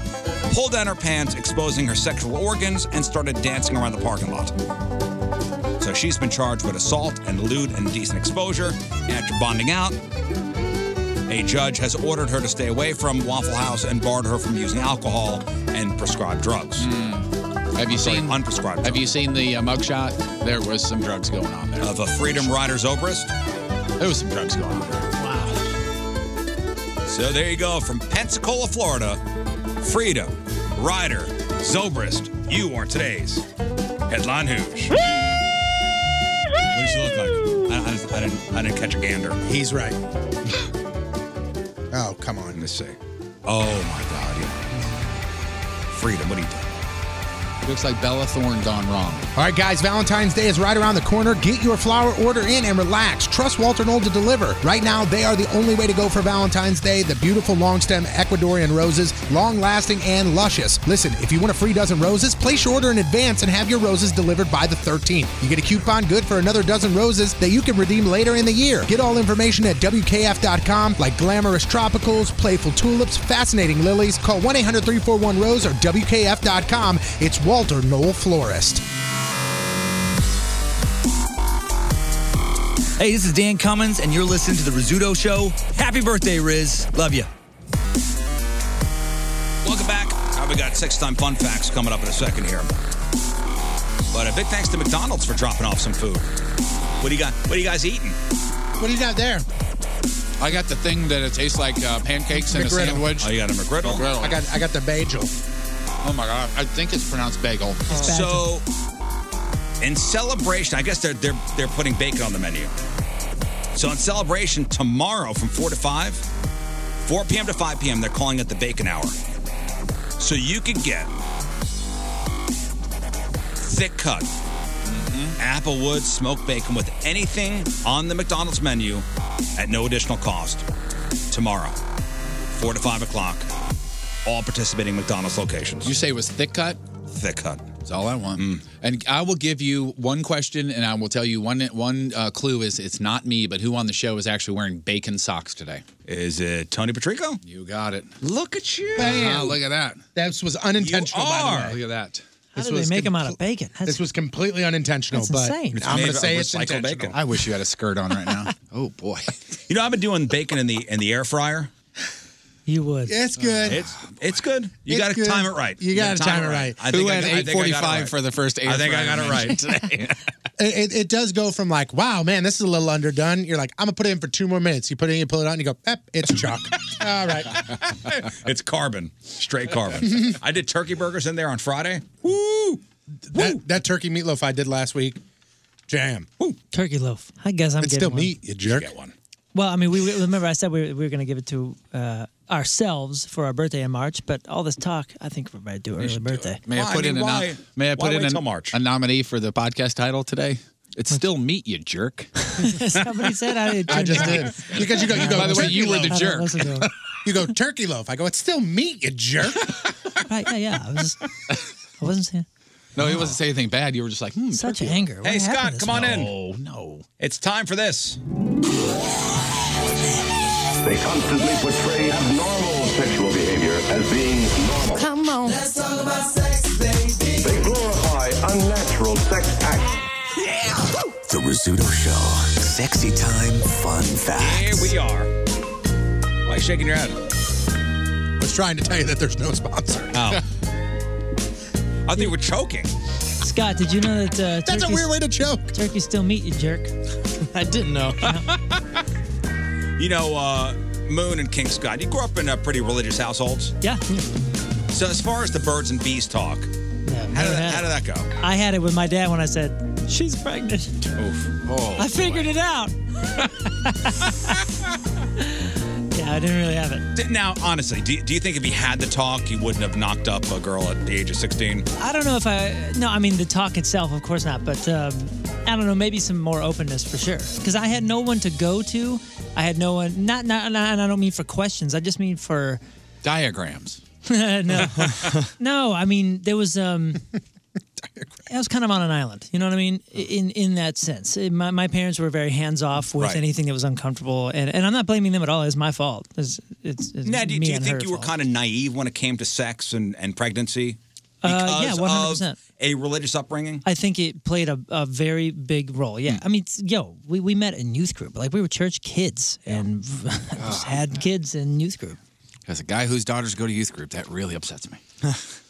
E: pulled down her pants, exposing her sexual organs, and started dancing around the parking lot. So she's been charged with assault and lewd and indecent exposure. After bonding out, a judge has ordered her to stay away from Waffle House and barred her from using alcohol and prescribed drugs.
H: Hmm. Have you
E: Sorry,
H: seen
E: unprescribed?
H: Have you seen the uh, mugshot? There was some drugs going on there.
E: Of a Freedom Rider Zobrist?
H: There was some drugs going on there.
E: So there you go, from Pensacola, Florida, Freedom, Ryder, Zobrist. You are today's headline hoosh. What does she look like? I, I- I didn't, I didn't catch a gander.
G: He's right. oh, come on.
E: Let's see. Oh my God! yeah. Freedom. What are you doing?
H: Looks like Bella Thorne gone wrong.
G: All right, guys, Valentine's Day is right around the corner. Get your flower order in and relax. Trust Walter Knoll to deliver. Right now, they are the only way to go for Valentine's Day. The beautiful long stem Ecuadorian roses, long lasting and luscious. Listen, if you want a free dozen roses, place your order in advance and have your roses delivered by the 13th. You get a coupon good for another dozen roses that you can redeem later in the year. Get all information at WKF.com, like glamorous tropicals, playful tulips, fascinating lilies. Call 1 800 341 Rose or WKF.com. It's Walter Knoll Florist.
V: Hey, this is Dan Cummins, and you're listening to The Rizzuto Show. Happy birthday, Riz. Love you.
E: Welcome back. Uh, we got six time fun facts coming up in a second here. But a big thanks to McDonald's for dropping off some food. What do you got? What are you guys eating?
G: What do you got there?
H: I got the thing that it tastes like uh, pancakes and a
G: McGriddle.
H: sandwich.
G: Oh, you got a McGriddle? I got- I got the bagel.
H: Oh my god! I think it's pronounced bagel.
E: So, in celebration, I guess they're they're they're putting bacon on the menu. So in celebration tomorrow from four to five, four p.m. to five p.m. They're calling it the Bacon Hour. So you could get thick cut
H: Mm-hmm.
E: applewood smoked bacon with anything on the McDonald's menu at no additional cost tomorrow, four to five o'clock. All participating McDonald's locations.
H: You say it was thick cut?
E: Thick cut.
H: That's all I want.
E: Mm.
H: And I will give you one question, and I will tell you one one uh, clue is it's not me, but who on the show is actually wearing bacon socks today?
E: Is it Tony Patrico?
H: You got it.
E: Look at you!
H: Bam. Look at that.
G: That was unintentional. By the
H: are.
G: way.
H: Look at that.
G: How do they make 'em out of
F: bacon?
G: this was completely unintentional,
H: That's
G: but
H: insane. It's
G: I'm
H: made
G: going to
H: of
G: say it's
H: recycled
G: intentional.
H: bacon. I wish you had a skirt on right now. oh boy.
E: You know, I've been doing bacon in the in the air fryer.
F: You would.
G: It's good.
H: Uh,
E: It's it's good. You
G: It's
E: got to
G: good.
E: time it right.
G: You gotta time it right.
E: I
G: Who
E: think I
G: had
E: got- I think I got it
G: 8:45
E: right.
G: for the first air
E: I think I
G: fryer
E: got it right
G: mentioned
E: today.
G: It, it, it does go from like, wow, man, this is a little underdone. You're like, I'm gonna put it in for two more minutes. You put it in, you pull it out, and you go, "Ep, it's chalk. All right.
E: it's carbon, straight carbon. I did turkey burgers in there on Friday. Woo!
G: That, that turkey meatloaf I did last week, jam.
F: Turkey loaf. I guess I'm
G: it's
F: getting
G: still
F: one.
G: meat, you jerk.
F: Well, I mean, we we- remember I said we were, we were going to give it to uh, ourselves for our birthday in March, but all this talk, I think we're about to do early birthday.
H: May I put in a nom- may I put in a, a nominee for the podcast title today? It's still meat, you jerk.
F: Somebody said I did.
G: I just did because you go. You go.
H: By the way,
G: "Turkey
H: you were the
G: loaf."
H: jerk. I don't
G: you go turkey loaf. I go. It's still meat, you jerk.
F: right? Yeah, yeah. I was. I wasn't saying.
H: No, it wasn't say anything bad. You were just like, hmm.
F: Such
H: turkey.
F: anger. What
E: hey
F: happened
E: Scott,
F: this
E: come on
F: week?
E: in.
H: Oh no,
E: it's time for this.
A: They constantly portray abnormal sexual behavior as being normal.
K: Come on. Let's talk about
A: sex, baby. They glorify unnatural sex acts.
M: The Rizzuto Show. Sexy time fun fact.
E: Here we are. Why are you shaking your head?
G: I was trying to tell you that there's no sponsor.
E: Oh. I think we're choking.
F: Scott, did you know that? Uh,
G: That's a
F: turkeys-
G: weird way to choke.
F: Turkeys still meat, you jerk. I didn't know.
E: You know, uh, Moon and King Scott, you grew up in uh, pretty religious households.
F: Yeah.
E: So as far as the birds and bees talk, how, did that, how did that go?
F: I had it with my dad when I said she's pregnant.
E: Oh.
F: I figured it out. yeah, I didn't really have it.
E: D- Now, honestly, do, do you think if he had the talk, he wouldn't have knocked up a girl at the age of 16?
F: I don't know if I. No, I mean the talk itself, of course not. But um, I don't know, maybe some more openness for sure. Because I had no one to go to. I had no one. Not not. not and I don't mean for questions. I just mean for.
H: diagrams.
F: no, no. I mean there was. um I was kind of on an island, you know what I mean? In in that sense, It- my, my parents were very hands off with
E: Right.
F: anything that was uncomfortable, and, and I'm not blaming them at all. It's my fault. It's, it's, it's
E: Now, do,
F: me
E: do you
F: and
E: think
F: her
E: you were
F: fault.
E: kind of naive when it came to sex and, and pregnancy?
F: Uh, yeah,
E: Because
F: 100%.
E: Of a religious upbringing?
F: I think it played a, a very big role. Yeah.
E: Hmm.
F: I mean, it's- yo, we, we met in youth group. Like, we were church kids and just had kids in youth group.
H: As a guy whose daughters go to youth group, that really upsets me.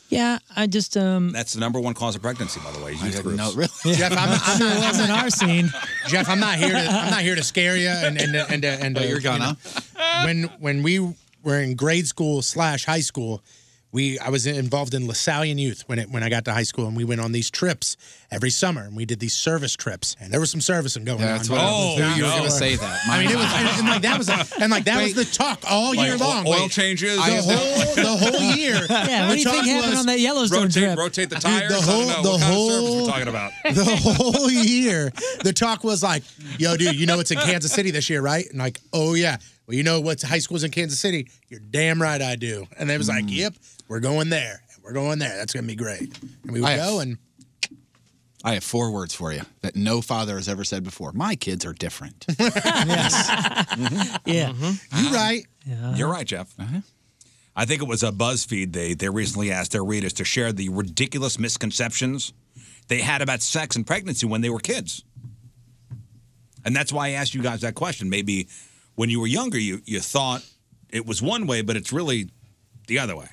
F: Yeah, I just, um,
E: That's the number one cause of pregnancy, by the way. Youth groups.
H: No, really.
G: Jeff, I'm, I'm
F: it
G: not,
F: wasn't our scene.
G: Jeff, I'm not here. To, I'm not here to scare you. And and and and, and uh,
H: Oh, you're
G: you
H: gonna.
G: know, when when we were in grade school slash high school, we I was involved in LaSallian youth when it when I got to high school, and we went on these trips every summer, and we did these service trips, and there was some servicing going
H: That's
G: on.
H: what I was- Oh, you were gonna say that.
G: I mean, it was and, and like that was and like that was
H: Wait.
G: the talk all year
H: Like,
G: long.
H: oil
G: Wait,
H: changes?
G: the
H: I have no-
G: whole the whole year.
F: Yeah, what
G: the
F: do you think
G: talk
F: happened
G: was-
F: on that Yellowstone
E: rotate,
F: trip?
E: rotate the
G: Dude,
E: tires.
G: the whole-
E: I don't know
G: the
E: what kind of service
G: whole-
E: we're talking about.
G: the whole year, the talk was like, "Yo, dude, you know it's in Kansas City this year, right?" And like, "Oh yeah." Well, you know what's high school's in Kansas City? You're damn right I do. And they was like, "Yep, we're going there. We're going there. That's gonna be great." And we would
H: I-
G: go and
H: I have four words for you that no father has ever said before. My kids are different. Mm-hmm.
F: Yeah.
G: You right.
E: You're right, Jeff. I think it was a BuzzFeed. They they recently asked their readers to share the ridiculous misconceptions they had about sex and pregnancy when they were kids. And that's why I asked you guys that question. Maybe when you were younger, you, you thought it was one way, but it's really the other way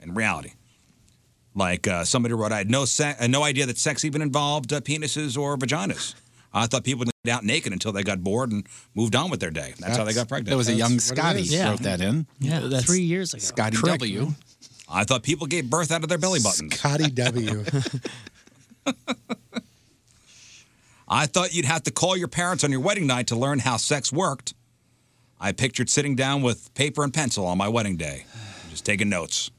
E: in reality. Like uh, somebody wrote, I had no, se- uh, no idea that sex even involved uh, penises or vaginas. I thought people get out naked until they got bored and moved on with their day. That's, how they got pregnant.
H: That was a young Scotty wrote that in.
F: Yeah,
H: That's
F: three years ago.
H: Scotty
E: Correct,
H: W.
E: I thought people gave birth out of their belly buttons.
G: Scotty W.
E: I thought you'd have to call your parents on your wedding night to learn how sex worked. I pictured sitting down with paper and pencil on my wedding day, just taking notes.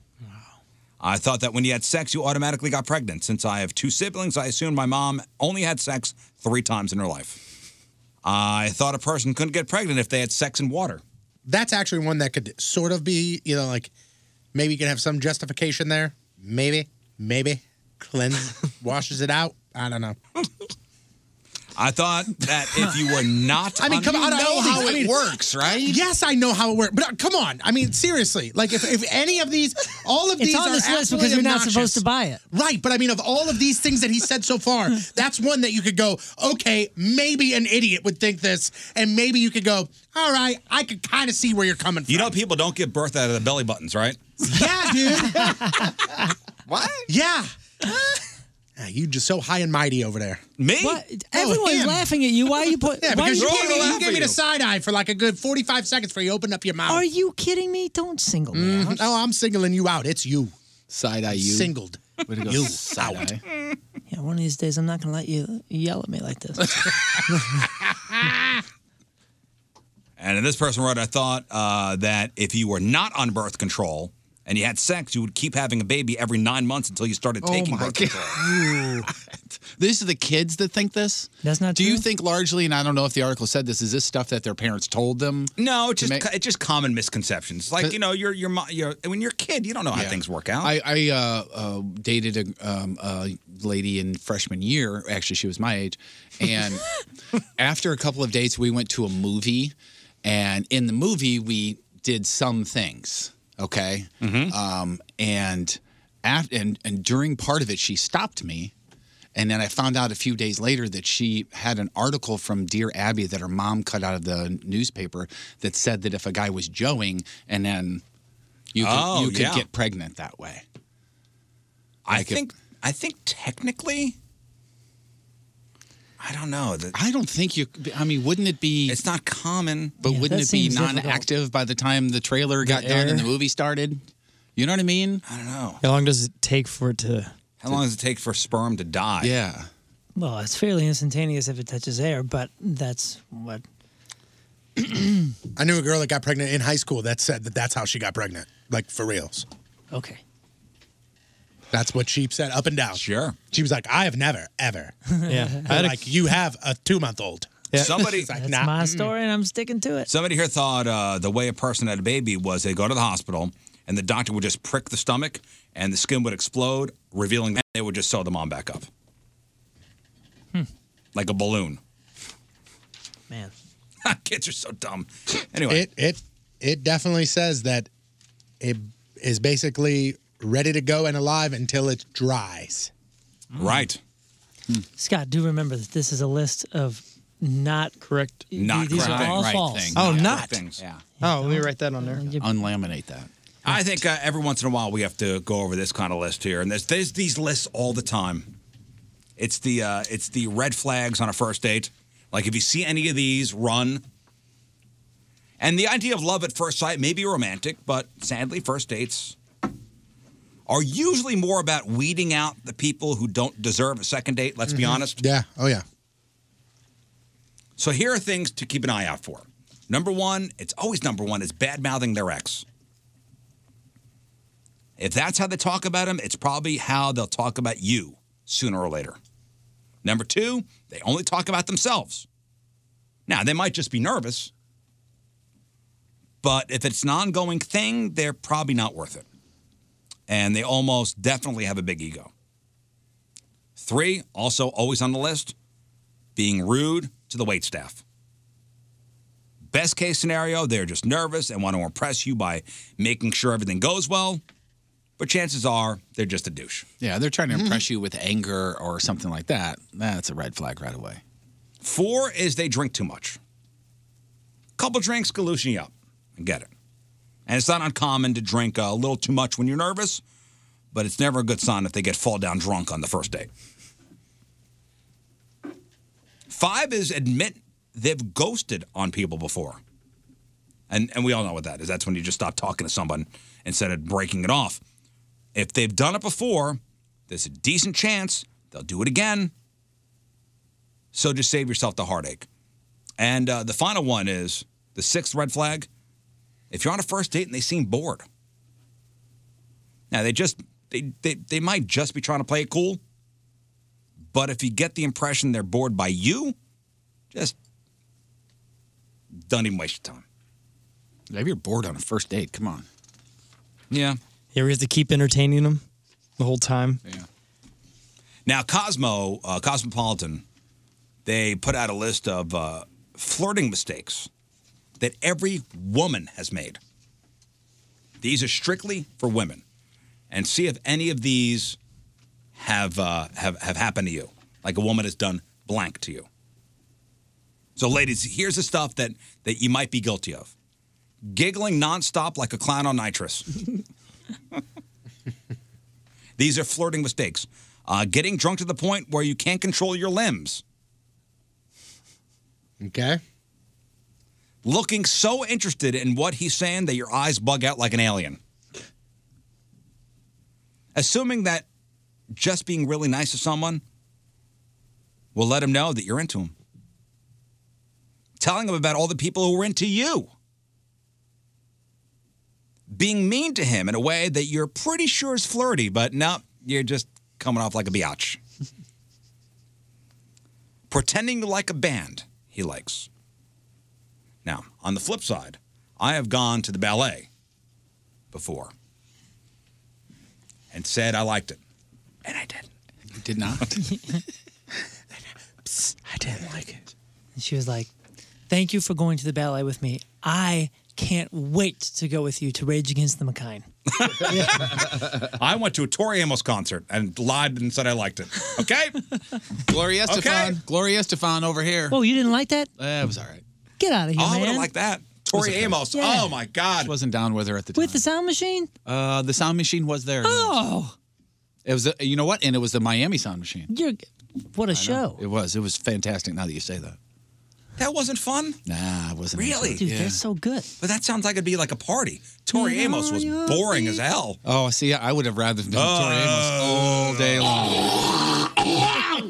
E: I thought that when you had sex, you automatically got pregnant. Since I have two siblings, I assumed my mom only had sex three times in her life. I thought a person couldn't get pregnant if they had sex in water.
G: That's actually one that could sort of be, you know, like maybe you can have some justification there. Maybe, maybe cleanse washes it out. I don't know.
E: I thought that if you were not,
G: I mean, come on,
E: Um,
G: I
E: You know
G: don't know
E: these-
G: how
E: I
G: it
E: mean,
G: works, right? Yes, I know how it works, but uh, come on, I mean, seriously, like if, if any of these, all of
F: It's
G: these
F: on
G: are
F: this list
G: absolutely
F: because you're not
G: obnoxious.
F: supposed to buy it.
G: right? But I mean, of all of these things that he said so far, that's one that you could go, okay, maybe an idiot would think this, and maybe you could go, all right, I could kind of see where you're coming from.
E: You know, people don't give birth out of the belly buttons, right?
G: Yeah, dude. what? Yeah. Ah, you just so high and mighty over there.
E: Me?
F: What?
E: Oh,
F: Everyone's laughing at you. Why are you put?
G: Yeah,
F: why
G: because you
F: are
G: gave, me, you gave me the side eye for like a good 45 seconds before you opened up your mouth.
F: Are you kidding me? Don't single me.
E: Mm-hmm.
G: Mhm. Oh, I'm singling you out. It's you.
H: Side eye
F: you.
G: Singled.
H: Way to go,
G: you
H: side
G: out.
F: Yeah, one of these days I'm not gonna let you yell at me like this.
E: And this person wrote, I thought uh, that if you were not on birth control and you had sex, you would keep having a baby every nine months until you started
G: Oh
H: Oh
E: taking birth control.
H: These are the kids that think this.
F: That's not.
H: Do you think largely, and I don't know if the article said this, is this stuff that their parents told them?
E: No, it's just it's just common misconceptions. Like you know, you're you're, mo- you're when you're a kid, you don't know how
H: Yeah.
E: things work out.
H: I, I uh, uh, dated a, um, a lady in freshman year. Actually, she was my age. And after a couple of dates, we went to a movie. And in the movie, we did some things. Okay.
E: Mm-hmm.
H: Um, and, af- and, and during part of it, she stopped me. And then I found out a few days later that she had an article from Dear Abby that her mom cut out of the newspaper that said that if a guy was joeing and then you could,
E: Oh,
H: you could
E: yeah.
H: get pregnant that way.
E: I
H: Like if-
E: think I think technically, I don't know. That
H: I don't think you. I mean, wouldn't it be? It's
E: not common,
H: but
E: Yeah,
H: wouldn't
E: that
H: it be
E: seems difficult.
H: non-active by the time the trailer got done
C: air.
H: and the movie started? You know what I mean?
E: I don't know.
C: How long does it take for it to?
E: How long does it take for sperm to die?
H: Yeah.
F: Well, it's fairly instantaneous if it touches air, but that's what.
G: I knew a girl that got pregnant in high school that said that that's how she got pregnant, like for reals.
F: Okay.
G: That's what she said up and down.
E: Sure.
G: She was like, I have never, ever.
C: Yeah.
G: They're
C: I had a-
G: like, you have a two month old.
E: Somebody-
G: It's like,
F: That's
G: nah,
F: my
G: mm-mm.
F: story, and I'm sticking to it.
E: Somebody here thought uh, the way a person had a baby was they go to the hospital and the doctor would just prick the stomach and the skin would explode, revealing that they would just sew the mom back up.
F: Hmm.
E: Like a balloon.
F: Man.
E: Kids are so dumb. Anyway.
G: it it it definitely says that it is basically ready to go and alive until it dries.
E: Mm. Right.
C: Hmm.
F: Scott, do remember that this is a list of not correct.
E: Not
F: these
E: correct
F: are all
E: thing, right
F: false.
E: thing.
C: Oh,
E: Yeah,
C: not.
E: things. Yeah.
C: Oh, let me write that on there.
H: Unlaminate that.
E: I think uh, every once in a while we have to go over this kind of list here, and there's, there's these lists all the time. It's the uh, it's the red flags on a first date. Like if you see any of these, run. And the idea of love at first sight may be romantic, but sadly, first dates are usually more about weeding out the people who don't deserve a second date. Let's be
G: Mhm.
E: honest.
G: Yeah. Oh yeah.
E: So here are things to keep an eye out for. Number one, it's always number one, is bad mouthing their ex. If that's how they talk about him, it's probably how they'll talk about you sooner or later. Number two, they only talk about themselves. Now, they might just be nervous, but if it's an ongoing thing, they're probably not worth it. And they almost definitely have a big ego. Three, also always on the list, being rude to the waitstaff. Best case scenario, they're just nervous and want to impress you by making sure everything goes well, but chances are they're just a douche.
H: Yeah, they're trying to impress you with anger or something like that. That's a red flag right away.
E: Four is they drink too much. Couple drinks can loosen you up. I get it. And it's not uncommon to drink a little too much when you're nervous, but it's never a good sign if they get fall down drunk on the first date. Five is admit they've ghosted on people before. And and we all know what that is. That's when you just stop talking to someone instead of breaking it off. If they've done it before, there's a decent chance they'll do it again. So just save yourself the heartache. And uh, the final one is the sixth red flag. If you're on a first date and they seem bored, now they just they they, they might just be trying to play it cool. But if you get the impression they're bored by you, just don't even waste your time.
H: If you're bored on a first date, come on.
E: Yeah.
C: Yeah, we have to keep entertaining them the whole time.
E: Now, Cosmo, uh, Cosmopolitan, they put out a list of uh, flirting mistakes that every woman has made. These are strictly for women, and see if any of these have uh, have have happened to you. Like a woman has done blank to you. So, ladies, here's the stuff that that you might be guilty of: giggling nonstop like a clown on nitrous. These are flirting mistakes. Uh, getting drunk to the point where you can't control your limbs. Okay. Looking so interested in what he's saying that your eyes bug out like an alien. Assuming that just being really nice to someone will let him know that you're into him. Telling him about all the people who were into you. Being mean to him in a way that you're pretty sure is flirty, but no, you're just coming off like a biatch. Pretending you like a band he likes. Now, on the flip side, I have gone to the ballet before and said I liked it. And I did. Did not?
F: I didn't like it. And she was like, Thank you for going to the ballet with me. I can't wait to go with you to Rage Against the Machine.
E: I went to a Tori Amos concert and lied and said I liked it. Okay?
H: Gloria
E: Okay.
H: Estefan. Gloria Estefan over here.
F: Oh, you didn't like that?
H: Eh, it was all right.
F: Get out of here,
H: Oh, I
F: man.
H: would've
E: like that. Tori Amos.
F: Yeah.
E: Oh my God.
H: wasn't down with her at the time.
F: With the sound machine?
H: Uh, the sound machine was there.
F: Oh.
H: It was. A, you know what? And it was the Miami sound machine.
F: You're, what a
H: I
F: show.
H: know. It was. It was fantastic. Now that you say that.
E: That wasn't fun.
H: Nah, it wasn't.
E: Really?
H: into it. Yeah.
F: so good.
E: But that sounds like it'd be like a party. Tori Amos was boring as hell.
H: Oh, see, I would have rather been Tori
E: Oh.
H: Amos all day long.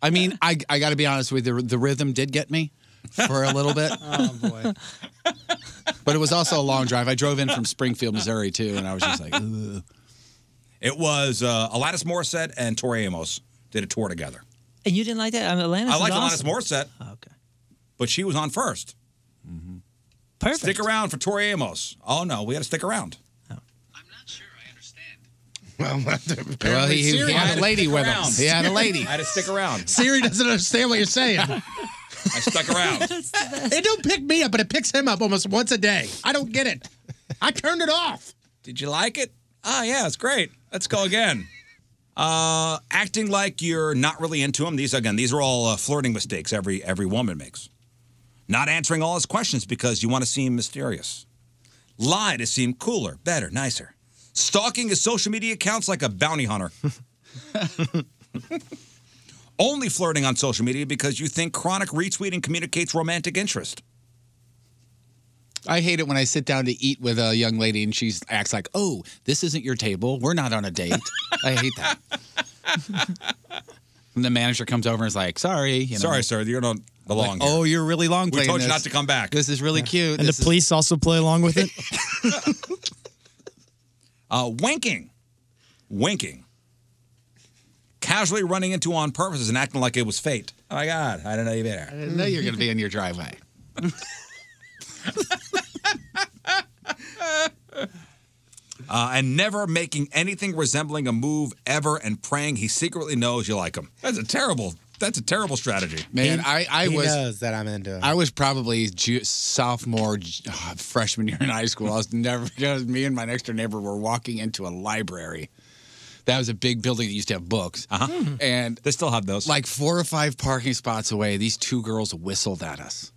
H: I mean, I I got to be honest with you. The rhythm did get me for a little bit. oh boy. But it was also a long drive. I drove in from Springfield, Missouri, too, and I was just like, Ugh.
E: It was uh, Alanis Morissette and Tori Amos did a tour together.
F: And you didn't like that? I mean, Alanis
E: I
F: is
E: liked
F: awesome. Oh,
E: Alanis Morissette. Okay. But she was on 1st
H: Mm-hmm.
F: Perfect. Oh.
E: Stick around for Tori Amos. Oh, no, we had to stick around.
G: Well, apparently
H: Well, he- he
G: Siri
H: had a
G: to
H: lady
G: stick
H: with him.
G: around.
H: He had a lady.
E: I had to stick around.
G: Siri doesn't understand what you're saying.
E: I stuck around.
G: it don't pick me up, but it picks him up almost once a day. I don't get it. I turned it off.
E: Did you like it? Ah, yeah, it's great. Let's go again. Uh, acting like you're not really into him. These again, these are all uh, flirting mistakes every every woman makes. Not answering all his questions because you want to seem mysterious. Lie to seem cooler, better, nicer. Stalking his social media accounts like a bounty hunter. Only flirting on social media because you think chronic retweeting communicates romantic interest.
H: I hate it when I sit down to eat with a young lady and she acts like, "Oh, this isn't your table. We're not on a date." I hate that. and the manager comes over and is like, "Sorry, you know,
E: Sorry, sir, you don't belong
H: Like,
E: here.
H: oh, you're really long.
E: We
H: playing
E: told you
H: this.
E: not to come back.
H: This is really cute.
C: And
H: This
C: the police also play along with it.
E: Uh, winking. Winking. Casually running into on purpose and acting like it was fate. Oh my God, I didn't know you were there. I
H: didn't know you were gonna be in your driveway.
E: Uh, and never making anything resembling a move ever and praying he secretly knows you like him. That's a terrible, that's a terrible strategy.
H: Man, I, I
E: he
H: was
E: knows
H: that I'm into. I was probably ju- sophomore, ju- ah, freshman year in high school. I was never. Just, me and my next door neighbor were walking into a library That was a big building that used to have books. Hmm.
E: Mhm.
H: And
E: they still have those.
H: Like four or five parking spots away, these two girls whistled at us.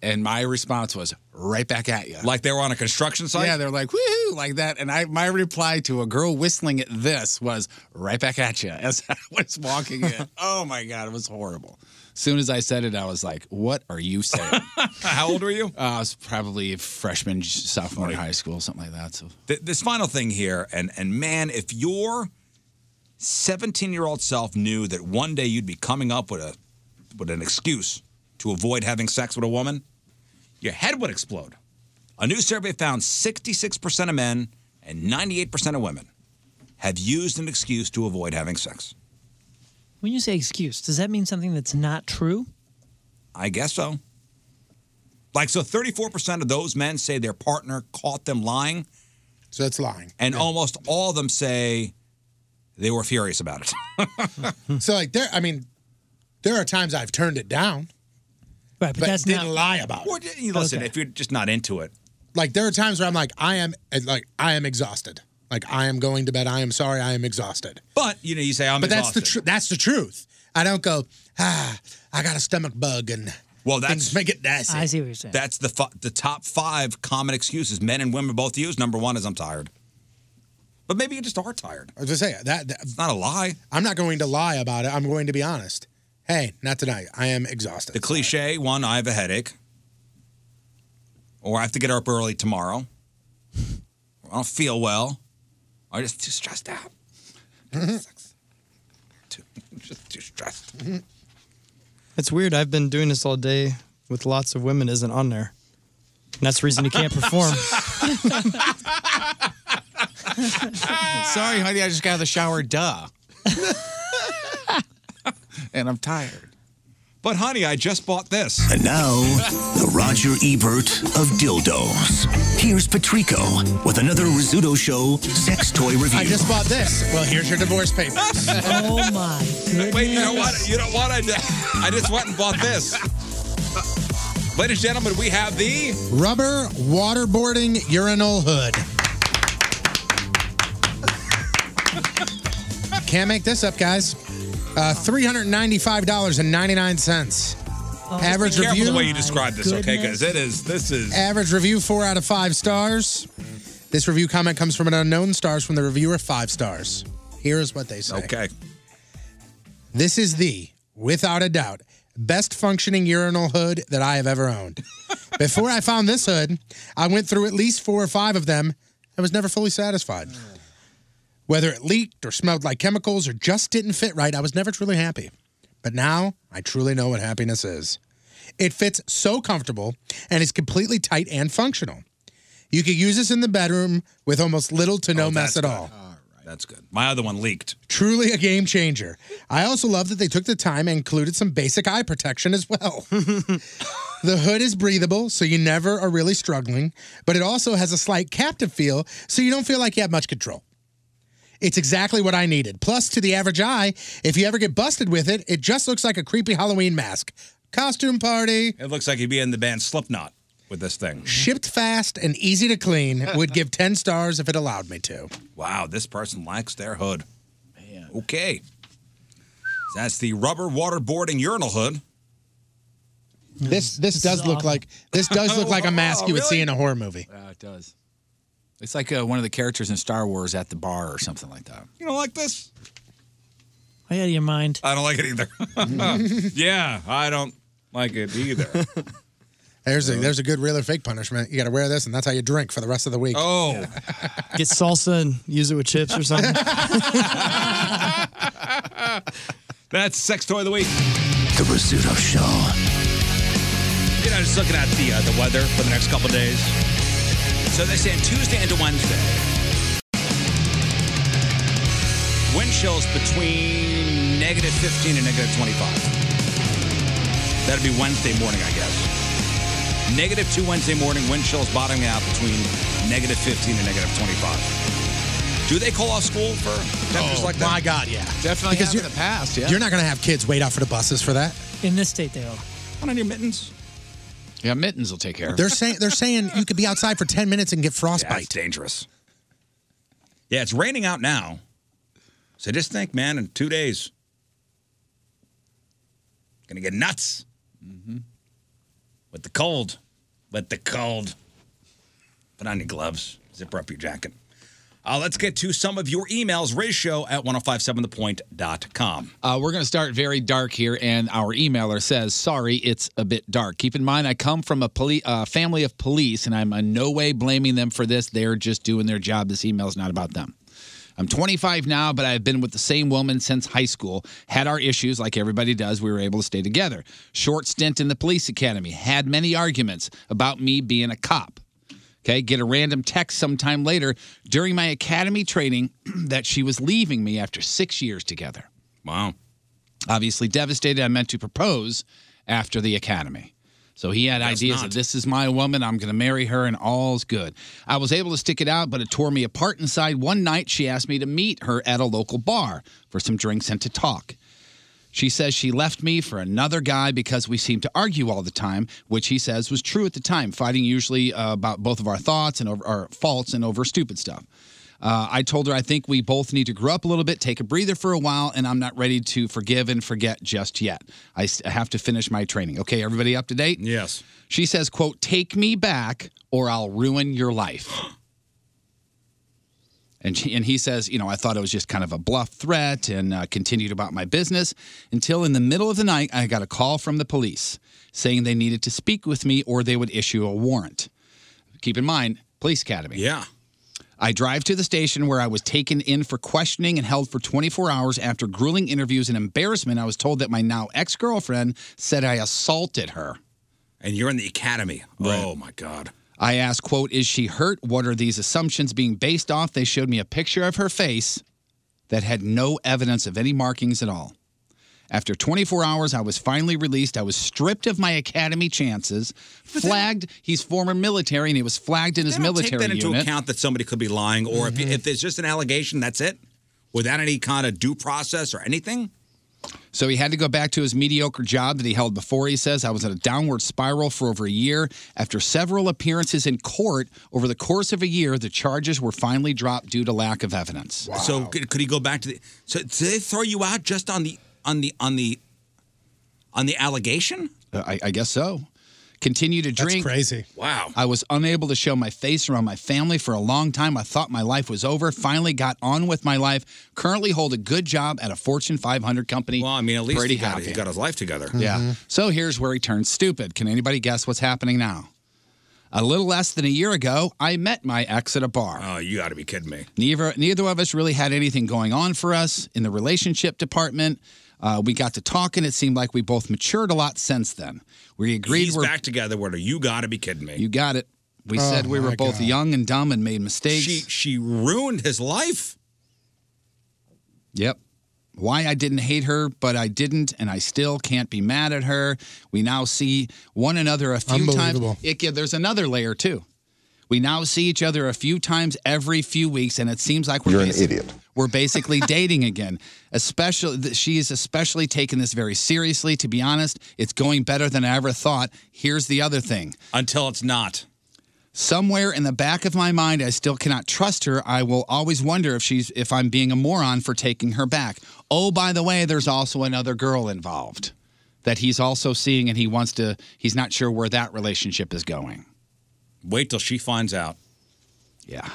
H: And my response was right back at you.
E: Like they were on a construction site?
H: Yeah, they're like, woohoo, like that. And I my reply to a girl whistling at this was right back at you as I was walking in. oh my God, it was horrible. Soon as I said it, I was like, what are you saying?
E: How old were you?
H: Uh, I was probably a freshman, sophomore in high school, something like that. So
E: Th- this final thing here, and and man, if your 17 year old self knew that one day you'd be coming up with a with an excuse to avoid having sex with a woman, your head would explode. A new survey found 66% of men and 98% of women have used an excuse to avoid having sex.
F: When you say excuse, does that mean something that's not true?
E: I guess so. Like, so 34% of those men say their partner caught them lying.
G: So that's lying.
E: And almost all of them say they were furious about it.
G: Hmm. so like there, I mean, there are times I've turned it down.
F: Right,
G: but, that's didn't lie about
E: Well,
G: it.
E: you listen, if you're just not into it,
G: like there are times where I'm like, I am eh, like I am exhausted. Like I am going to bed. I am sorry. I am exhausted.
E: but you know, you say I'm
G: but that's the
E: exhausted.
G: tr- that's the truth. I don't go. Ah, I got a stomach bug and
E: well, that's
G: things make it nasty.
E: That's the fi- the top five common excuses men and women both use. Number one is I'm tired, but maybe you just are tired.
G: I was just saying that, that
E: not a lie.
G: I'm not going to lie about it. I'm going to be honest. Hey, not tonight. I am exhausted.
E: The cliche one: I have a headache, or I have to get up early tomorrow. I don't feel well. I'm just too stressed out. Sucks. Too- just too stressed.
C: It's weird. I've been doing this all day with lots of women isn't on there. And that's the reason you can't perform.
H: Sorry, honey, I just got out of the shower, duh. and I'm tired.
E: But honey, I just bought this.
M: And now, the Roger Ebert of dildos. Here's Patrico with another Rizzuto Show sex toy review.
G: I just bought this. Well, here's your divorce papers.
F: oh my goodness.
E: Wait, you know what? You know what? I, I just went and bought this. Ladies and gentlemen, we have the
G: Rubber waterboarding urinal hood. Can't make this up, guys. Uh, Three hundred ninety-five dollars and ninety-nine cents. Average
E: Oh, Be careful
G: review.
E: the way you describe this, okay? Because it is. This is.
G: Average review four out of five stars. This review comment comes from an unknown stars from the reviewer five stars. Here is what they say.
E: Okay.
G: This is the, without a doubt, best functioning urinal hood that I have ever owned. Before I found this hood, I went through at least four or five of them and was never fully satisfied. Whether it leaked or smelled like chemicals or just didn't fit right, I was never truly happy. But now I truly know what happiness is. It fits so comfortable and is completely tight and functional. You could use this in the bedroom with almost little to no mess at all.
E: That's good. My other one leaked.
G: Truly a game changer. I also love that they took the time and included some basic eye protection as well. the hood is breathable, so you never are really struggling, but it also has a slight captive feel, so you don't feel like you have much control. It's exactly what I needed. Plus, to the average eye, if you ever get busted with it, it just looks like a creepy Halloween mask. Costume party,
E: It looks like you'd be in the band Slipknot with this thing.
G: shipped fast and easy to clean, would give 10 stars if it allowed me to.
E: Wow, this person likes their hood. Man. Okay. That's the rubber waterboarding urinal hood.
G: This this does look like this does look like a mask you would see in a horror movie.
H: Uh, Oh, it does. It's like uh, one of the characters in Star Wars at the bar or something like that.
E: You don't like this?
F: Way out of your mind.
E: I don't like it either. yeah, I don't like it either.
G: There's a there's a good real or fake punishment. You got to wear this, and that's how you drink for the rest of the week.
E: Oh,
C: Get salsa and use it with chips or something.
E: That's sex toy of the week.
M: The Rizzuto Show.
E: You know, just looking at the uh, the weather for the next couple days. So they say Tuesday into Wednesday, wind chills between negative 15 and negative 25. That'd be Wednesday morning, I guess. Negative two Wednesday morning, wind chills bottoming out between negative 15 and negative 25. Do they call off school for temperatures
G: Oh,
E: like that?
G: my God, yeah.
H: Definitely
G: Because
H: have in
G: you're-
H: the past, yeah.
G: You're not gonna have kids wait out for the buses for that.
F: In this state, they are.
E: Put on your mittens.
H: Yeah, mittens will take care of it.
G: They're saying they're saying you could be outside for ten minutes and get frostbite.
E: That's dangerous. Yeah, it's raining out now. So just think, man, in two days, gonna get nuts with the cold, with the cold. Put on your gloves, zipper up your jacket. Uh, let's get to some of your emails. Ratio at 1057thepoint.com.
H: Uh, we're going to start very dark here, and our emailer says, "Sorry, it's a bit dark." Keep in mind, I come from a poli- uh, family of police, and I'm in no way blaming them for this. They're just doing their job. This email is not about them. I'm 25 now, but I've been with the same woman since high school. Had our issues, like everybody does. We were able to stay together. Short stint in the police academy. Had many arguments about me being a cop. Okay, get a random text sometime later during my academy training that she was leaving me after six years together.
E: Wow.
H: Obviously devastated, I meant to propose after the academy. So he had ideas
E: not.
H: of this is my woman, I'm going to marry her, and all's good. I was able to stick it out, but it tore me apart inside. One night, she asked me to meet her at a local bar for some drinks and to talk. She says she left me for another guy because we seemed to argue all the time, which he says was true at the time, fighting usually uh, about both of our thoughts and over our faults and over stupid stuff. Uh, I told her I think we both need to grow up a little bit, take a breather for a while, and I'm not ready to forgive and forget just yet. I s- I have to finish my training. Okay, everybody up to date?
E: Yes.
H: She says, "quote Take me back, or I'll ruin your life." And, she, and he says, you know, I thought it was just kind of a bluff threat and uh, continued about my business until in the middle of the night, I got a call from the police saying they needed to speak with me or they would issue a warrant. Keep in mind, police academy.
E: Yeah.
H: I drive to the station where I was taken in for questioning and held for 24 hours after grueling interviews and embarrassment. I was told that my now ex girlfriend said I assaulted her.
E: And you're in the academy. Oh, my God.
H: I asked, quote, is she hurt? What are these assumptions being based off? They showed me a picture of her face that had no evidence of any markings at all. After 24 hours, I was finally released. I was stripped of my academy chances, flagged. He's former military, and he was flagged in his
E: They don't
H: military
E: take that into
H: unit. Mm-hmm.
E: account that somebody could be lying, or if, if there's just an allegation, that's it, without any kind of due process or anything.
H: So he had to go back to his mediocre job that he held before. He says, I was in a downward spiral for over a year. After several appearances in court over the course of a year, the charges were finally dropped due to lack of evidence.
E: So could, could he go back to the? So did they throw you out just on the on the on the on the allegation?
H: Uh, I, I guess so. Continue to drink.
E: crazy. Wow.
H: I was unable to show my face around my family for a long time. I thought my life was over. Finally got on with my life. Currently hold a good job at a Fortune 500 company. Well, I mean,
E: At least
H: Pretty
E: he got,
H: happy.
E: he got his life together. Mm-hmm.
H: Yeah. So here's where he turned stupid. Can anybody guess what's happening now? A little less than a year ago, I met my ex at a bar.
E: Oh, you got to be kidding me.
H: Neither neither of us really had anything going on for us in the relationship department. Uh, we got to talking. It seemed like we both matured a lot since then. We agreed
E: He's
H: we're
E: back together with her. You got to be kidding me.
H: you got it. We
E: Oh,
H: said we were
E: my
H: both
E: God.
H: young and dumb and made mistakes.
E: She she ruined his life.
H: Yep. Why I didn't hate her, but I didn't, and I still can't be mad at her. We now see one another a few times.
G: Unbelievable.
H: It, yeah, there's another layer too. We now see each other a few times every few weeks, and it seems like we're
B: You're an
H: basi-
B: idiot.
H: We're basically dating again. Especially, th- she is especially taking this very seriously. To be honest, it's going better than I ever thought. Here's the other thing.
E: Until it's not.
H: Somewhere in the back of my mind, I still cannot trust her. I will always wonder if she's if I'm being a moron for taking her back. Oh, by the way, there's also another girl involved that he's also seeing, and he wants to. He's not sure where that relationship is going.
E: Wait till she finds out.
H: Yeah.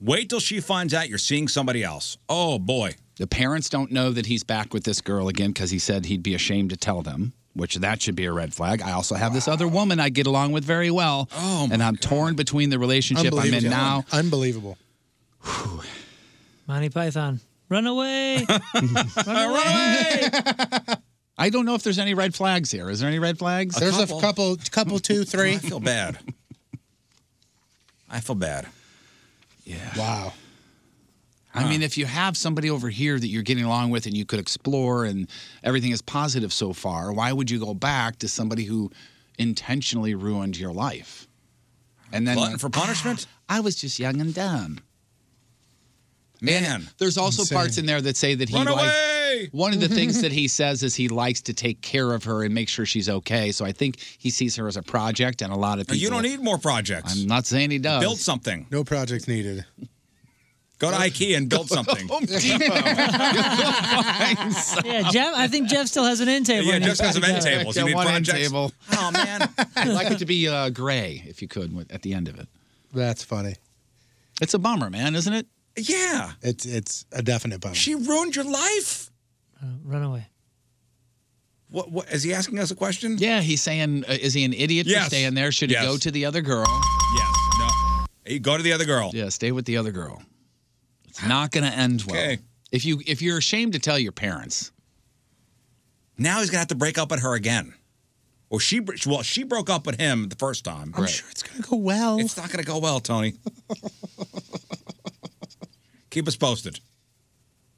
E: Wait till she finds out you're seeing somebody else. Oh boy.
H: The parents don't know that he's back with this girl again because he said he'd be ashamed to tell them, which that should be a red flag. I also have this other woman I get along with very well, oh and I'm torn between the relationship I'm in
G: Unbelievable.
H: now.
G: Unbelievable.
F: Monty Python. Run away.
H: I don't know if there's any red flags here. Is there any red flags?
G: There's a couple, couple, two, three. I
E: feel bad. I feel bad.
H: Yeah.
G: Wow.
H: I mean, if you have somebody over here that you're getting along with and you could explore and everything is positive so far, why would you go back to somebody who intentionally ruined your life? And then
E: Glutton for punishment?
H: I was just young and dumb. Man, there's also
E: Insane.
H: parts in there that say that he
E: Run
H: like-
E: away!
H: one of the things that he says is he likes to take care of her and make sure she's okay. So I think he sees her as a project and a lot of people
E: You don't need more projects.
H: I'm not saying he does.
E: Build something.
G: No projects needed.
E: Go to IKEA and build something.
F: yeah, Jeff. I think Jeff still has an end table.
E: Yeah,
F: in his
E: Jeff has an
F: backyard.
E: end table.
H: Yeah, one end table.
E: Oh man,
H: I'd like it to be uh, gray if you could with- at the end of it.
G: That's funny.
H: It's a bummer, man, isn't it?
E: Yeah.
G: It's it's a definite bummer.
E: She ruined your life.
F: Uh, Run away.
E: What, what is he asking us a question?
H: Yeah, he's saying, uh, is he an idiot
E: Yes.
H: for staying there? Should
E: Yes.
H: he go to the other girl?
E: Yes. No. You go to the other girl.
H: Yeah, stay with the other girl. It's not going to end well. If you if you're ashamed to tell your parents,
E: Now he's gonna have to break up with her again. Well, she br- well she broke up with him the first time. I'm sure
G: it's gonna go well.
E: It's not gonna go well, Tony. Keep us posted.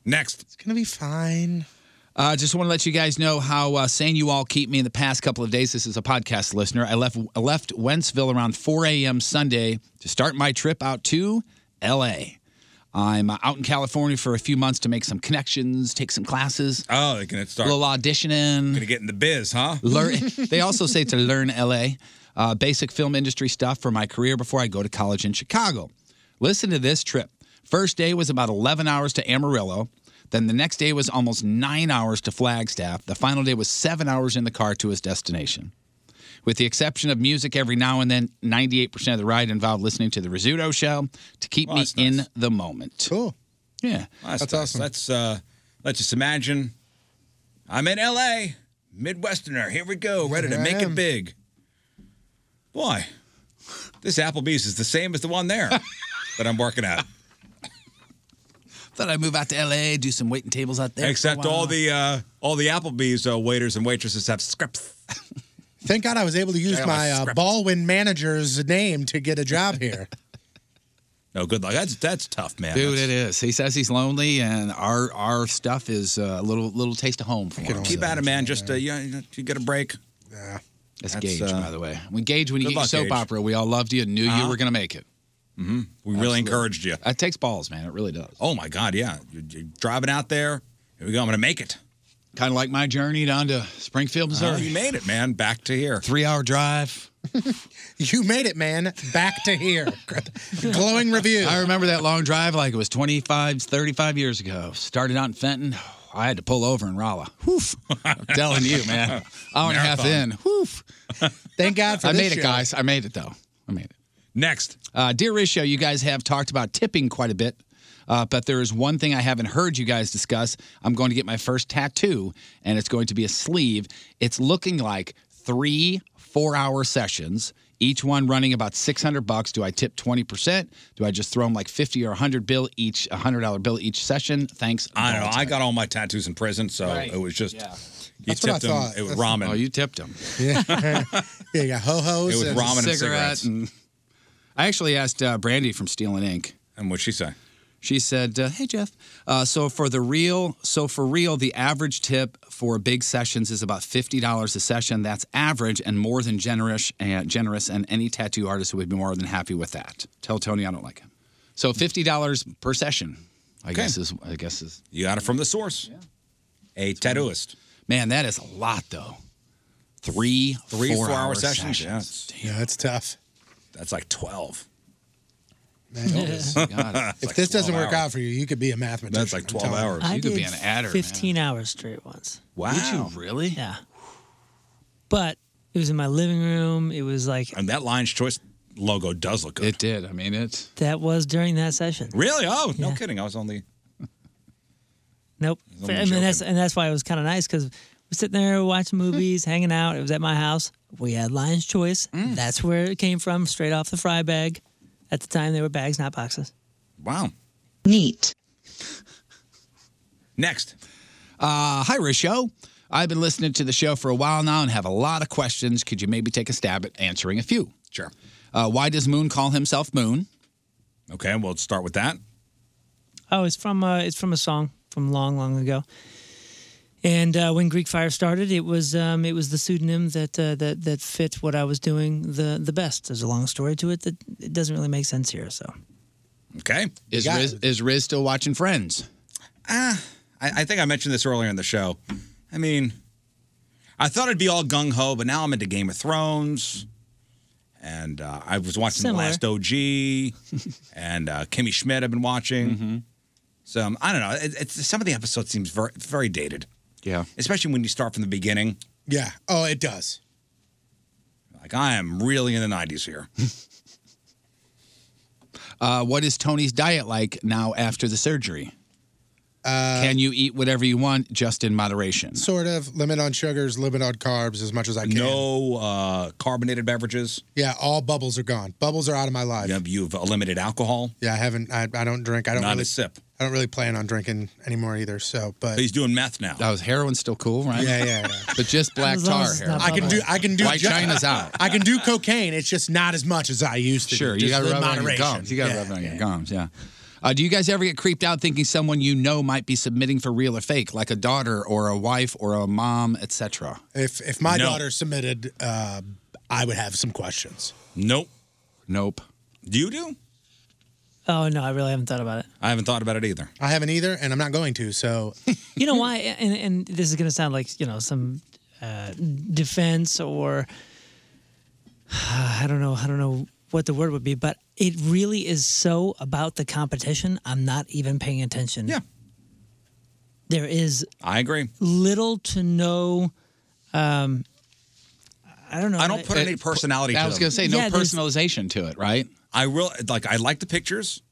E: Next. It's
G: going to be fine.
H: I uh, just want to let you guys know how uh, sane you all keep me in the past couple of days. This is a podcast listener. I left I left Wentzville around 4 a.m. Sunday to start my trip out to L.A. I'm uh, out in California for a few months to make some connections, take some classes.
E: Oh, they're gonna start.
H: A little auditioning.
E: Gonna get in the biz, huh?
H: Learn. they also say to learn LA, uh, basic film industry stuff for my career before I go to college in Chicago. Listen to this trip. First day was about 11 hours to Amarillo. Then the next day was almost nine hours to Flagstaff. The final day was seven hours in the car to his destination. With the exception of music every now and then, 98% of the ride involved listening to the Rizzuto show to
E: Oh,
H: keep me in the moment.
G: Cool.
H: Yeah.
E: That's, awesome. Let's uh, let's just imagine. I'm in L.A. Midwesterner. Here we go. Ready to
H: Here I
E: make
H: am.
E: it big. Boy, this Applebee's is the same as the one there that I'm working at.
H: Thought I'd move out to LA, do some waiting tables out there. for a
E: Except all
H: while.
E: the uh, all the Applebee's uh, waiters and waitresses have scripts.
G: Thank God I was able to use
E: Check out my
G: my uh,
E: script.
G: Baldwin manager's name to get a job here.
E: No, good luck. That's that's tough, man.
H: Dude, it is. He says he's lonely, and our our stuff is uh, a little little taste of home for him.
E: Keep at it, man. Just uh, you, know, you know, you get a break. uh,
G: Yeah,
H: That's, Gage, by the way. When Gage, when you
E: Good
H: get your
E: luck,
H: soap
E: Gage.
H: opera, we all loved you and knew
E: Uh-huh.
H: you were going to make it.
E: Mm-hmm. We really
H: Absolutely.
E: encouraged you.
H: It takes balls, man. It really does.
E: Oh my God, yeah. You're, you're driving out there. Here we go. I'm gonna make it. Uh-huh.
H: Kind of like my journey down to Springfield, Missouri.
E: you made it, man. Back to here.
H: Three hour drive.
G: You made it, man. Back to here. Glowing review.
H: I remember that long drive like it was 25, 35 years ago. Started out in Fenton. I had to pull over in Rolla. Woof. I'm telling you, man. Hour and a half
G: Marathon.
H: in. Woof.
G: Thank God for
H: I
G: this
H: made it,
G: show.
H: guys. I made it, though. I made it.
E: Next.
H: Uh, Dear Rich Show, you guys have talked about tipping quite a bit, uh, but there is one thing I haven't heard you guys discuss. I'm going to get my first tattoo, and it's going to be a sleeve. It's looking like three four-hour sessions, each one running about 600 bucks. Do I tip 20%? Do I just throw them like 50 or 100 bill each, $100 bill each session? Thanks.
E: I don't know. I got all my tattoos in prison, so it was just you
H: That's what I
E: tipped them.
H: thought.
E: It was
H: That's-
E: ramen.
H: Oh, you tipped them.
G: Yeah, yeah, you got ho hos.
H: It was ramen and cigarettes. Mm. I actually asked uh, Brandy from Steel and Ink.
E: And what'd she say?
H: She said, uh, "Hey Jeff, uh, so for the real, so for real, the average tip for big sessions is about fifty dollars a session. That's average and more than generous. And generous, and any tattoo artist would be more than happy with that. Tell Tony I don't like him. So fifty dollars per session. I guess is I guess is
E: you got it from the source. A tattooist.
H: Man, that is a lot though. Three
E: Three
H: four-hour
E: four-hour sessions.
H: sessions.
E: Yeah, it's-
G: Yeah, that's tough.
E: that's like twelve.
G: if this doesn't work out for you, you could be a mathematician.
E: That's like
G: I'm
E: 12
G: telling you.
E: hours.
F: I did 15 hours straight once.
E: Wow. Did you
H: really?
F: Yeah. But it was in my living room. It was like
E: And that Lion's Choice logo does look good. It
H: did. I mean, it's
F: that was during that session.
E: really. Oh, no
F: Yeah.
E: kidding. I was only.
F: Nope.
E: I'm
F: I mean, that's and that's why it was kind of nice because we're sitting there watching movies, hanging out. It was at my house. We had Lion's Choice.
E: Mm.
F: That's where it came from, straight off the fry bag. At the time, they were bags, not boxes.
E: Wow.
F: Neat.
E: Next.
H: Uh, hi, Risho. I've been listening to the show for a while now and have a lot of questions. Could you maybe take a stab at answering a few?
E: Sure.
H: Uh, why does Moon call himself Moon?
E: Okay, we'll start with that.
F: Oh, it's from uh, it's from a song from long, long ago. And uh, when Greek Fire started, it was um, it was the pseudonym that uh, that that fit what I was doing the the best. There's a long story to it that it doesn't really make sense here. So
E: Okay.
H: Is
E: You got
H: Riz, is Riz still watching Friends?
E: Ah, I, I think I mentioned this earlier in the show. I mean, I thought it'd be all gung ho, but now I'm into Game of Thrones, and uh, I was watching
F: Similar.
E: the last OG, and uh, Kimmy Schmidt I've been watching.
G: Mm-hmm.
E: So um, I don't know. It, it's, some of the episodes seems very, very dated.
H: Yeah,
E: especially when you start from the beginning.
G: Yeah. Oh, it does.
E: Like I am really in the '90s here.
H: Uh, what is Tony's diet like now after the surgery?
G: Uh,
H: Can you eat whatever you want, just in moderation?
G: Sort of limit on sugars, limit on carbs as much as I can.
E: No uh, carbonated beverages.
G: Yeah, all bubbles are gone. Bubbles are out of my life.
E: Yep, you've eliminated alcohol.
G: Yeah, I haven't. I, I don't drink. I don't
E: Not
G: really
E: a sip.
G: I don't really plan on drinking anymore either. So, but
E: He's doing meth now.
H: That was heroin's Oh, still cool, right?
G: Yeah, yeah,
H: But just black
G: As long
H: tar
G: as it's
H: heroin.
G: not I can do. I can do.
H: White
G: ju-
H: China's out.
G: I can do cocaine. It's just not as much as I used to.
H: Sure,
G: do.
H: you got
G: Just
H: to
G: in
H: rub it on your
G: moderation.
H: gums. You got to
G: Yeah.
H: rub it on your gums. Yeah. Uh, do you guys ever get creeped out thinking someone you know might be submitting for real or fake, like a daughter or a wife or a mom, etc.?
G: If if my
H: No.
G: daughter submitted, uh, I would have some questions.
E: Nope.
H: Nope.
E: Do you do?
F: Oh no, I really haven't thought about it.
E: I haven't thought about it either.
G: I haven't either, and I'm not going to. So
F: You know why? And, and this is going to sound like you know some uh, defense or I don't know. I don't know what the word would be, but it really is so about the competition. I'm not even paying attention. Yeah, there is
E: I agree.
F: little to no. Um, I don't know.
E: I don't put any personality. to
H: Uh, I was
E: them.
H: going to say no personalization to it, right?
E: I real like I like the pictures.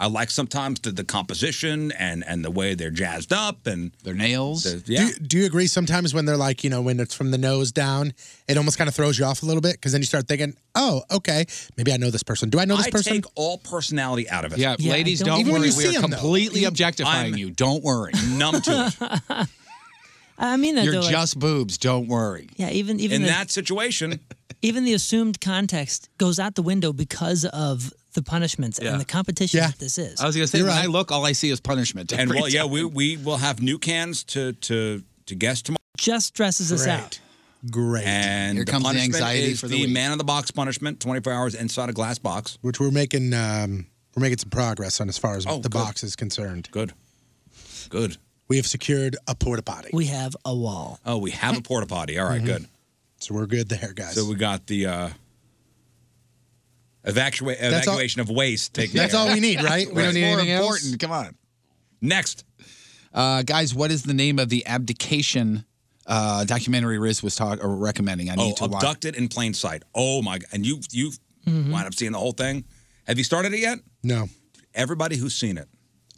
E: I like sometimes the, the composition and and the way they're jazzed up and
H: their nails.
E: yeah.
G: Do you, do you agree sometimes when they're like, you know, when it's from the nose down, it almost kind of throws you off a little bit because then you start thinking, oh, okay, maybe I know this person. Do I know this
E: I
G: person?
E: take all personality out of it.
H: Yeah, Yeah, I ladies, don't- don't
G: Even when
H: worry,
G: you
H: we
G: see
H: are
G: 'em, though.
H: completely objectifying you. Don't worry.
E: Numb to it.
F: I mean, that
H: You're
F: though, like-
H: just boobs. Don't worry.
F: yeah. Even even
H: In
F: the-
E: That situation.
F: even the assumed context goes out the window because of the punishments
H: Yeah.
F: and the competition that this is.
H: I was going to say when I look, all I see is punishment.
E: And
H: every
E: well, yeah,
H: time.
E: we we will have new cans to to to guess tomorrow.
F: Just stresses us out.
G: Great.
E: And
G: Here
E: the
G: comes the
E: punishment
G: anxiety
E: is
G: for the week.
E: man in the box punishment, 24 hours inside a glass box.
G: Which we're making, um, we're making some progress on as far as
E: Oh,
G: the
E: good.
G: box is concerned.
E: Good. Good.
G: We have secured a porta potty.
F: We have a wall.
E: Oh, we have a porta potty. All right,
H: Mm-hmm.
G: Mhm.
E: good.
G: So we're good there, guys.
E: So we got the uh, evacuation
G: That's all-
E: evacuation of waste. Taken
H: That's
E: care
H: all
E: of.
H: we need, right? We don't need anything else? Come on.
E: Next.
H: Uh, guys, what is the name of the abdication uh, documentary Riz was talk- or recommending? I
E: Oh,
H: need to watch.
E: abducted in plain sight. Oh my! God. And you you
F: Mm-hmm.
G: Mhm.
E: wind up seeing the whole thing. Have you started it yet?
G: no.
E: Everybody who's seen it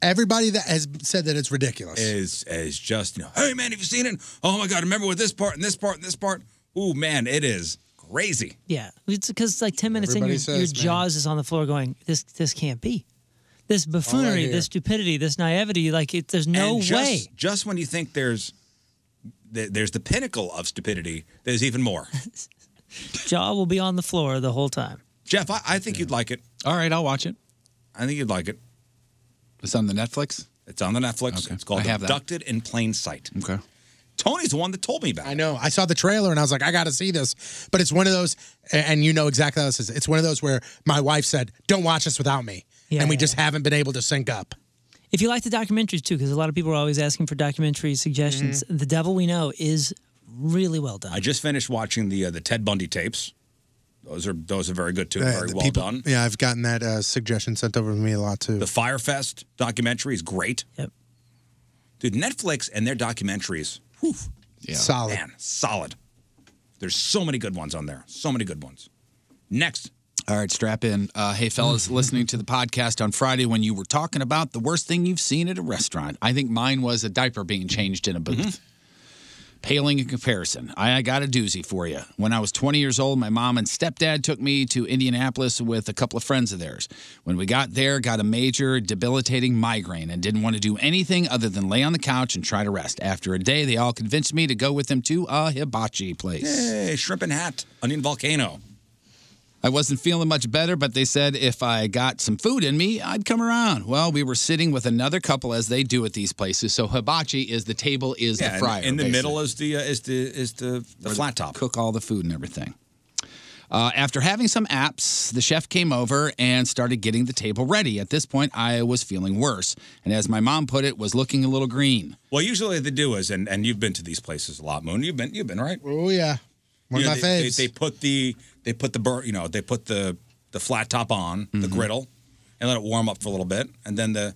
G: Everybody that has said that it's ridiculous.
E: is is just you know, hey man, have you seen it? Oh my god, remember with this part and this part and this part. Ooh man, it is crazy.
F: Yeah, it's because like ten minutes
E: Everybody
F: in, your,
E: says,
F: your jaws is on the floor, going, "This this can't be, this buffoonery,
E: hear.
F: this stupidity, this naivety. Like it, there's no
E: And just,
F: way."
E: Just when you think there's th- there's the pinnacle of stupidity, there's even more.
F: Jaw will be on the floor the whole time.
E: Jeff, I, I think you'd like it.
H: All right, I'll watch it.
E: I think you'd like it.
H: It's on the Netflix.
E: It's on the Netflix. It's called
H: I have that.
E: Abducted in Plain Sight.
H: Okay.
E: Tony's the one that told me about. it.
G: I know. I saw the trailer and I was like, I got to see this. But it's one of those, and you know exactly how this is. It's one of those where my wife said, "Don't watch this without me,"
F: Yeah,
G: and we
F: yeah,
G: just haven't been able to sync up.
F: If you like the documentaries too, because a lot of people are always asking for documentary suggestions, "The Devil We Know" is really well done.
E: I just finished watching the uh, the Ted Bundy tapes. Those are those are very good too.
G: Uh,
E: very
G: the
E: well
G: people-
E: done.
G: Yeah, I've gotten that uh, suggestion sent over to me a lot too.
E: The Firefest documentary is great.
F: Yep.
E: Dude, Netflix and their documentaries, whew,
H: yeah.
G: solid.
E: man, solid. There's so many good ones on there. So many good ones. Next.
H: All right, strap in. Uh, hey, fellas, listening to the podcast on Friday when you were talking about the worst thing you've seen at a restaurant, I think mine was a diaper being changed in a booth. Paling in comparison, I I got a doozy for you. When I was 20 years old, my mom and stepdad took me to Indianapolis with a couple of friends of theirs. When we got there, got a major debilitating migraine and didn't want to do anything other than lay on the couch and try to rest. After a day, they all convinced me to go with them to a hibachi place.
E: Hey, shrimp and hat, onion volcano.
H: I wasn't feeling much better, but they said if I got some food in me, I'd come around. Well, we were sitting with another couple as they do at these places. So hibachi is the table is
E: Yeah,
H: the
E: in-
H: fryer.
E: in the
H: basically.
E: middle is the uh, is the is the, the flat top.
H: Cook all the food and everything. Uh, after having some apps, the chef came over and started getting the table ready. At this point, I was feeling worse, and as my mom put it, was looking a little green.
E: Well, usually they do is, and, and you've been to these places a lot, Moon. You've been you've been right.
G: Oh yeah. One
E: you know,
G: of my
E: they, they-
G: faves.
E: They, put the they put the bur- you know they put the the flat top on the
H: Mm-hmm.
G: Mhm.
E: griddle and let it warm up for a little bit, and then the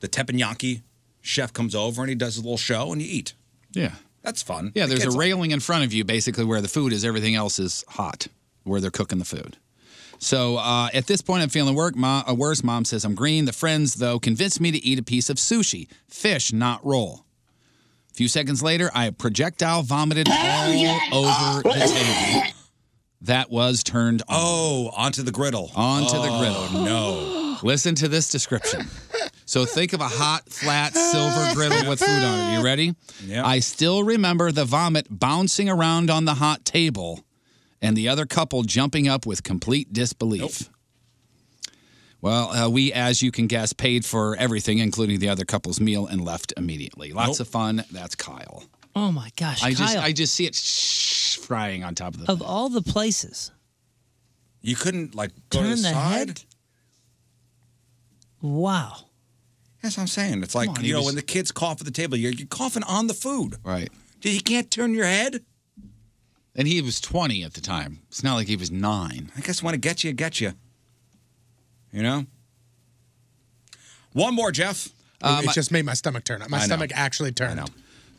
E: the teppanyaki chef comes over and he does a little show and you eat.
H: Yeah.
E: That's fun.
H: Yeah,
E: The
H: there's
E: kids
H: a
E: like
H: railing in front of you, basically, where the food is. Everything else is hot, where they're cooking the food. So uh, at this point, I'm feeling work. Ma- uh, worse. Mom says I'm green. The friends, though, convince me to eat a piece of sushi, fish, not roll. A few seconds later, I projectile vomited all over the table. That was turned on.
E: Oh, onto the griddle.
H: Onto the
E: Oh,
H: griddle.
E: no.
H: Listen to this description. So think of a hot, flat, silver griddle with food on it. You ready?
E: Yeah.
H: I still remember the vomit bouncing around on the hot table and the other couple jumping up with complete disbelief. Well, uh, we, as you can guess, paid for everything, including the other couple's meal, and left immediately. Lots
F: Nope.
H: of fun. That's Kyle.
F: Oh my gosh,
H: I
F: Kyle!
H: just, I just see it sh- frying on top of the.
F: of all the places,
E: You couldn't like go to
F: turn
E: the,
F: the
E: side.
F: head. Wow.
E: That's what I'm saying. It's like
F: Come on,
E: you
F: you
E: know
F: just-
E: when the kids cough at the table, you're, you're coughing on the food.
H: Right.
E: Dude, You can't turn your head.
H: And he was 20 at the time. It's not like he was nine.
E: I guess when it gets you, it gets you. You know. One more, Jeff.
H: Um,
G: it just made my stomach turn. My
H: I know.
G: stomach actually turned.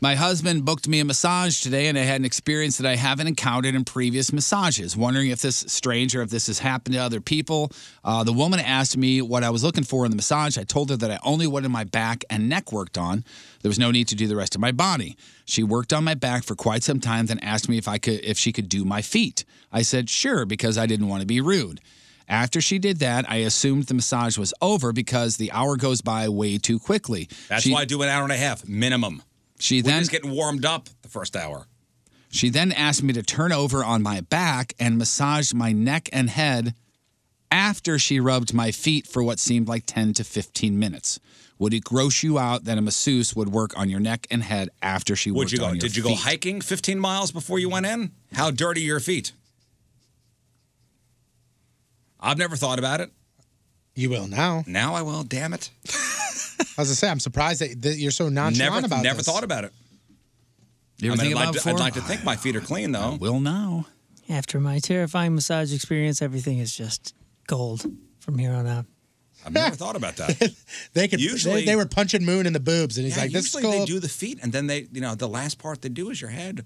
H: My husband booked me a massage today, and I had an experience that I haven't encountered in previous massages. Wondering if this strange or if this has happened to other people. Uh, the woman asked me what I was looking for in the massage. I told her that I only wanted my back and neck worked on. There was no need to do the rest of my body. She worked on my back for quite some time, then asked me if I could if she could do my feet. I said sure because I didn't want to be rude. After she did that, I assumed the massage was over because the hour goes by way too quickly.
E: That's
H: She-
E: why I do an hour and a half minimum.
H: She
E: We're
H: then-
E: just getting warmed up the first hour.
H: She then asked me to turn over on my back and massage my neck and head after she rubbed my feet for what seemed like 10 to 15 minutes. Would it gross you out that a masseuse would work on your neck and head after she
E: Would
H: worked
E: you go?
H: on your
E: Did you go
H: feet?
E: hiking 15 miles before you went in? How dirty are your feet? I've never thought about it.
G: You will now.
E: Now I will. Damn it.
G: I was gonna say, I'm surprised that, that you're so nonchalant
E: Never,
G: about
E: never
G: this.
E: thought about it.
H: You
E: I
H: ever
E: mean,
H: think about it
E: I'd, like to- I'd
H: before?
E: like to think my feet are clean though.
H: Will now.
F: After my terrifying massage experience, everything is just gold from here on out.
E: I've never thought about that.
G: they could.
E: Usually-
G: Usually, they, they were punching Moon in the boobs, and he's
E: Yeah,
G: like, "This is
E: usually they
G: cool."
E: do the feet, and then they, you know, the last part they do is your head.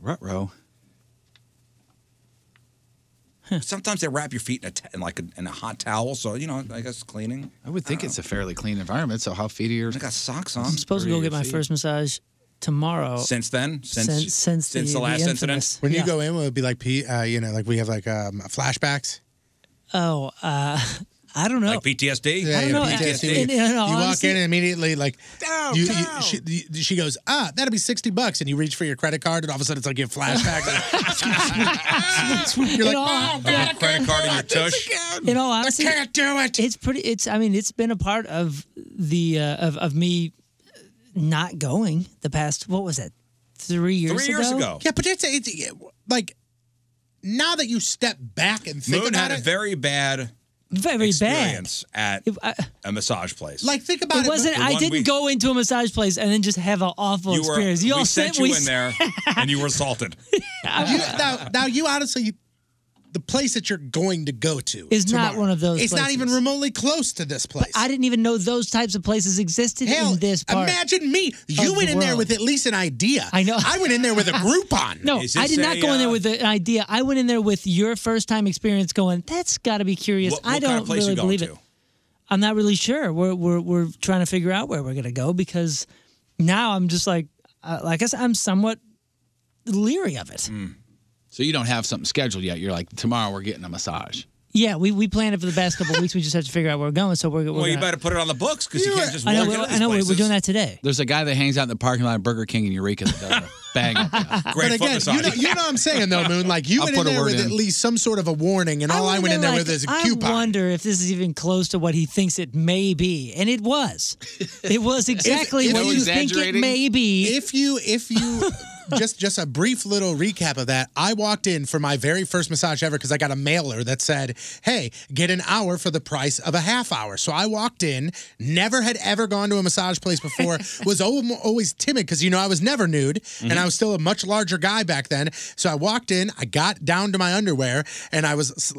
H: Ruh-roh.
E: Sometimes they wrap your feet in, a t- in like a, in a hot towel, so you know, I guess cleaning.
H: I would think it's a fairly clean environment. So how feet are yours? I
E: got socks
F: I'm supposed to go get my first massage tomorrow.
H: Since
E: then?
F: since since, the, the infamous-
G: When
F: yeah.
G: you go in, it would be like, P, uh, you know, like we have like um, flashbacks.
F: Oh, uh, I don't know.
E: Like PTSD?
G: Yeah, yeah, PTSD.
F: And- and
G: you walk
F: honestly-
G: in and immediately like, you, you, she, you- she goes, ah, that'll be sixty bucks, and you reach for your credit card, and all of a sudden it's like you have flashbacks. You're
F: In
G: like,
F: all-
E: "Ah,
G: oh, God, I can't
E: card in
G: do
E: your
G: it. This
E: tush?
G: again.
F: In all honesty,
G: I can't do it.
F: It's pretty. It's. I mean, it's been a part of the uh, of of me not going the past. What was that? Three years. ago?
G: Yeah, but it's, it's like now that you step back and think
E: Moon
G: about
E: had a
G: it,
E: very bad,
F: very
E: experience at a massage place.
G: like think about it.
F: it wasn't.
E: The
F: I
E: one
F: didn't
E: we-
F: go into a massage place and then just have an awful
E: you were,
F: experience. You all
E: we sent
F: sit-
E: you
F: we
E: in there, and you were assaulted.
G: You- now, now you honestly, the place that you're going to go to
F: Is not
G: tomorrow,
F: one of those
G: It's not even remotely close to this place.
F: I didn't even know those types of places existed
G: Hell,
F: in this part.
G: imagine me. You
F: of
G: went
F: the
G: in there
F: world.
G: with at least an idea.
F: I know.
G: I went in there with a Groupon.
F: No,
G: Is
F: I
G: this
F: did not
G: a,
F: go in there
G: uh,
F: with an idea. I went in there with your first time experience going, that's got to be curious.
E: What- what
F: I
E: kind
F: don't
E: of place you
F: really
E: going
F: believe
E: to?
F: it. I'm not really sure. We're, we're, we're trying to figure out where we're going to go because now I'm just like, uh, like I said, I'm somewhat leery of it.
E: Mm.
H: So you don't have something scheduled yet. You're like, tomorrow we're getting a massage.
F: Yeah, we, we planned it for the past couple of weeks. We just have to figure out where we're going. So we're, we're
E: well, you
F: gonna-
E: better put it on the books because you can't just
F: I know,
E: walk
F: we-
E: into
F: I
E: these
F: know we-
E: places.
F: we're doing that today.
H: There's a guy that hangs out in the parking lot of Burger King in Eureka that does a bang. up there.
G: but again, you know, you know what I'm saying though, Moon. Like you
H: I'll
G: went
H: put
G: in
H: a
G: there
H: word
G: with
H: in.
G: at least some sort of a warning, and all I, went in there
F: Like,
G: with is a
F: I
G: coupon.
F: wonder if this is even close to what he thinks it may be, and it was. It was exactly
G: If- if
F: what
G: you-
F: you think it may be.
G: If you if you just just a brief little recap of that. I walked in for my very first massage ever because I got a mailer that said, "Hey, get an hour for the price of a half hour." So I walked in, never had ever gone to a massage place before, was al- always timid because you know I was never nude and I was still a much larger guy back then. So I walked in, I got down to my underwear, and I was s-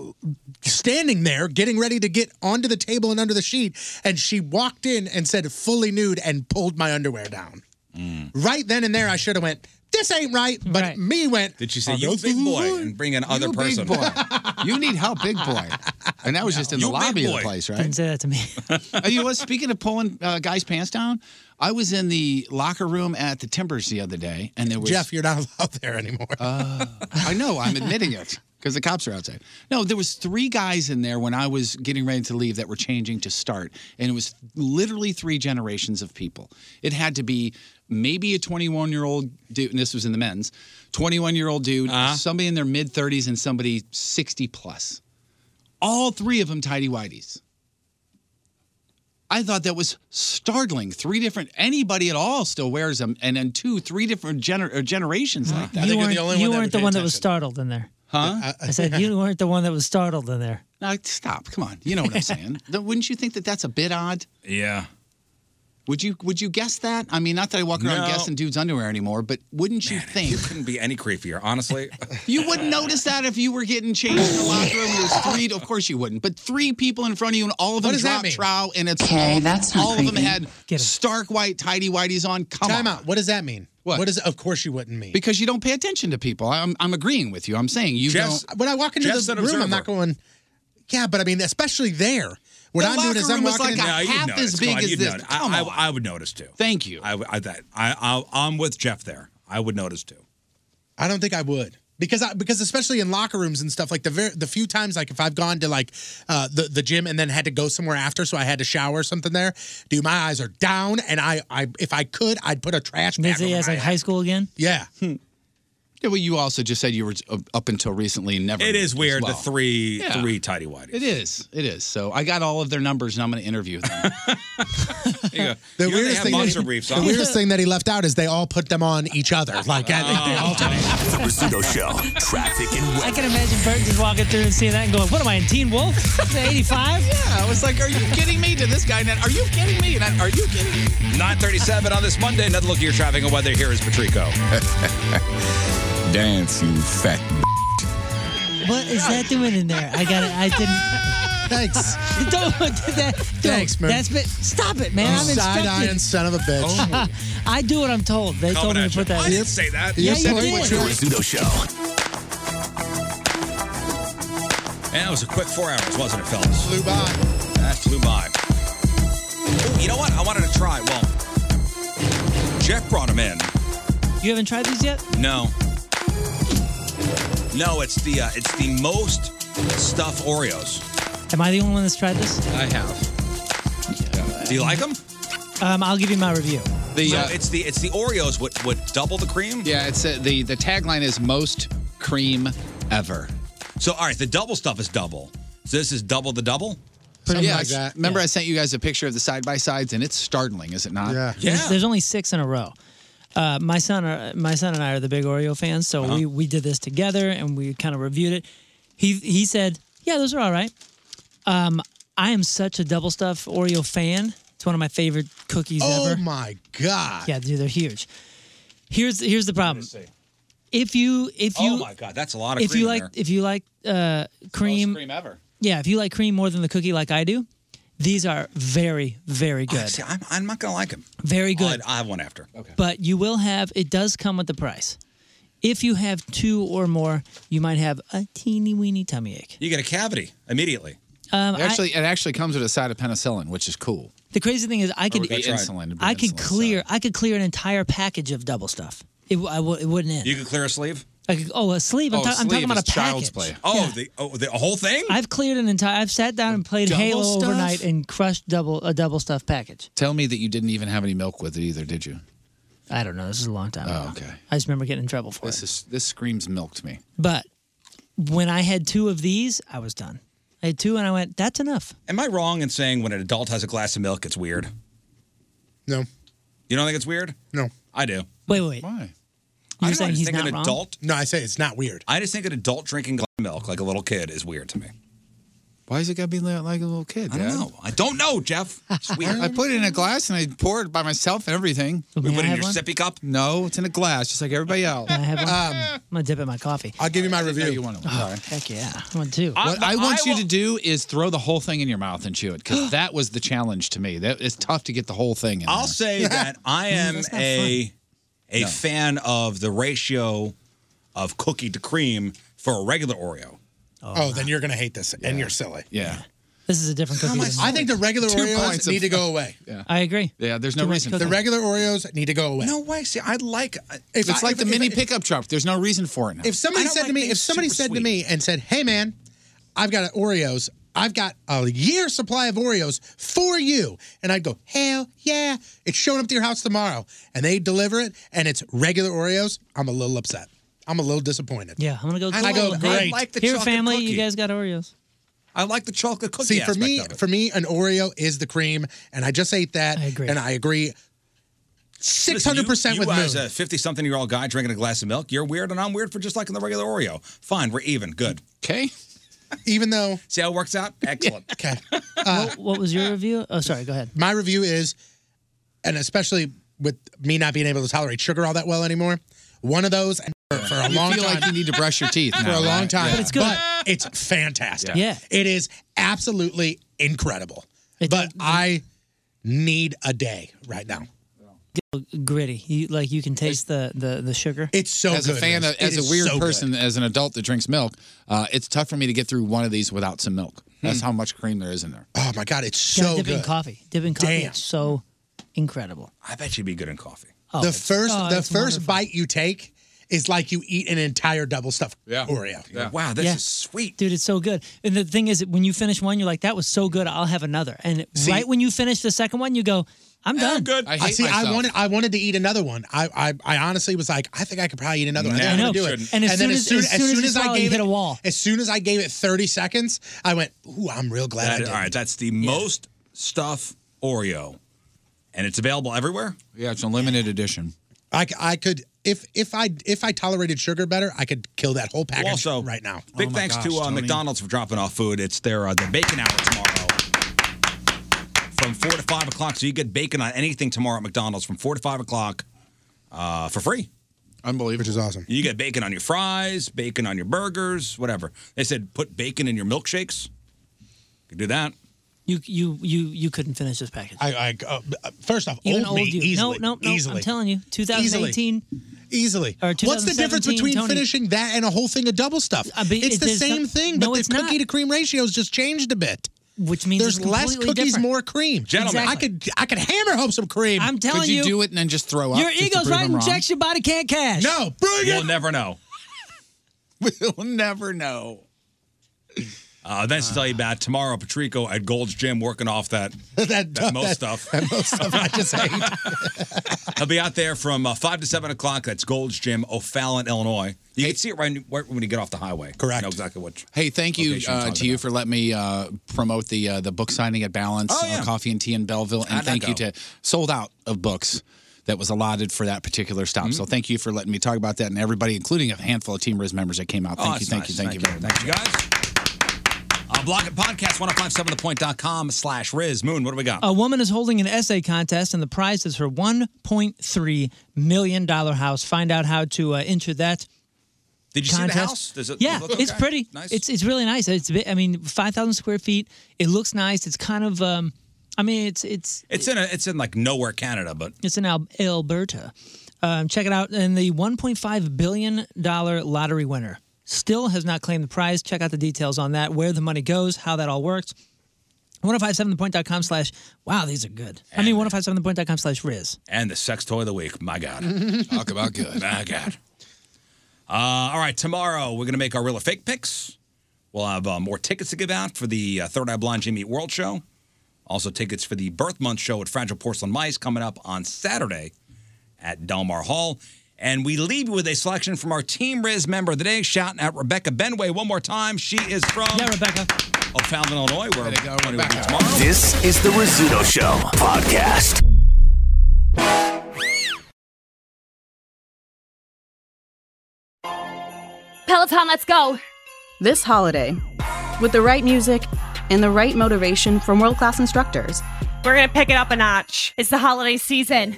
G: standing there getting ready to get onto the table and under the sheet, and she walked in and said, "Fully nude," and pulled my underwear down.
E: Mm.
G: Right then and there, I should have went. This ain't right. But me went.
E: Did she say
G: "Are
E: you
G: those
E: big
G: the
E: boy
G: rules?"
E: and bring an other
G: big
E: person?
G: boy.
H: you need help, big boy. And that was just in the
F: You big
H: lobby of the
F: boy.
H: place, right?
F: Didn't say that to me.
H: Uh, you know what? Speaking of pulling uh, guys' pants down, I was in the locker room at the Timbers the other day, and there was
G: Jeff, you're not allowed there anymore.
H: Uh, I know. I'm admitting it because the cops are outside. No, there was three guys in there when I was getting ready to leave that were changing to start, and it was literally three generations of people. It had to be maybe a 21 year old dude, and this was in the men's 21 year old dude,
F: Uh-huh.
H: somebody in their mid 30s, and somebody 60 plus. All three of them tidy whities. I thought that was startling. Three different anybody at all still wears them, and then two, three different gener- uh, generations like that.
F: Uh-huh. you weren't, you weren't the one that was startled in there.
H: Huh?
F: I said you weren't the one that was startled in there.
H: No, stop. Come on. You know what I'm saying. Th- Wouldn't you think that that's a bit odd?
E: Yeah.
H: Would you Would you guess that? I mean, not that I walk around
E: No.
H: guessing dudes' underwear anymore, but wouldn't you think?
E: You couldn't be any creepier, honestly.
H: You wouldn't notice that if you were getting changed in the locker room. There's three. Of course you wouldn't. But three people in front of you, and all of them
G: What does that
H: drop
G: mean?
H: trow, and it's
G: Okay,
H: all,
G: that's not
H: all of them
G: creepy.
H: had
G: Get 'em.
H: stark white tidy whities on. Come
G: Time
H: on.
G: out. What does that mean?
H: What?
G: What does? Of course, you wouldn't mean.
H: Because you don't pay attention to people. I'm I'm agreeing with you. I'm saying you
G: Jeff's-
H: don't.
G: when I walk into the room, I'm not going. Yeah, but I mean, especially there. What
H: The
G: I'm doing is
H: locker
G: I'm
H: room was like
G: walking in
H: a
G: there-
E: you'd
H: half
E: notice.
H: as big
E: Come on,
H: as
E: you'd
H: this.
E: notice.
H: Come
E: I,
H: on.
E: I, I would notice too.
H: Thank you.
E: I, I, that, I, I, I'm with Jeff there. I would notice too.
G: I don't think I would. Because I, because especially in locker rooms and stuff like the ver- the few times like if I've gone to like uh, the the gym and then had to go somewhere after so I had to shower or something there, dude, my eyes are down and I, I if I could I'd put a trash bag.
F: Is he
G: over
F: as
G: my
F: like
G: head.
F: high school again?
G: Yeah.
E: Hmm.
H: Yeah, well, you also just said you were uh, up until recently never.
E: It
H: moved
E: is
H: as
E: weird.
H: well.
E: The three,
H: Yeah.
E: three tidy whities.
H: It is. It is. So I got all of their numbers, and I'm going to interview them.
G: The
H: You know they
G: weirdest
H: have
G: thing,
H: boxer
G: that,
H: briefs
G: the
H: on.
G: weirdest thing that he left out is they all put them on each other. Like I think they all
M: The Rizzuto Show. Traffic and
F: I can imagine Bert just walking through and seeing that and going, "What am I in Teen Wolf? Is it 85?" Yeah,
H: I was like, "Are you kidding me?" To this guy, and are you kidding me? And I, are you kidding me?
E: 937 on this Monday. Another look at your traffic and weather. Here is Patrico.
R: Dance, you fat.
F: What is that doing in there? I got it. I didn't.
G: Thanks.
F: Don't do that. Don't.
G: Thanks, man.
F: That's been. Stop it, man. I'm
G: Side
F: instructed.
G: eyeing son of a bitch.
F: I do what I'm told. They
G: Oh. Coming
F: told me
G: at
F: to
G: you.
F: put that.
G: I didn't say that.
F: Yeah,
G: You said
F: you
G: it
F: did.
G: was
M: The Rizzuto Show.
E: And it was a quick four hours, wasn't it, fellas?
G: Flew by.
E: That flew by. Ooh, you know what? I wanted to try. Well, Jeff brought them in.
F: You haven't tried these yet?
E: No. No, it's the uh, it's the most stuffed Oreos.
F: Am I the only one that's tried this?
E: I have. Do you like them?
F: Um, I'll give you my review.
E: so
G: uh,
E: it's the it's the Oreos with with double the cream.
H: uh, Yeah, it's uh the the tagline is most cream ever.
E: So all right, the double stuff is double. So this is double the double.
F: Pretty
H: yeah,
F: much.
H: I s- Remember, I sent you guys a picture of the side by sides, and it's startling, is it not?
F: There's, there's only six in a row. Uh, my son, are, my son and I are the big Oreo fans, so
E: Uh-huh.
F: we, we did this together and we kind of reviewed it. He he said, "Yeah, those are all right." Um, I am such a double stuff Oreo fan. It's one of my favorite cookies
G: Oh
F: ever.
G: my god.
F: Yeah, dude, they're huge. Here's here's the problem. If you if you
E: oh my god, that's a lot of
F: if
E: cream
F: you
E: in
F: like
E: there.
F: if you like uh, cream
H: cream ever.
F: Yeah, if you like cream more than the cookie, like I do, these are very very
E: Oh,
F: good.
E: see, I'm, I'm not gonna like them.
F: Very good.
E: I have one after. Okay.
F: But you will have, it does come with the price. If you have two or more, you might have a teeny weeny tummy ache.
E: You get a cavity immediately.
F: Um,
H: It
F: I-
H: actually, it actually comes with a side of penicillin, which is cool.
F: the crazy thing is, I
H: Or
F: could
H: we could try insulin, it'd be
F: I could clear, I could clear an entire package of double stuff. It, w- I w- it wouldn't end.
E: You could clear a sleeve.
F: I could, oh, a sleeve. I'm,
E: Oh,
F: ta- I'm
E: sleeve
F: talking about a
E: is child's
F: package.
E: play. Oh, the oh, the whole thing.
F: I've cleared an entire. I've sat down and played
H: Double
F: Halo
H: stuff?
F: overnight and crushed double a double stuff package.
H: Tell me that you didn't even have any milk with it either, did you?
F: I don't know. This is a long time.
H: Oh, okay.
F: I just remember getting in trouble for
H: This is this screams milk to me.
F: it. But when I had two of these, I was done. I had two, and I went. That's enough.
E: Am I wrong in saying when an adult has a glass of milk, it's weird?
G: No.
E: You don't think it's weird?
G: No.
E: I do.
F: Wait, wait.
H: Why?
E: I don't know, I just think an adult.
G: No, I say it's not weird.
E: I just think an adult drinking glass milk like a little kid is weird to me.
H: Why is it gotta be li- like a little kid?
E: I don't know. I don't know, Jeff. It's weird.
H: I put it in a glass and I pour it by myself and everything.
E: You May put it I in have your one? sippy cup?
H: No, it's in a glass, just like everybody else.
F: I have one.
E: Um,
F: I'm gonna dip it in my coffee.
H: I'll give you my review. you want one. All
F: Oh,
H: right.
F: heck yeah, I want two.
H: What I, want you to do is throw the whole thing in your mouth and chew it because that was the challenge to me. That it's tough to get the whole thing in.
E: I'll say that I
H: Yeah,
E: am
H: that's not
E: a a
H: No.
E: fan of the ratio of cookie to cream for a regular Oreo.
G: Oh, then you're gonna hate this, and you're silly.
H: Yeah.
F: This is a different cookie. than
G: I think the regular
F: Two
G: Oreos
F: points of-
G: need to go away.
H: Yeah.
F: I agree.
H: Yeah, there's
F: no Too much reason for
G: The
F: cooking.
G: regular Oreos need to go away.
E: No way. See, I like.
H: It's like the mini pickup truck. There's no reason for it. Now.
G: If somebody said to me, if somebody said to me and said, "Hey, man, I've got Oreos. I've got a year supply of Oreos for you," and I'd go, "Hell yeah! It's showing up to your house tomorrow," and they deliver it, and it's regular Oreos. I'm a little upset. I'm a little disappointed.
F: Yeah, I'm gonna go.
G: I go
F: Hey,
G: great.
F: Here, family, you guys got Oreos.
E: I like the chocolate cookie.
G: See, for
E: aspect
G: me,
E: of it.
G: for me, an Oreo is the cream, and I just ate that. I agree. And I agree. Six hundred percent
E: you
G: with
E: as
G: Moon.
E: a fifty-something-year-old guy drinking a glass of milk, you're weird, and I'm weird for just liking the regular Oreo. Fine, we're even. Good.
H: Okay.
G: Even though.
E: See how it works out? Excellent.
G: okay.
F: what, what was your review? Oh, sorry. Go ahead.
G: Uh, My review is, and especially with me not being able to tolerate sugar all that well anymore, one of those and for, for a
H: You
G: long
H: feel
G: time.
H: like you need to brush your teeth
G: for
H: now,
G: a long
H: right?
G: time.
H: But it's good.
G: But it's fantastic.
H: Yeah.
G: It is absolutely incredible. but I need a day right now.
F: Gritty. You like you can taste the the the sugar.
G: It's so
H: as a fan, of, as a weird person, as an adult that drinks milk, uh, it's tough for me to get through one of these without some milk. That's how much cream there is in there.
G: Hmm. Oh my god, it's
F: yeah, dip it in coffee. Dip it in coffee.
H: Damn.
F: It's so incredible.
E: I bet you'd be good in coffee.
F: Oh,
G: the
F: it's-
G: first
F: oh,
G: the
F: it's
G: first bite you take is like you eat an entire double stuffed Oreo.
E: Wow,
F: this is
E: sweet.
F: Dude, it's so good. And the thing is, when you finish one, you're like, that was so good. I'll have another. And
G: See-
F: right when you finish the second one, you go, I'm done. good.
H: I
G: see. I wanted. I wanted to eat another one. I. I, I honestly was like, I think I could probably eat another one.
F: Nah,
G: I, think I'm
F: I know.
G: gonna do it.
F: Shouldn't. And as soon
G: then
F: as- as soon as you swallow, you
G: gave
F: hit
G: it
F: a wall.
G: as soon as I gave it 30 seconds, I went, "Ooh, I'm real glad I
E: That-
G: did."
F: uh,
E: all right, that's the most stuff Oreo, and it's available everywhere.
H: Yeah, it's a limited edition.
G: I, c- I could if if I if I tolerated sugar better, I could kill that whole package
E: also,
G: right now. Oh
E: Big thanks to uh, McDonald's for dropping off food. It's their uh, their bacon hour tomorrow from four to five o'clock. So you get bacon on anything tomorrow at McDonald's from four to five o'clock uh, for free.
H: Unbelievable,
G: which is awesome.
E: You get bacon on your fries, bacon on your burgers, whatever. They said put bacon in your milkshakes. You can do that.
F: You you you you couldn't finish this package.
G: I, I uh, first off,
F: Even
G: old me
F: you.
G: easily.
F: no, no, no.
G: easily.
F: I'm telling you, 2018.
G: Easily.
F: Or
G: What's the difference
F: 2017,
G: between
F: Tony?
G: finishing that and a whole thing of double stuff?
F: I mean,
G: it's
F: it-
G: the
F: there's
G: same
F: no-
G: thing,
F: no,
G: but
F: it's
G: the cookie
F: not.
G: to cream ratios just changed a bit.
F: Which means
G: there's
F: it's
G: less
F: completely
G: cookies,
F: different.
G: more cream.
F: Gentlemen.
G: I could I could hammer home some cream.
F: I'm telling
H: Could you, do it and then just throw up?
F: Your
H: just to
F: ego's
H: prove
F: right
H: I'm
F: and
H: wrong?
F: checks your body can't cash.
G: No, bring
E: We'll never know.
H: we'll never know.
E: Uh, that's to tell you about tomorrow, Patrico at Gold's Gym working off that
G: that,
E: most
G: that-
E: stuff.
G: that most stuff I just ate.
E: I'll be out there from uh, five to seven o'clock. That's Gold's Gym, O'Fallon, Illinois. You can see it right, right when you get off the highway. Correct. Know exactly what.
H: Hey, thank you
E: location you're
H: uh,
E: talking
H: to you for letting me uh, promote the uh, the book signing at Balance
E: Oh,
H: uh,
E: yeah.
H: Coffee and Tea in Belleville, and
E: How'd that
H: thank you
E: go?
H: to sold out of books that was allotted for that particular stop.
E: Mm-hmm.
H: So thank you for letting me talk about that, and everybody, including a handful of Team Riz members that came out.
E: Oh,
H: Thank you,
E: that's
H: thank
E: nice.
H: you, thank you very much.
E: Thank you guys. Uh, blog and podcast 1057thepoint.com slash Riz. Moon, what do we got?
F: A woman is holding an essay contest, and the prize is her $1.3 million house. Find out how to uh, enter that.
E: Did you see the
F: contest.
E: house? Does it
F: yeah,
E: look
F: it's
E: okay?
F: pretty.
E: Nice.
F: It's it's really nice. It's a bit, I mean, five thousand square feet. It looks nice. It's kind of. Um, I mean, it's it's
E: It's in a, it's in like nowhere, Canada, but
F: it's in Al- Alberta. Um, check it out. And the $1.5 billion lottery winner still has not claimed the prize. Check out the details on that, where the money goes, how that all works. 1057thepoint.com slash, wow, these are good. I mean, 1057thepoint.com slash Riz.
E: and the sex toy of the week. My God. Talk about good. My God. Uh, all right, tomorrow we're going to make our real or fake picks. We'll have uh, more tickets to give out for the uh, Third Eye Blind Jimmy Eat World show. Also, tickets for the Birth Month show at Fragile Porcelain Mice coming up on Saturday at Delmar Hall. And we leave you with a selection from our Team Riz member of the day, shouting out Rebecca Benway one more time. She is from yeah,
F: Rebecca.
E: O'Fallon, Illinois. Where go, Rebecca. tomorrow.
M: This is the Rizzuto Show podcast.
B: Peloton, let's go.
I: This holiday, with the right music and the right motivation from world class instructors,
B: We're going to pick it up a notch. It's the holiday season.